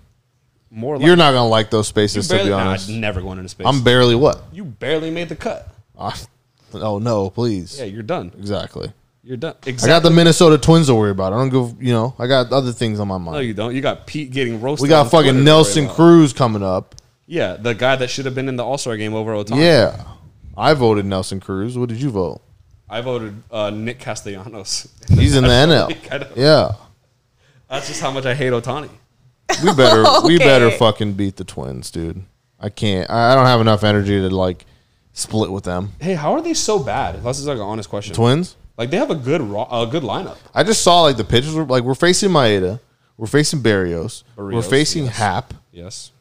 S2: more.
S1: You're not gonna like those
S2: You
S1: spaces to
S2: barely-
S1: be
S2: nah,
S1: honest.
S2: never going into space.
S1: I'm barely what?
S2: you barely made the cut.
S1: Ah, oh no, please.
S2: Yeah, you're done.
S1: Exactly.
S2: You're done.
S1: I
S2: Exactly.
S1: got the Minnesota Twins to worry about. I don't go. You know, I got other things on my mind.
S2: no, you don't. You got Pete getting roasted.
S1: we
S2: on
S1: got
S2: Twitter
S1: fucking
S2: to
S1: Nelson
S2: worry about.
S1: Cruz coming up.
S2: Yeah, the guy that should have been in the All Star game over Otani.
S1: Yeah, I voted Nelson Cruz. What did you vote?
S2: I voted uh, Nick Castellanos.
S1: He's in the
S2: I know.
S1: NL. Yeah,
S2: That's just how much I hate Otani.
S1: we better we
S3: Okay.
S1: better fucking beat the Twins, dude. I can't. I I don't have enough energy to like split with them.
S2: Hey, how are they so bad? This is like an honest question.
S1: Twins.
S2: Like they have a good ro- a good lineup.
S1: I just saw like the pitchers were like we're facing Maeda, we're facing Barrios, we're
S2: Barrios,
S1: facing
S2: yes.
S1: Hap,
S2: Yes.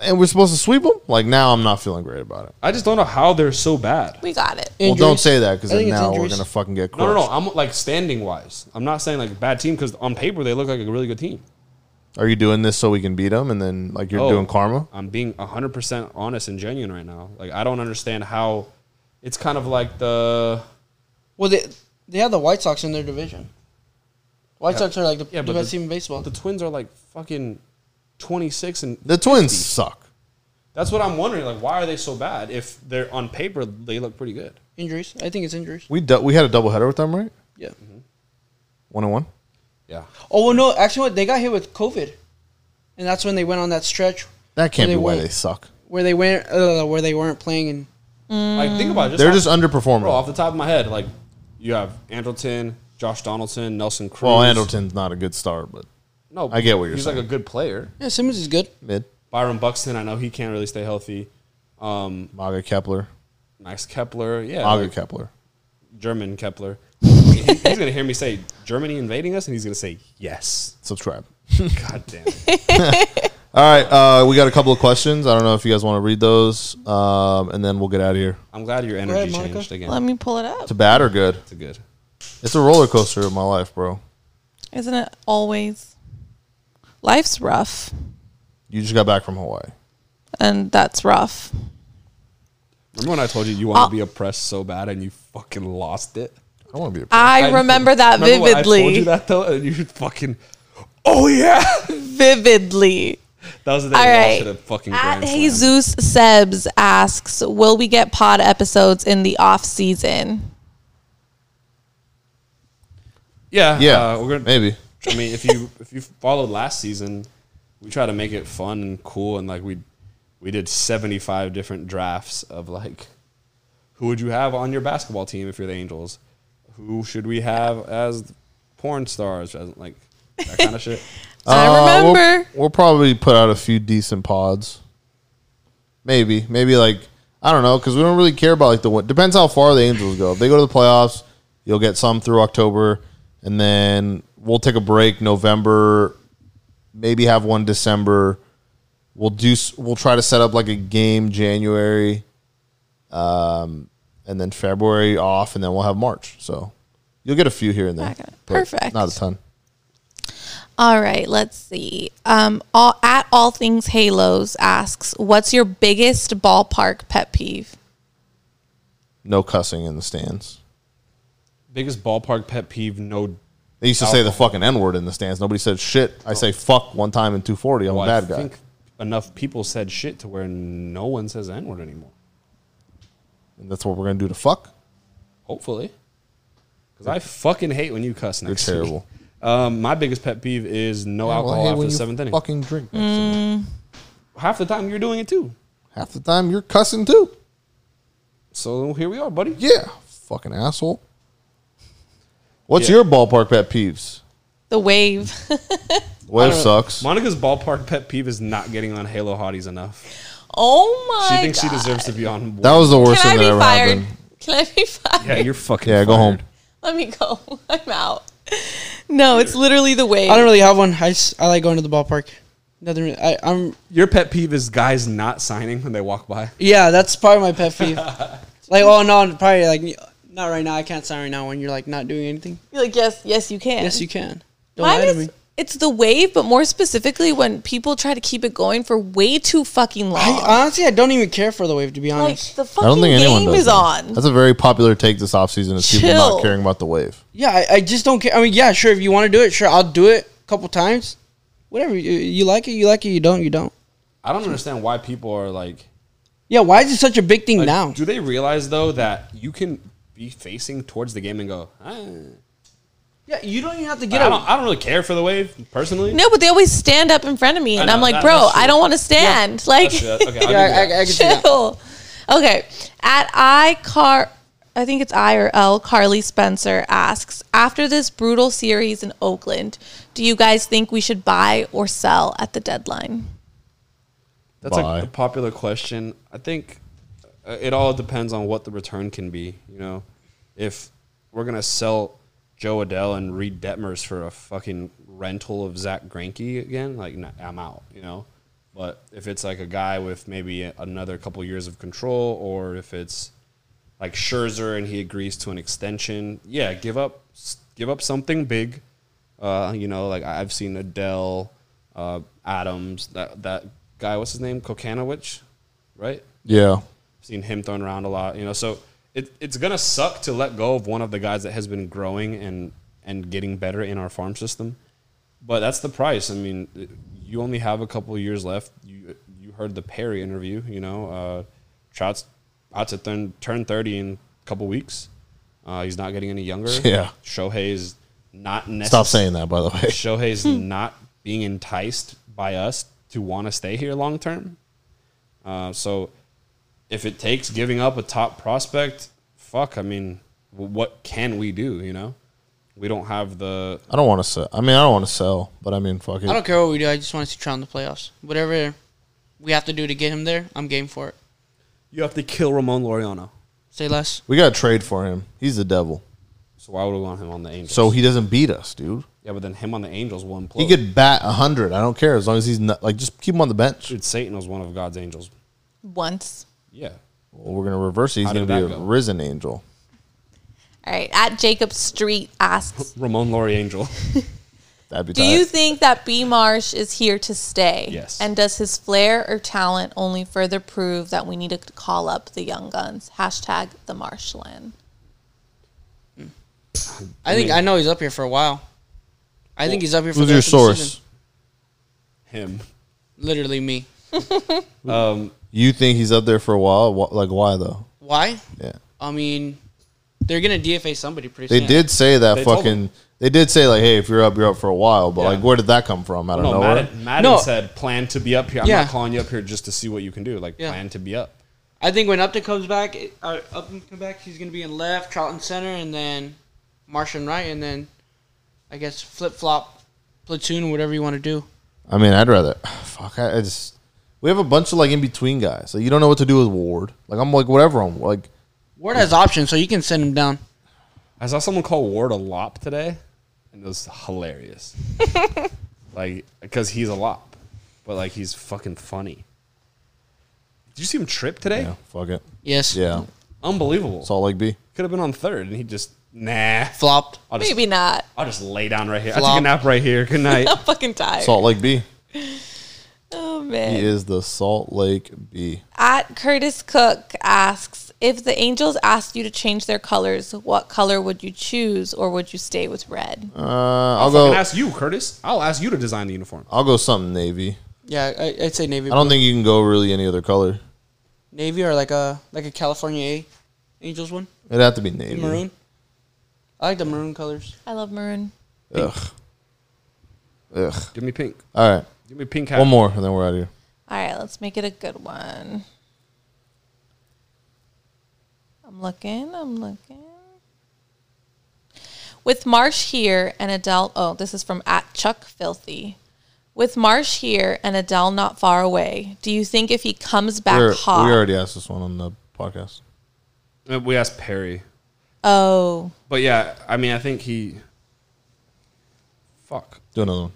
S1: and we're supposed to sweep them. Like now, I'm not feeling great about it.
S2: I just don't know how they're so bad.
S3: We got it.
S1: Well,
S4: Injuries.
S1: don't say that because
S4: I think it's
S1: now we're
S4: injuries.
S1: gonna fucking get crushed.
S2: No, no, no. I'm like standing wise. I'm not saying like a bad team because on paper they look like a really good team.
S1: Are you doing this so we can beat them, and then like you're
S2: Oh.
S1: doing karma?
S2: I'm being 100% honest and genuine right now. Like I don't understand how it's kind of like the
S4: Well, they they have the White Sox in their division. White Sox are like the,
S2: Yeah, but
S4: the best
S2: the-
S4: team in baseball.
S2: the Twins are like fucking 26 and
S1: The Twins suck.
S2: that's what I'm wondering like why are they so bad if they're on paper they look pretty good.
S4: injuries. I think it's injuries.
S1: We du- we had a doubleheader with them, right?
S4: Yeah.
S1: Mm-hmm. One on one.
S2: Yeah.
S4: Oh well, no. Actually, what they got hit with COVID, and that's when they went on that stretch
S1: That can't
S4: They
S1: be why
S4: won't.
S1: they suck.
S4: where they went uh, where they weren't playing and
S2: Like think about it.
S1: They're
S2: off-
S1: just underperforming.
S2: bro, off the top of my head like you have Andrelton, Josh Donaldson, Nelson Cruz.
S1: well, Andleton's not a good start, but
S2: No,
S1: I get what you're
S2: he's like
S1: saying.
S2: a good player.
S4: yeah, Simmons is good.
S1: mid
S2: Byron Buxton, I know he can't really stay healthy. Um,
S1: Maga Kepler,
S2: Max Kepler, yeah,
S1: Maga
S2: like
S1: Kepler.
S2: German Kepler. He- he's gonna hear me say Germany invading us, and he's gonna say yes.
S1: Subscribe.
S2: God damn. It.
S1: All right, uh, we got a couple of questions. I don't know if you guys want to read those, um, and then we'll get out of here.
S2: I'm glad your
S4: ahead,
S2: energy
S4: Monica.
S2: changed again.
S3: Let me pull it up.
S1: It's a bad or good.
S2: It's good.
S1: It's a roller coaster of my life, bro.
S3: Isn't it always? Life's rough,
S1: You just got back from Hawaii.
S3: and that's rough.
S2: Remember when I told you you want
S3: Uh,
S2: to be oppressed so bad and you fucking lost it?
S1: I want to be. A
S3: I remember that
S2: Remember when
S3: vividly.
S2: I told you that though, and you fucking. Oh yeah,
S3: Vividly.
S2: that was the day
S3: All
S2: you
S3: right.
S2: lost it at fucking
S3: At
S2: Grand Slam.
S3: Jesus Sebs asks, "Will we get pod episodes in the off season?"
S2: Yeah,
S1: yeah,
S2: uh, we're gonna
S1: maybe.
S2: I mean, if you if you followed last season, we try to make it fun and cool, and like we we did seventy five different drafts of like who would you have on your basketball team if you're the Angels? Who should we have as porn stars? As, like that kind of shit.
S3: I
S1: Uh, we'll-
S3: remember.
S1: We'll, probably put out a few decent pods. Maybe, maybe like I don't know because we don't really care about like the win. Depends how far the Angels go. If they go to the playoffs, you'll get some through October, and then we'll take a break November. Maybe have one December. We'll do. s- We'll try to set up like a game January, um, and then February off, and then we'll have March. So you'll get a few here and there.
S3: Okay.
S1: but
S3: Perfect.
S1: Not a ton.
S3: All right, let's see. Um, all, at All Things Halos asks, "What's your biggest ballpark pet peeve?"
S1: No cussing in the stands.
S2: Biggest ballpark pet peeve? No,
S1: They used to say the fucking N word in the stands. Nobody said shit. I say fuck one time in 240. I'm
S2: Oh. well,
S1: a
S2: I
S1: bad guy.
S2: think enough people said shit to where no one says n word anymore.
S1: and that's what we're going to do to fuck.
S2: Hopefully. Because I fucking hate when you cuss
S1: You're
S2: next to me.
S1: terrible.
S2: Um, my biggest pet peeve is no
S1: Well,
S2: alcohol
S1: hey,
S2: after
S1: when
S2: the
S1: you
S2: seventh inning.
S1: Fucking drink. next to me.
S2: Half the time you're doing it too.
S1: Mm. Half the time you're cussing too.
S2: So here we are, buddy.
S1: Yeah. Fucking asshole. What's
S2: Yeah.
S1: your ballpark pet peeves?
S3: The wave.
S1: Weather sucks.
S2: Monica's ballpark pet peeve is not getting on Halo Hotties enough.
S3: oh
S2: She
S3: my!
S2: thinks
S3: God.
S2: she deserves to be on.
S1: that was the worst
S3: Can I
S1: thing that
S3: be
S1: ever
S3: fired?
S1: happened.
S3: Can I be fired?
S2: Yeah, you're fucking.
S1: Yeah, go home.
S2: fired.
S3: Let me go. I'm out. No, it's literally the wave.
S4: I don't really have one. I, s- I like going to the ballpark. Nothing. Really, I, I'm
S2: Your pet peeve is guys not signing when they walk by.
S4: yeah. That's probably my pet peeve. like oh no, probably like not right now. I can't sign right now when you're like not doing anything.
S3: You're like, yes, yes, you can.
S4: Yes, you can. Don't
S3: Mine
S4: lie to
S3: is,
S4: me.
S3: it's the wave, but more specifically when people try to keep it going for way too fucking long.
S4: I, honestly, I don't even care for the wave to be
S3: like
S4: honest.
S3: the
S1: I
S3: fucking
S1: don't think anyone
S3: game
S1: does.
S3: is
S1: that.
S3: on.
S1: That's a very popular take this offseason is people
S3: Chill.
S1: not caring about the wave.
S4: yeah, I, I just don't care. I mean, yeah, sure. If you want to do it, sure, I'll do it a couple times. whatever you, you like it, you like it. You don't, you don't.
S2: I don't understand why people are like.
S4: Yeah, why is it such a big thing
S2: like,
S4: now?
S2: Do they realize though that you can be facing towards the game and go? "Ah."
S4: Yeah, you don't even have to
S2: I
S4: get
S2: don't. I don't really care for the wave personally.
S3: No, but they always stand up in front of me, and
S2: know,
S3: I'm like,
S2: that-
S3: bro,
S2: that's true.
S3: I don't want to stand.
S2: That's
S3: like,
S2: true. That's- Okay, I'll give you
S4: Yeah, I, I,
S2: that.
S4: I can see that.
S3: chill. Okay. At I car I think it's I or L Carly Spencer asks, after this brutal series in Oakland, do you guys think we should buy or sell at the deadline?
S2: That's a-
S1: Bye.
S2: a popular question. I think uh, it all depends on what the return can be. You know, if we're gonna sell Joe Adele and Reed Detmers for a fucking rental of Zach Greinke again, like nah, I'm out. You know, but if it's like a guy with maybe another couple years of control, or if it's like Scherzer and he agrees to an extension, yeah, give up give up something big. Uh, you know, like I- I've seen Adele, uh, Adams, that that guy, what's his name, Kokanowicz, right?
S1: Yeah.
S2: seen him thrown around a lot. You know, so it, it's gonna suck to let go of one of the guys that has been growing and and getting better in our farm system. But that's the price. I mean, it- you only have a couple of years left. You you heard the Perry interview. You know, uh, Trout's out to turn turn thirty in a couple weeks. Uh, he's not getting any younger.
S1: Yeah.
S2: Shohei's not necessarily
S1: Stop saying that, by the way.
S2: Shohei's not being enticed by us to want to stay here long term. Uh, so if it takes giving up a top prospect, fuck, I mean, w- what can we do? You know, we don't have the
S1: I don't want to sell. I mean, I don't want to sell, but I mean, fuck it.
S4: I don't care what we do. I just want to see Trout in the playoffs. Whatever we have to do to get him there, I'm game for it.
S2: you have to kill Ramon Laureano.
S4: Say less.
S1: we got to trade for him. He's the devil.
S2: So why would we want him on the Angels?
S1: So he doesn't beat us, dude.
S2: yeah, but then him on the Angels will implode.
S1: He could bat 100. I don't care as long as he's not like just keep him on the bench.
S2: Dude, Satan was one of God's angels.
S3: Once.
S2: Yeah,
S1: Well, we're going to reverse it. He's
S2: How
S1: going
S2: did
S1: to be a
S2: that go?
S1: risen angel.
S3: All right. At Jacob Street asks,
S2: Ramon Laureangel.
S1: That'd be
S3: Do
S1: tight.
S3: you think that B Marsh is here to stay?
S2: Yes.
S3: And does his flair or talent only further prove that we need to call up the young guns? Hashtag the Marshland.
S4: I think I know he's up here for a while. I think he's up here for
S1: Who's
S4: the
S1: your
S4: rest of the
S1: source?
S4: season.
S2: him. Um,
S4: Literally me.
S1: Hmm. You think he's up there for a while? Wh- Like, why though?
S4: Why?
S1: Yeah.
S4: I mean, they're gonna DFA somebody pretty
S1: They
S4: soon.
S1: did say that
S2: They told
S1: fucking. They did say like, "Hey, if you're up, you're up for a while." But
S2: Yeah.
S1: like, where did that come from? I don't
S2: No,
S1: know.
S2: Madden, Madden
S4: No.
S2: said plan to be up here. I'm
S4: Yeah.
S2: not calling you up here just to see what you can do. Like
S4: Yeah.
S2: plan to be up.
S4: I think when Upton comes back, it- uh, Upton comes back, he's gonna be in left, Trout in center, and then Martian right, and then I guess flip flop, platoon, whatever you want to do.
S1: I mean, I'd rather. Fuck, I, I just. We have a bunch of like in between guys. Like, you don't know what to do with Ward. Like, I'm like, whatever. I'm like,
S4: Ward has options, so you can send him down.
S2: I saw someone call Ward a lop today, and it was hilarious. like, because he's a lop, but like he's fucking funny. Did you see him trip today?
S1: yeah, fuck it.
S4: Yes.
S1: Yeah,
S2: Unbelievable.
S1: Salt Lake B.
S2: Could have been on third, and he just nah.
S4: Flopped.
S2: I'll just,
S3: Maybe not.
S2: I'll just lay down right here. I
S4: Flop.
S2: took a nap right here. Good night.
S3: I'm fucking tired.
S1: Salt Lake B.
S3: Oh
S1: He
S3: man.
S1: is the Salt Lake B.
S3: At Curtis Cook asks if the Angels asked you to change their colors, what color would you choose, or would you stay with red?
S1: Uh, I'll
S2: I'll
S1: go.
S2: ask you, Curtis. I'll ask you to design the uniform.
S1: I'll go something navy.
S4: Yeah, I, I'd say navy.
S1: I don't think you can go really any other color.
S4: navy or like a like a California A Angels one,
S1: It'd have to be navy.
S4: maroon. I like the maroon colors.
S3: I love maroon.
S1: Ugh. Ugh.
S2: Give me pink.
S1: All right.
S2: Give me pink hat.
S1: One more, and then we're out of here.
S3: All right, let's make it a good one. I'm looking. I'm looking. With Marsh here and Adele, oh, this is from at Chuck Filthy. With Marsh here and Adele not far away, do you think if he comes back
S1: We're-
S3: hot?
S1: we already asked this one on the podcast.
S2: Uh, We asked Perry.
S3: oh,
S2: But yeah, I mean, I think he. Fuck.
S1: Do another one.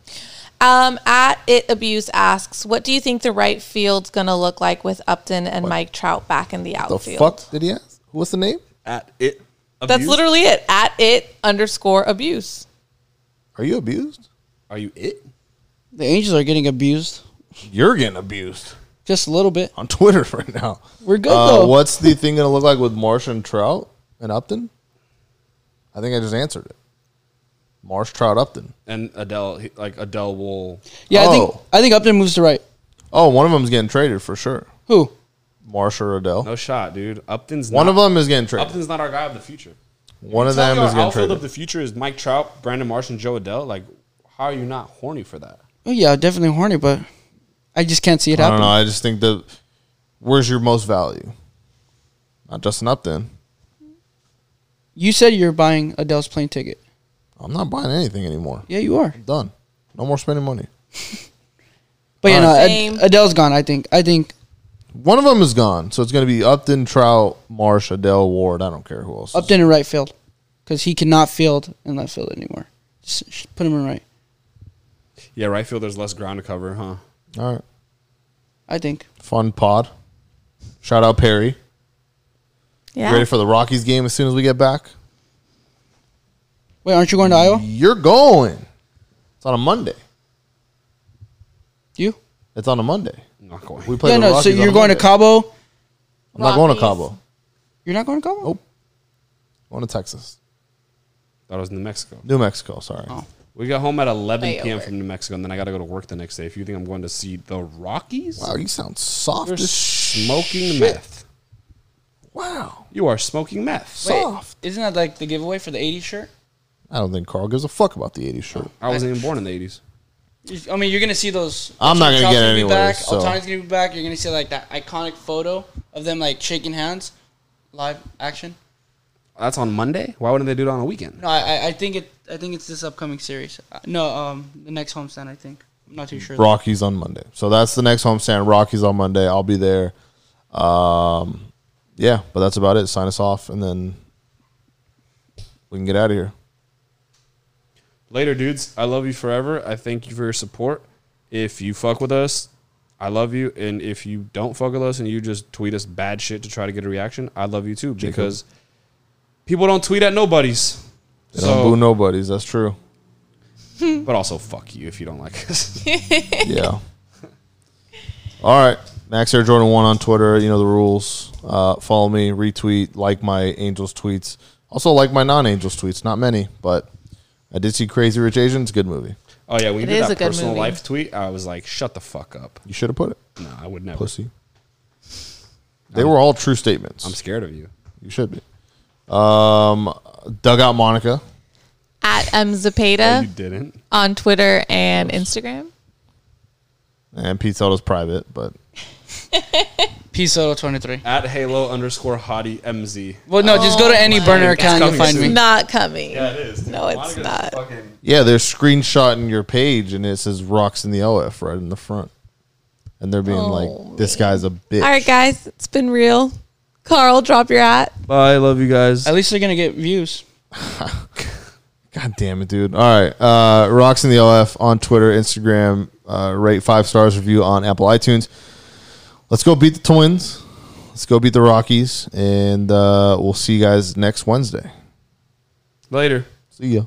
S3: Um, at it abuse asks, what do you think the right field's gonna look like with Upton and Mike Trout back in the
S1: The
S3: outfield?
S1: fuck did he ask? What's the name?
S2: At it.
S3: That's
S2: abused?
S3: literally it. At it underscore abuse.
S1: Are you abused?
S2: Are you it?
S4: The Angels are getting abused
S1: You're getting abused
S4: just a little bit.
S1: on Twitter right now.
S4: We're good
S1: Uh,
S4: though.
S1: what's the thing gonna look like with Marsh and Trout and Upton? I think I just answered it. Marsh Trout Upton.
S2: and Adele, he- like Adele will.
S4: Yeah, I think
S1: Oh.
S4: I think Upton moves to right.
S1: Oh, one of them's getting traded for sure.
S4: Who?
S1: Marsh or Adele.
S2: No shot, dude. Upton's
S1: one
S2: not,
S1: of them is getting traded.
S2: Upton's not our guy of the future.
S1: one of
S2: Tell
S1: them
S2: me our
S1: is getting
S2: outfield
S1: traded.
S2: of the future is Mike Trout, Brandon Marsh, and Joe Adele. Like, how are you not horny for that?
S4: Oh yeah, definitely horny, but I just can't see it
S1: I don't know.
S4: happening.
S1: I just think that where's your most value? Not Justin Upton.
S4: You said you're buying Adele's plane ticket.
S1: I'm not buying anything anymore.
S4: Yeah, you are.
S1: Done. No more spending money.
S4: But yeah, no,
S3: Same.
S4: Ad- Adele's gone. I think. I think
S1: One of them is gone, so it's going to be Upton, Trout, Marsh, Adele, Ward. I don't care who else. is-
S4: Upton in right field because he cannot field in left field anymore. Just sh- put him in right.
S2: Yeah, right field. There's less ground to cover, huh?
S1: All right.
S4: I think.
S1: Fun pod. Shout out Perry.
S3: Yeah.
S1: Ready for the Rockies game as soon as we get back?
S4: Wait, aren't you going to Iowa?
S1: You're going. It's on a Monday.
S4: You?
S1: It's on a Monday.
S2: Not going.
S1: We Mm-hmm. play
S4: yeah,
S1: the
S4: no. So
S1: Rockies on
S4: you're
S1: a
S4: going to
S1: Monday.
S4: Cabo.
S1: I'm not going to
S3: Rockies.
S1: Cabo.
S4: You're not going to Cabo.
S1: Nope. Going to Texas.
S2: Thought it was New Mexico.
S1: New Mexico, sorry.
S2: We got home at 11
S3: Way
S2: p.m.
S3: over.
S2: from New Mexico, and then I got to go to work the next day. If you think I'm going to see the Rockies,
S1: Wow, you sound soft
S2: you're
S1: as
S2: smoking
S1: shit.
S2: meth.
S1: Wow.
S2: You are smoking meth.
S4: Wait,
S1: Soft.
S4: isn't that like the giveaway for the '80s shirt?
S1: I don't think Carl gives a fuck about the 80s shirt.
S2: I wasn't even born in the 80s.
S4: I mean, you're gonna see those.
S1: I'm not gonna
S4: Trout's
S1: get it
S4: be back.
S1: anyways, so-
S4: Ohtani's gonna be back. You're gonna see like that iconic photo of them like shaking hands, live action.
S2: That's on Monday. Why wouldn't they do it on a weekend?
S4: No, I, I- I think it. I think it's this upcoming series. Uh, No, um, the next homestand. I think. I'm not too sure.
S1: Rockies on Monday. So that's the next homestand. Rockies on Monday. I'll be there. Um, yeah, but that's about it. Sign us off, and then we can get out of here.
S2: Later, dudes. I love you forever. I thank you for your support. If you fuck with us, I love you. And if you don't fuck with us and you just tweet us bad shit to try to get a reaction, I love you too because people don't tweet at nobodies.
S1: They
S2: So-
S1: don't boo nobodies. That's true.
S2: But also, fuck you if you don't like us.
S1: Yeah. All right. Max Air Jordan 1 on Twitter. You know the rules. Uh, follow me, retweet, like my Angels tweets. Also, like my non Angels tweets. Not many, but I did see Crazy Rich Asians. Good movie.
S2: Oh yeah, when you
S3: It
S2: did
S3: is a
S2: that
S3: good
S2: personal
S3: movie.
S2: life tweet, I was like, shut the fuck up.
S1: You should have put it.
S2: No, I would never.
S1: Pussy. They were all true statements.
S2: I'm scared of you.
S1: You should be. Um, dugout Monica.
S3: At M
S2: No, you
S3: Zapata
S2: didn't.
S3: on Twitter and Instagram.
S1: And Pete Soto's private, but
S4: Peace Soto 23.
S2: At Halo underscore Hottie MZ.
S4: Well, no, just go to any burner
S2: Oh It's
S4: account. You'll
S2: coming
S4: find
S2: soon.
S4: me.
S3: Not coming.
S2: Yeah, it is. dude.
S3: No, it's
S2: Monica's
S3: not.
S2: Fucking,
S1: yeah, they're screenshotting your page and it says rocks in the OF right in the front. And they're being like, this guy's a bitch.
S3: Oh, All right, guys, it's been real. Carl, drop your hat.
S2: Bye. Love you guys.
S4: At least they're gonna get views.
S1: God damn it, dude. All right. Uh, Rocks in the LF on Twitter, Instagram. Uh, rate five stars review on Apple iTunes. Let's go beat the Twins. Let's go beat the Rockies. And uh, we'll see you guys next Wednesday.
S2: Later.
S1: See ya.